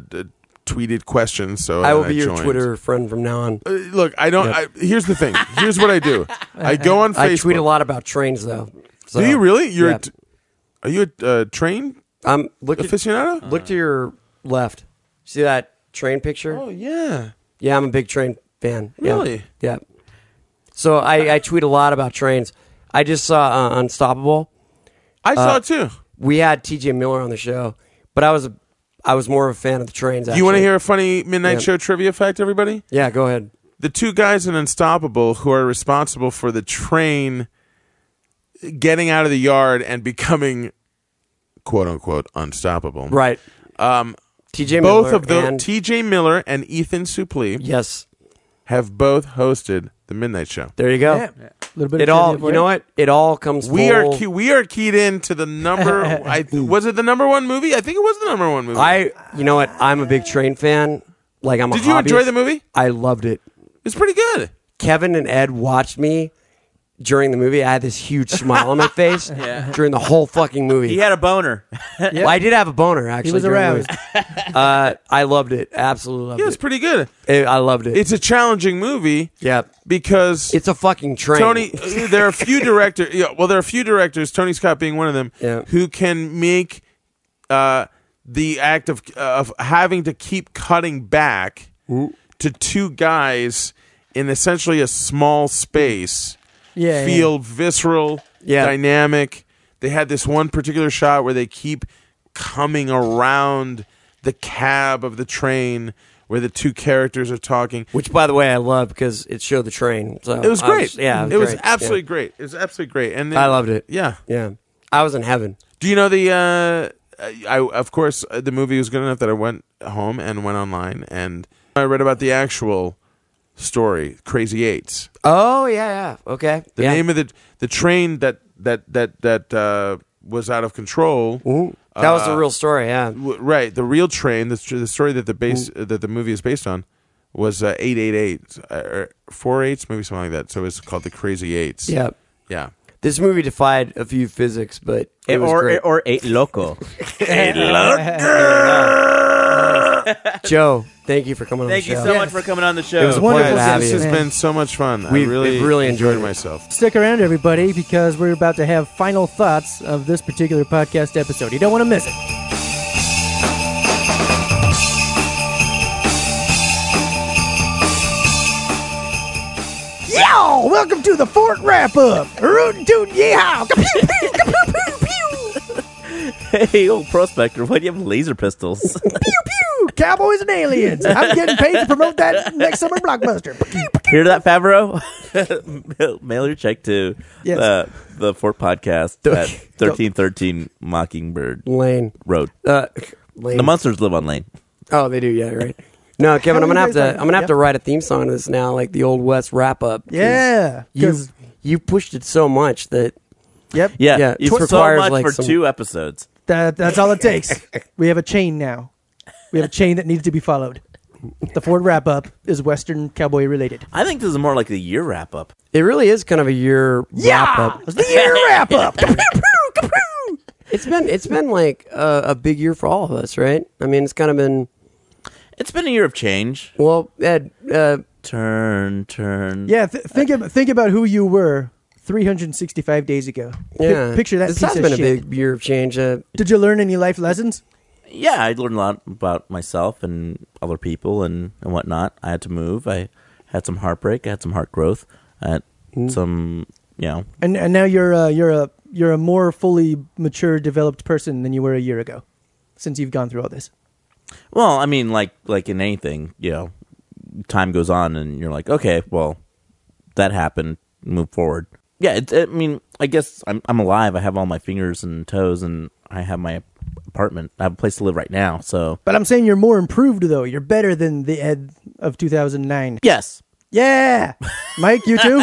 Speaker 1: tweeted questions. So
Speaker 6: I will
Speaker 1: then
Speaker 6: be your
Speaker 1: joined. Uh,
Speaker 6: Twitter friend from now on.
Speaker 1: Look, I don't. I, here's the thing. Here's what I do. I go on Facebook.
Speaker 6: I tweet a lot about trains, though. So-
Speaker 1: do you really? You're.
Speaker 6: Yeah.
Speaker 1: A t- are you a uh, train?
Speaker 6: I'm Um, look
Speaker 1: aficionado.
Speaker 6: look to your left. See that train picture? Oh
Speaker 1: yeah.
Speaker 6: Yeah, I'm a big train fan. Yeah.
Speaker 1: Really?
Speaker 6: Yeah. So I, I tweet a lot about trains. I just saw uh, Unstoppable.
Speaker 1: I
Speaker 6: Uh,
Speaker 1: saw it too.
Speaker 6: We had T.J. Miller on the show, but I was a, I was more of a fan of the trains.
Speaker 1: Do you want to
Speaker 6: actually.
Speaker 1: hear a funny midnight
Speaker 6: Yeah.
Speaker 1: show trivia fact, everybody?
Speaker 6: Yeah, go ahead.
Speaker 1: The two guys in Unstoppable who are responsible for the train getting out of the yard and becoming quote unquote unstoppable.
Speaker 6: Right.
Speaker 1: Um,
Speaker 6: T.J.
Speaker 1: Both
Speaker 6: Miller
Speaker 1: of those,
Speaker 6: and-
Speaker 1: T.J. Miller and Ethan Suplee,
Speaker 6: yes,
Speaker 1: have both hosted the midnight show.
Speaker 6: There you go.
Speaker 5: Little
Speaker 1: bit
Speaker 6: it
Speaker 1: of
Speaker 6: all
Speaker 1: trivia for
Speaker 6: you
Speaker 1: you.
Speaker 6: know what? It all comes.
Speaker 1: We
Speaker 6: full.
Speaker 1: are key, we are keyed in to the number. I was it the number one movie? I think it was the number one movie.
Speaker 6: I you know what? I'm a big train fan. Like I'm. A
Speaker 1: Did you enjoy
Speaker 6: hobbyist.
Speaker 1: the movie?
Speaker 6: I loved it.
Speaker 1: It's pretty good.
Speaker 6: Kevin and Ed watched me during the movie. I had this huge smile on my face
Speaker 4: Yeah.
Speaker 6: during the whole fucking movie.
Speaker 4: He had a boner.
Speaker 6: Well, I did have a boner actually.
Speaker 4: was
Speaker 6: during the movie. uh, I loved it. Absolutely loved
Speaker 1: Yeah,
Speaker 6: it.
Speaker 1: it's pretty good.
Speaker 6: It- I loved it.
Speaker 1: It's a challenging movie.
Speaker 6: Yeah,
Speaker 1: because
Speaker 6: it's a fucking train.
Speaker 1: Tony, there are a few directors. Yeah, well, there are a few directors, Tony Scott being one of them, who can make uh, the act of of having to keep cutting back to two guys in essentially a small space.
Speaker 5: Yeah,
Speaker 1: feel visceral,
Speaker 5: Yeah.
Speaker 1: dynamic. They had this one particular shot where they keep coming around the cab of the train where the two characters are talking.
Speaker 6: Which, by the way, I love because it showed the train. So
Speaker 1: It was
Speaker 6: I
Speaker 1: great.
Speaker 6: yeah,
Speaker 1: it
Speaker 6: it
Speaker 1: was
Speaker 6: great.
Speaker 1: absolutely great. It was absolutely great. And
Speaker 6: Yeah. I loved it.
Speaker 1: Yeah,
Speaker 6: yeah. I was in heaven.
Speaker 1: Do you know the? Uh, I of course uh, the movie was good enough that I went home and went online and I read about the actual story, Crazy Eights.
Speaker 6: Oh yeah, yeah. Okay.
Speaker 1: The
Speaker 6: yeah.
Speaker 1: name of the the train that that that that uh, was out of control.
Speaker 6: That was the
Speaker 1: uh,
Speaker 6: real story. Yeah.
Speaker 1: w- right. The real train. The, tr- the story that the base uh, that the movie is based on was uh, eight eight eight or four eights, maybe something like that. So it's called the Crazy Eights.
Speaker 6: Yeah.
Speaker 1: Yeah.
Speaker 6: This movie defied a few physics, but it was
Speaker 4: or,
Speaker 6: great.
Speaker 4: or eight loco. eight
Speaker 6: Joe, thank you for coming
Speaker 4: Thank
Speaker 6: on
Speaker 4: you
Speaker 6: the
Speaker 4: so
Speaker 6: show.
Speaker 4: much for coming on the show.
Speaker 6: It was a
Speaker 5: Wonderful
Speaker 6: pleasure to have
Speaker 5: guest,
Speaker 6: you.
Speaker 5: man. This has been
Speaker 1: so much fun. I
Speaker 6: We've
Speaker 1: really
Speaker 6: we've really
Speaker 1: enjoyed
Speaker 6: enjoyed, it.
Speaker 1: myself.
Speaker 5: Stick around, everybody, because we're about to have final thoughts of this particular podcast episode. You don't want to miss it.
Speaker 12: Yo! Welcome to the Fort Wrap Up! Rootin' Toot Yeehaw! Pew, pew, pew, pew,
Speaker 4: Hey, old prospector, why do you have laser pistols?
Speaker 12: pew. Cowboys and aliens! I'm getting paid to promote that next summer blockbuster.
Speaker 4: Hear that, Favreau? Mail- Mail your check to
Speaker 12: Yes.
Speaker 4: uh, the Fort Podcast at 1313 Mockingbird
Speaker 6: Lane
Speaker 4: Road.
Speaker 6: Uh, Lane.
Speaker 4: The monsters live on Lane.
Speaker 6: Oh, they do. Yeah, right. No, Kevin, I'm
Speaker 5: How
Speaker 6: gonna
Speaker 5: are
Speaker 6: have
Speaker 5: you guys
Speaker 6: to.
Speaker 5: doing?
Speaker 6: I'm gonna have to
Speaker 5: Yeah.
Speaker 6: write a theme song to this now, like the old West wrap up.
Speaker 5: Yeah,
Speaker 6: you
Speaker 5: 'cause-
Speaker 6: you pushed it so much that.
Speaker 5: Yep.
Speaker 4: Yeah,
Speaker 6: Yeah.
Speaker 4: it's
Speaker 6: it
Speaker 4: so
Speaker 6: requires,
Speaker 4: much
Speaker 6: like,
Speaker 4: for
Speaker 6: some-
Speaker 4: two episodes.
Speaker 5: That, that's all it takes. we have a chain now. We have a chain that needs to be followed. The Ford wrap up is Western cowboy related.
Speaker 4: I think this is more like the year wrap up.
Speaker 6: It really is kind of a year wrap up.
Speaker 5: The year wrap up.
Speaker 6: It's been it's been like uh, a big year for all of us, right? I mean, it's kind of been.
Speaker 4: It's been a year of change.
Speaker 6: Well, Ed. Uh,
Speaker 4: turn, turn.
Speaker 5: Yeah, th- think ab- think about who you were 365 days ago. Pi-
Speaker 6: Yeah,
Speaker 5: picture that
Speaker 6: This
Speaker 5: piece
Speaker 6: has
Speaker 5: of
Speaker 6: been
Speaker 5: shit.
Speaker 6: a big year of change. Uh,
Speaker 5: Did you learn any life lessons?
Speaker 4: yeah, I learned a lot about myself and other people and, and whatnot. I had to move. I had some heartbreak. I had some heart growth. I had
Speaker 5: Mm.
Speaker 4: some, you know,
Speaker 5: And and now you're uh, you're a you're a more fully mature, developed person than you were a year ago, since you've gone through all this.
Speaker 4: Well, I mean, like like in anything, you know, time goes on, and you're like, okay, well, that happened. Move forward. Yeah, it, I mean, I guess I'm I'm alive. I have all my fingers and toes, and I have my apartment. I have a place to live right now. So,
Speaker 5: But I'm saying you're more improved though. You're better than the Ed of 2009.
Speaker 4: Yes.
Speaker 5: Yeah. Mike, you too.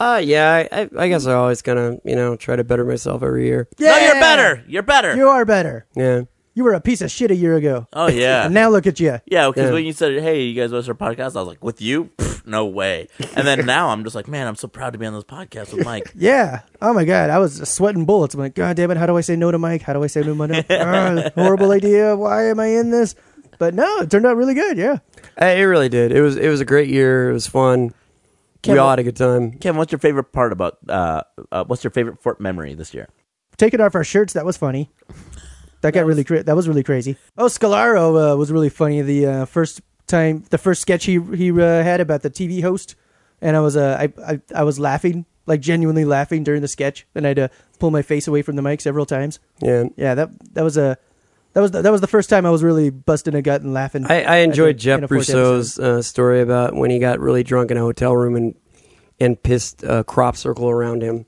Speaker 6: Uh, yeah, I, I, I guess I'm always gonna, you know, try to better myself every year.
Speaker 5: Yeah.
Speaker 4: you're better. You're better.
Speaker 5: You are better.
Speaker 6: Yeah.
Speaker 5: You were a piece of shit a year ago.
Speaker 4: Oh, yeah.
Speaker 5: and now look at you.
Speaker 4: yeah, because when you said, hey, you guys want to start a podcast? I was like, with you, Pfft, no way. And then now I'm just like, man, I'm so proud to be on this podcast with Mike.
Speaker 5: Yeah. Oh my God, I was sweating bullets. I'm like, God damn it! How do I say no to Mike? How do I say no to Mike? Ah, horrible idea. Why am I in this? But no, it turned out really good. Yeah.
Speaker 6: Uh, it really did. It was it was a great year. It was fun.
Speaker 4: Ken,
Speaker 6: we all
Speaker 4: what-
Speaker 6: had a good time.
Speaker 4: Kim, what's your favorite part about? Uh, uh, what's your favorite fort memory this year?
Speaker 5: Taking off our shirts, that was funny. That got really cra- that was really crazy. Oh, Scalaro uh, was really funny. The uh, first time, the first sketch he he uh, had about the TV host, and I was uh, I, I I was laughing like genuinely laughing during the sketch, and I had to pull my face away from the mic several times.
Speaker 6: Yeah.
Speaker 5: Yeah, that that was a that was the, that was the first time I was really busting a gut and laughing.
Speaker 6: I, I
Speaker 5: at
Speaker 6: enjoyed
Speaker 5: the- in
Speaker 6: Jeff
Speaker 5: a fourth
Speaker 6: Rousseau's uh, story about when he got really drunk in a hotel room and and pissed a crop circle around him.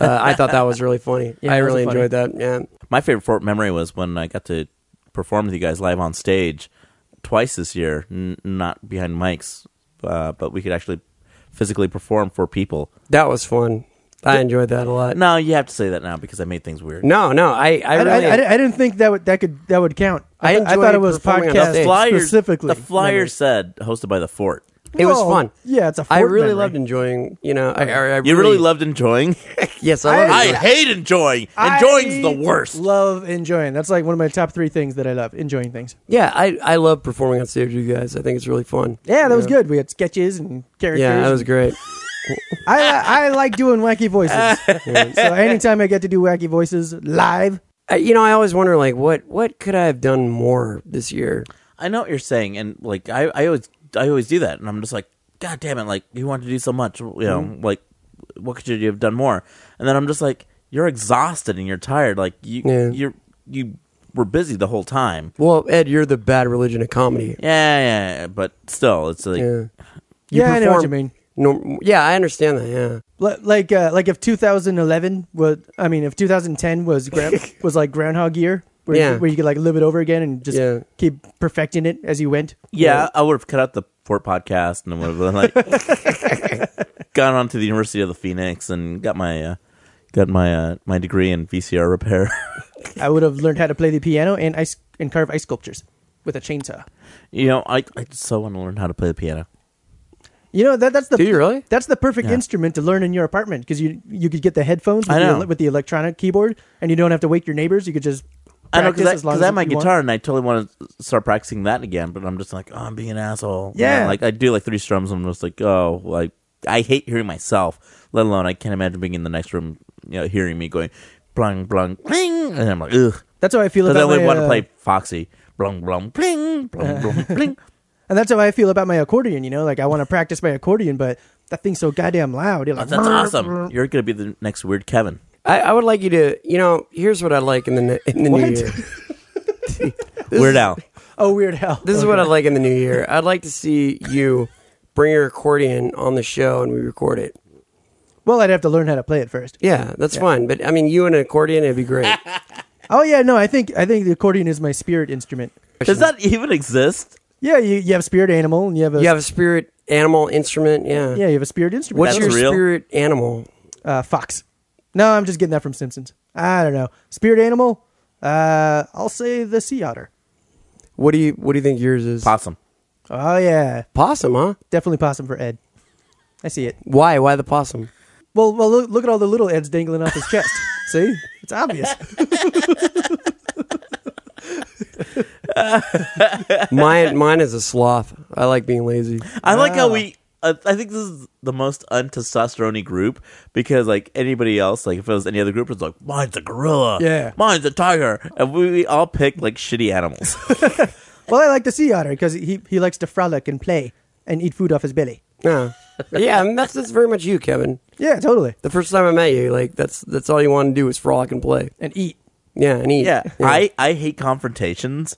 Speaker 6: Uh, I thought that was really funny.
Speaker 4: Yeah,
Speaker 6: I
Speaker 4: that was
Speaker 6: really
Speaker 4: funny.
Speaker 6: enjoyed that. Yeah.
Speaker 4: My favorite fort memory was when I got to perform with you guys live on stage twice this year, n- not behind mics, uh, but we could actually physically perform for people.
Speaker 6: That was fun. I enjoyed that a lot.
Speaker 4: No, you have to say that now because I made things weird.
Speaker 6: No, no, I I really
Speaker 5: I, I didn't think that would that could that would count.
Speaker 6: I
Speaker 5: th- I
Speaker 6: enjoyed
Speaker 5: thought it was
Speaker 6: performing on
Speaker 5: podcast
Speaker 6: stage.
Speaker 4: flyer,
Speaker 5: specifically.
Speaker 4: the flyer
Speaker 5: memories.
Speaker 4: said hosted by the fort.
Speaker 6: it was
Speaker 5: Well,
Speaker 6: fun.
Speaker 5: Yeah, it's a
Speaker 6: I
Speaker 5: fort
Speaker 6: really
Speaker 5: memory.
Speaker 6: loved enjoying. You know, I, I, I
Speaker 4: You really loved enjoying.
Speaker 6: yes, I. loved
Speaker 4: I,
Speaker 6: enjoying.
Speaker 4: hate enjoying. Enjoying's
Speaker 5: I
Speaker 4: the worst.
Speaker 5: Love enjoying. That's like one of my top three things that I love enjoying things.
Speaker 6: Yeah, I I love performing on stage with you guys. I think it's really fun.
Speaker 5: Yeah, that was
Speaker 6: Yeah.
Speaker 5: good. We had sketches and characters.
Speaker 6: Yeah, that was great.
Speaker 5: I I like doing wacky voices. so anytime I get to do wacky voices live,
Speaker 6: I, Uh, you know, I always wonder like what what could I have done more this year?
Speaker 4: I know what you're saying, and like I, I always, I always do that, and I'm just like, God damn it! Like you wanted to do so much, you know,
Speaker 6: Mhm.
Speaker 4: like what could you have done more? And then I'm just like, you're exhausted and you're tired. Like you,
Speaker 6: Yeah.
Speaker 4: you're, you were busy the whole time.
Speaker 6: Well, Ed, you're the bad religion of comedy.
Speaker 4: Yeah, yeah, yeah, but still, it's like,
Speaker 6: Yeah.
Speaker 5: Yeah, I know what you mean.
Speaker 6: norm- yeah, I understand that. Yeah.
Speaker 5: Li- like uh, like if 2011 was, I mean, if 2010 was gra- was like Groundhog Year, where
Speaker 4: Yeah.
Speaker 5: you, where you could like live it over again and just
Speaker 4: Yeah.
Speaker 5: keep perfecting it as you went.
Speaker 4: yeah, I would have cut out the Fort podcast and would have been like, gone on to the University of the Phoenix and got my, uh, got my, uh, my degree in VCR repair.
Speaker 5: I would have learned how to play the piano and ice and carve ice sculptures with a chainsaw.
Speaker 4: you know, I, I so want to learn how to play the piano.
Speaker 5: You know that that's the
Speaker 4: Do you really?
Speaker 5: that's the perfect
Speaker 4: Yeah.
Speaker 5: instrument to learn in your apartment because you you could get the headphones with,
Speaker 4: I
Speaker 5: the,
Speaker 4: know.
Speaker 5: ele- with the electronic keyboard and you don't have to wake your neighbors. You could just
Speaker 4: I know
Speaker 5: practice as
Speaker 4: because
Speaker 5: long
Speaker 4: I,
Speaker 5: as
Speaker 4: have my
Speaker 5: you want.
Speaker 4: guitar and I totally want to start practicing that again, but I'm just like, oh, I'm being an asshole.
Speaker 5: Yeah.
Speaker 4: like I do like three strums. I'm just like, oh, like I hate hearing myself. Let alone I can't imagine being in the next room, you know, hearing me going, blung blung bling, and I'm like, ugh.
Speaker 5: That's how I feel
Speaker 4: 'Cause I
Speaker 5: about
Speaker 4: only
Speaker 5: my,
Speaker 4: want
Speaker 5: uh,
Speaker 4: to play Foxy, blung blung bling, blung blung bling.
Speaker 5: And that's how I feel about my accordion. You know, like I want to practice my accordion, but that thing's so goddamn loud. You're
Speaker 4: Oh,
Speaker 5: like,
Speaker 4: that's
Speaker 5: "Brr,
Speaker 4: awesome.
Speaker 5: brr."
Speaker 4: You're gonna be the next weird Kevin.
Speaker 6: I, I would like you to, you know, here's what I'd like in the ne- in the
Speaker 5: What?
Speaker 6: new year. This
Speaker 4: Weird
Speaker 6: is-
Speaker 4: Al.
Speaker 5: Oh, Weird Al.
Speaker 6: This is
Speaker 5: Okay.
Speaker 6: what I'd like in the new year. I'd like to see you bring your accordion on the show and we record it.
Speaker 5: Well, I'd have to learn how to play it first.
Speaker 6: Yeah, that's fine. But I mean, you and an accordion, it'd be great.
Speaker 5: Oh yeah, no, I think I think the accordion is my spirit instrument.
Speaker 4: Does that even exist?
Speaker 5: Yeah, you, you have spirit animal and you have a
Speaker 6: you have a spirit animal instrument. Yeah.
Speaker 5: yeah you have a spirit instrument.
Speaker 6: What's your spirit animal?
Speaker 5: Uh, fox. No, I'm just getting that from Simpsons. I don't know. Spirit animal. Uh, I'll say the sea otter.
Speaker 6: What do you What do you think yours is?
Speaker 4: Possum.
Speaker 5: Oh yeah,
Speaker 6: possum, huh?
Speaker 5: Definitely possum for Ed. I see it.
Speaker 6: Why? Why the possum?
Speaker 5: Well, well, look, look at all the little Eds dangling off his chest. see, it's obvious.
Speaker 6: mine Mine is a sloth. I like being lazy.
Speaker 4: I like how we I I think this is the most untestosterone group because like anybody else, like if it was any other group, it's like mine's a gorilla,
Speaker 5: Yeah.
Speaker 4: mine's a tiger, and we, we all picked like shitty animals.
Speaker 5: Well, I like the sea otter because he, he likes to frolic and play and eat food off his belly.
Speaker 6: Yeah, yeah, and that's that's very much you, Kevin.
Speaker 5: Yeah, totally.
Speaker 6: The first time I met you, like that's that's all you want to do is frolic and play
Speaker 5: and eat.
Speaker 6: Yeah, and eat.
Speaker 4: yeah, I I hate confrontations.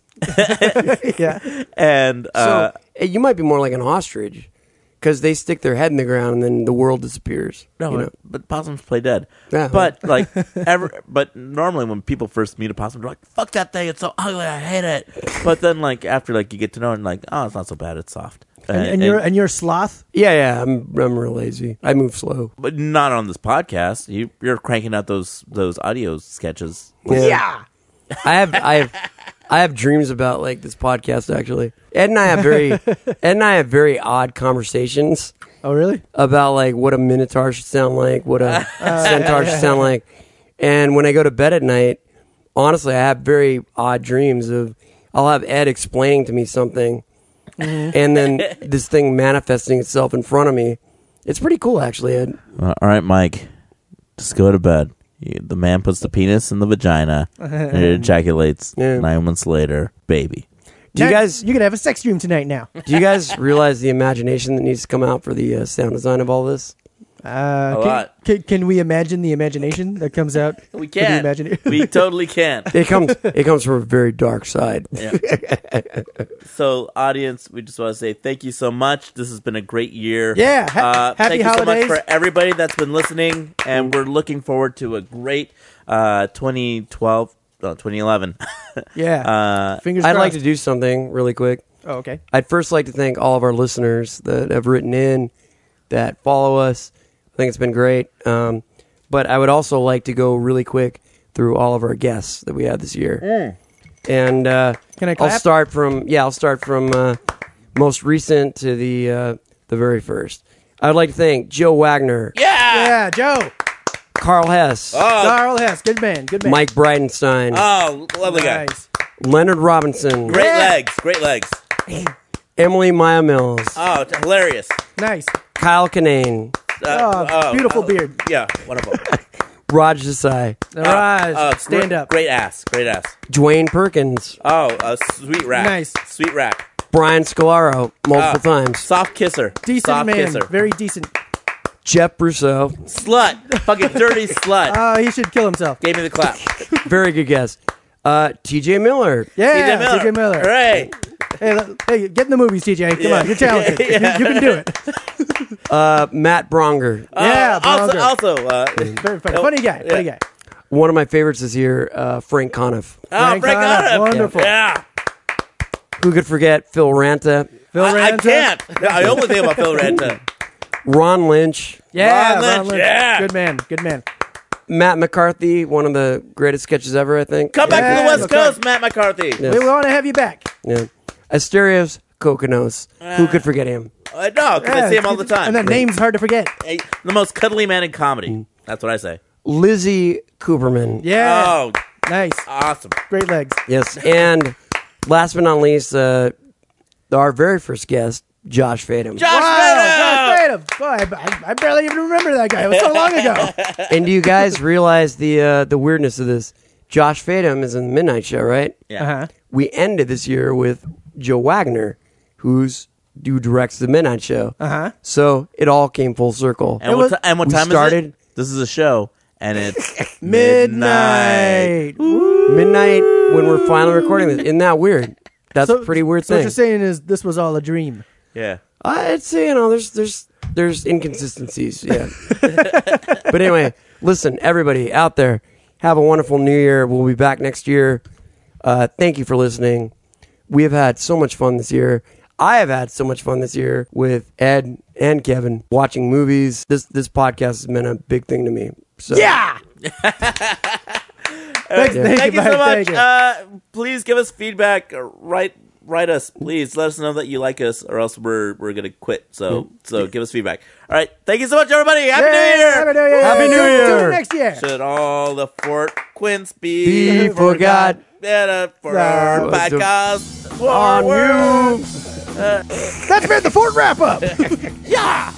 Speaker 5: yeah,
Speaker 4: and uh,
Speaker 6: so eh, you might be more like an ostrich because they stick their head in the ground and then the world disappears.
Speaker 4: No,
Speaker 6: you
Speaker 4: but-
Speaker 6: know?
Speaker 4: but possums play dead.
Speaker 6: Yeah.
Speaker 4: But like ever, but normally when people first meet a possum, they're like, "Fuck that thing! It's so ugly! I hate it." But then like after like you get to know it, and like, oh, it's not so bad. It's soft.
Speaker 5: And, and, you're and you're a sloth.
Speaker 6: yeah, yeah, I'm I'm real lazy. I move slow.
Speaker 4: but not on this podcast. You you're cranking out those those audio sketches.
Speaker 6: I have I have I have dreams about like this podcast actually. Ed and I have very Ed and I have very odd conversations.
Speaker 5: Oh really?
Speaker 6: About like what a minotaur should sound like, what a centaur should sound like. And when I go to bed at night, honestly I have very odd dreams of I'll have Ed explaining to me something and then this thing manifesting itself in front of me. It's pretty cool actually, Ed.
Speaker 4: Uh, all right, Mike, just go to bed. You, the man puts the penis in the vagina and it ejaculates. Nine months later, baby.
Speaker 6: Do you
Speaker 5: Now
Speaker 6: guys
Speaker 5: you can have a sex dream tonight now.
Speaker 6: do you guys realize the imagination that needs to come out for the uh, sound design of all this?
Speaker 5: Uh,
Speaker 6: A
Speaker 5: can,
Speaker 6: lot.
Speaker 5: Can, can we imagine the imagination that comes out? we
Speaker 4: can. We totally can.
Speaker 6: It comes it comes from a very dark side.
Speaker 4: So, audience, we just want to say thank you so much. This has been a great year. Uh,
Speaker 5: Yeah, ha- happy
Speaker 4: thank you
Speaker 5: holidays.
Speaker 4: so much for everybody that's been listening, and we're looking forward to a great uh, 2012, no, 2011.
Speaker 5: Yeah.
Speaker 4: Uh,
Speaker 5: Fingers
Speaker 6: I'd like to do something really quick.
Speaker 5: Oh, okay.
Speaker 6: I'd first like to thank all of our listeners that have written in, that follow us. I think it's been great. Um, but I would also like to go really quick through all of our guests that we had this year. And uh,
Speaker 5: Mm. Can I
Speaker 6: I'll
Speaker 5: clap?
Speaker 6: start from yeah, I'll start from uh, most recent to the uh, the very first. I'd like to thank Joe Wagner,
Speaker 4: Ah.
Speaker 5: Yeah. Yeah, Joe.
Speaker 6: Carl Hess,
Speaker 5: Carl Hess, good man, good man.
Speaker 6: Mike Bridenstine,
Speaker 4: Oh, lovely guy.
Speaker 6: Leonard Robinson,
Speaker 4: Great legs. Great legs.
Speaker 6: Emily Maya Mills,
Speaker 4: Oh, t- hilarious.
Speaker 5: Nice.
Speaker 6: Kyle Kinane,
Speaker 4: Uh,
Speaker 5: Oh, beautiful beard.
Speaker 4: Yeah, one of them.
Speaker 6: Raj Desai,
Speaker 5: Raj,
Speaker 4: Oh, oh,
Speaker 5: stand
Speaker 4: great-
Speaker 5: up.
Speaker 4: Great ass. Great ass.
Speaker 6: Dwayne Perkins,
Speaker 4: Oh, a sweet rap.
Speaker 5: Nice.
Speaker 4: Sweet rap.
Speaker 6: Brian Scalaro multiple
Speaker 4: Oh,
Speaker 6: times,
Speaker 4: Soft kisser.
Speaker 5: Decent
Speaker 4: Soft
Speaker 5: man,
Speaker 4: kisser.
Speaker 5: very decent.
Speaker 6: Jeff Brousseau,
Speaker 4: Slut. Fucking dirty slut.
Speaker 5: Oh, he should kill himself.
Speaker 4: Gave me the clap.
Speaker 6: very good guess. Uh, T.J. Miller,
Speaker 5: Yeah,
Speaker 4: Miller.
Speaker 5: TJ Miller.
Speaker 4: Hooray.
Speaker 5: Hey, l- hey, get in the movies, TJ. Come
Speaker 4: Yeah.
Speaker 5: on, you're talented. You-
Speaker 4: Yeah.
Speaker 5: You, can do it.
Speaker 6: uh, Matt Bronger,
Speaker 5: yeah,
Speaker 4: Uh, also,
Speaker 5: Bronger.
Speaker 4: also uh,
Speaker 5: Very funny. Funny guy. Funny guy.
Speaker 6: one of my favorites this year, uh, Frank Conniff.
Speaker 4: Oh,
Speaker 5: Frank
Speaker 4: Frank
Speaker 5: Conniff,
Speaker 4: Conniff.
Speaker 5: wonderful.
Speaker 4: Yeah.
Speaker 6: Who could forget Phil Ranta,
Speaker 5: Phil
Speaker 4: I, I
Speaker 5: Ranta.
Speaker 4: can't. I only think about Phil Ranta.
Speaker 6: Ron Lynch,
Speaker 5: Yeah,
Speaker 4: Ron
Speaker 5: Ron
Speaker 4: Lynch,
Speaker 5: Lynch.
Speaker 4: yeah.
Speaker 5: Good man. Good man.
Speaker 6: Matt McCarthy, one of the greatest sketches ever, I think.
Speaker 4: Come back to
Speaker 5: Yeah,
Speaker 4: the West
Speaker 5: look
Speaker 4: Coast, Matt McCarthy.
Speaker 6: Yes.
Speaker 5: We want to have you back.
Speaker 6: Yeah. Asterios Kokonos. Who could forget him?
Speaker 4: Uh, no, 'cause I see him all the time.
Speaker 5: And that name's hard to forget.
Speaker 4: Hey, the most cuddly man in comedy. That's what I say.
Speaker 6: Lizzie Cooperman.
Speaker 5: Yeah.
Speaker 4: Oh,
Speaker 5: Nice.
Speaker 4: awesome.
Speaker 5: Great legs.
Speaker 6: Yes. And last but not least, uh, our very first guest, Josh Fadum.
Speaker 4: Josh
Speaker 5: Wow,
Speaker 4: Fadum!
Speaker 5: Josh Fadum. Boy, I, I- I barely even remember that guy. It was so long ago.
Speaker 6: and do you guys realize the uh, the weirdness of this? Josh Fadum is in the Midnight Show, right?
Speaker 4: Yeah.
Speaker 5: Uh-huh.
Speaker 6: We ended this year with Joe Wagner, who's who directs the Midnight Show.
Speaker 5: Uh-huh.
Speaker 6: So it all came full circle.
Speaker 4: And, what,
Speaker 5: was-
Speaker 4: ti- and what
Speaker 6: we
Speaker 4: time
Speaker 6: started-
Speaker 4: is it? This is a show, and it's midnight.
Speaker 5: Midnight. Woo.
Speaker 6: midnight when we're finally recording this. Isn't that weird? That's a pretty weird
Speaker 5: So what
Speaker 6: thing.
Speaker 5: you're saying is this was all a dream.
Speaker 4: Yeah.
Speaker 6: I'd say you know there's there's there's inconsistencies. Yeah. but anyway, listen, everybody out there, have a wonderful New Year. We'll be back next year. Uh, thank you for listening. We have had so much fun this year. I have had so much fun this year with Ed and Kevin watching movies. This this podcast has been a big thing to me. So
Speaker 5: Yeah. Thanks,
Speaker 6: Yeah.
Speaker 5: Thank,
Speaker 4: Uh, Thank you
Speaker 5: man.
Speaker 4: so much.
Speaker 5: Thank you.
Speaker 4: Uh, please give us feedback. uh, Write write us, please. Let us know that you like us, or else we're we're gonna quit. So so give us feedback. All right, thank you so much, everybody. Happy
Speaker 5: Yay,
Speaker 4: New Year!
Speaker 5: Happy New Year! Happy New Till- Year! till next year.
Speaker 4: Should all the Fort Quince be,
Speaker 5: Be forgot.
Speaker 4: Better for
Speaker 5: Yeah.
Speaker 4: our
Speaker 5: Was the-
Speaker 4: podcast.
Speaker 5: on
Speaker 4: Forward. Uh,
Speaker 5: That's been the Fort wrap up.
Speaker 4: yeah.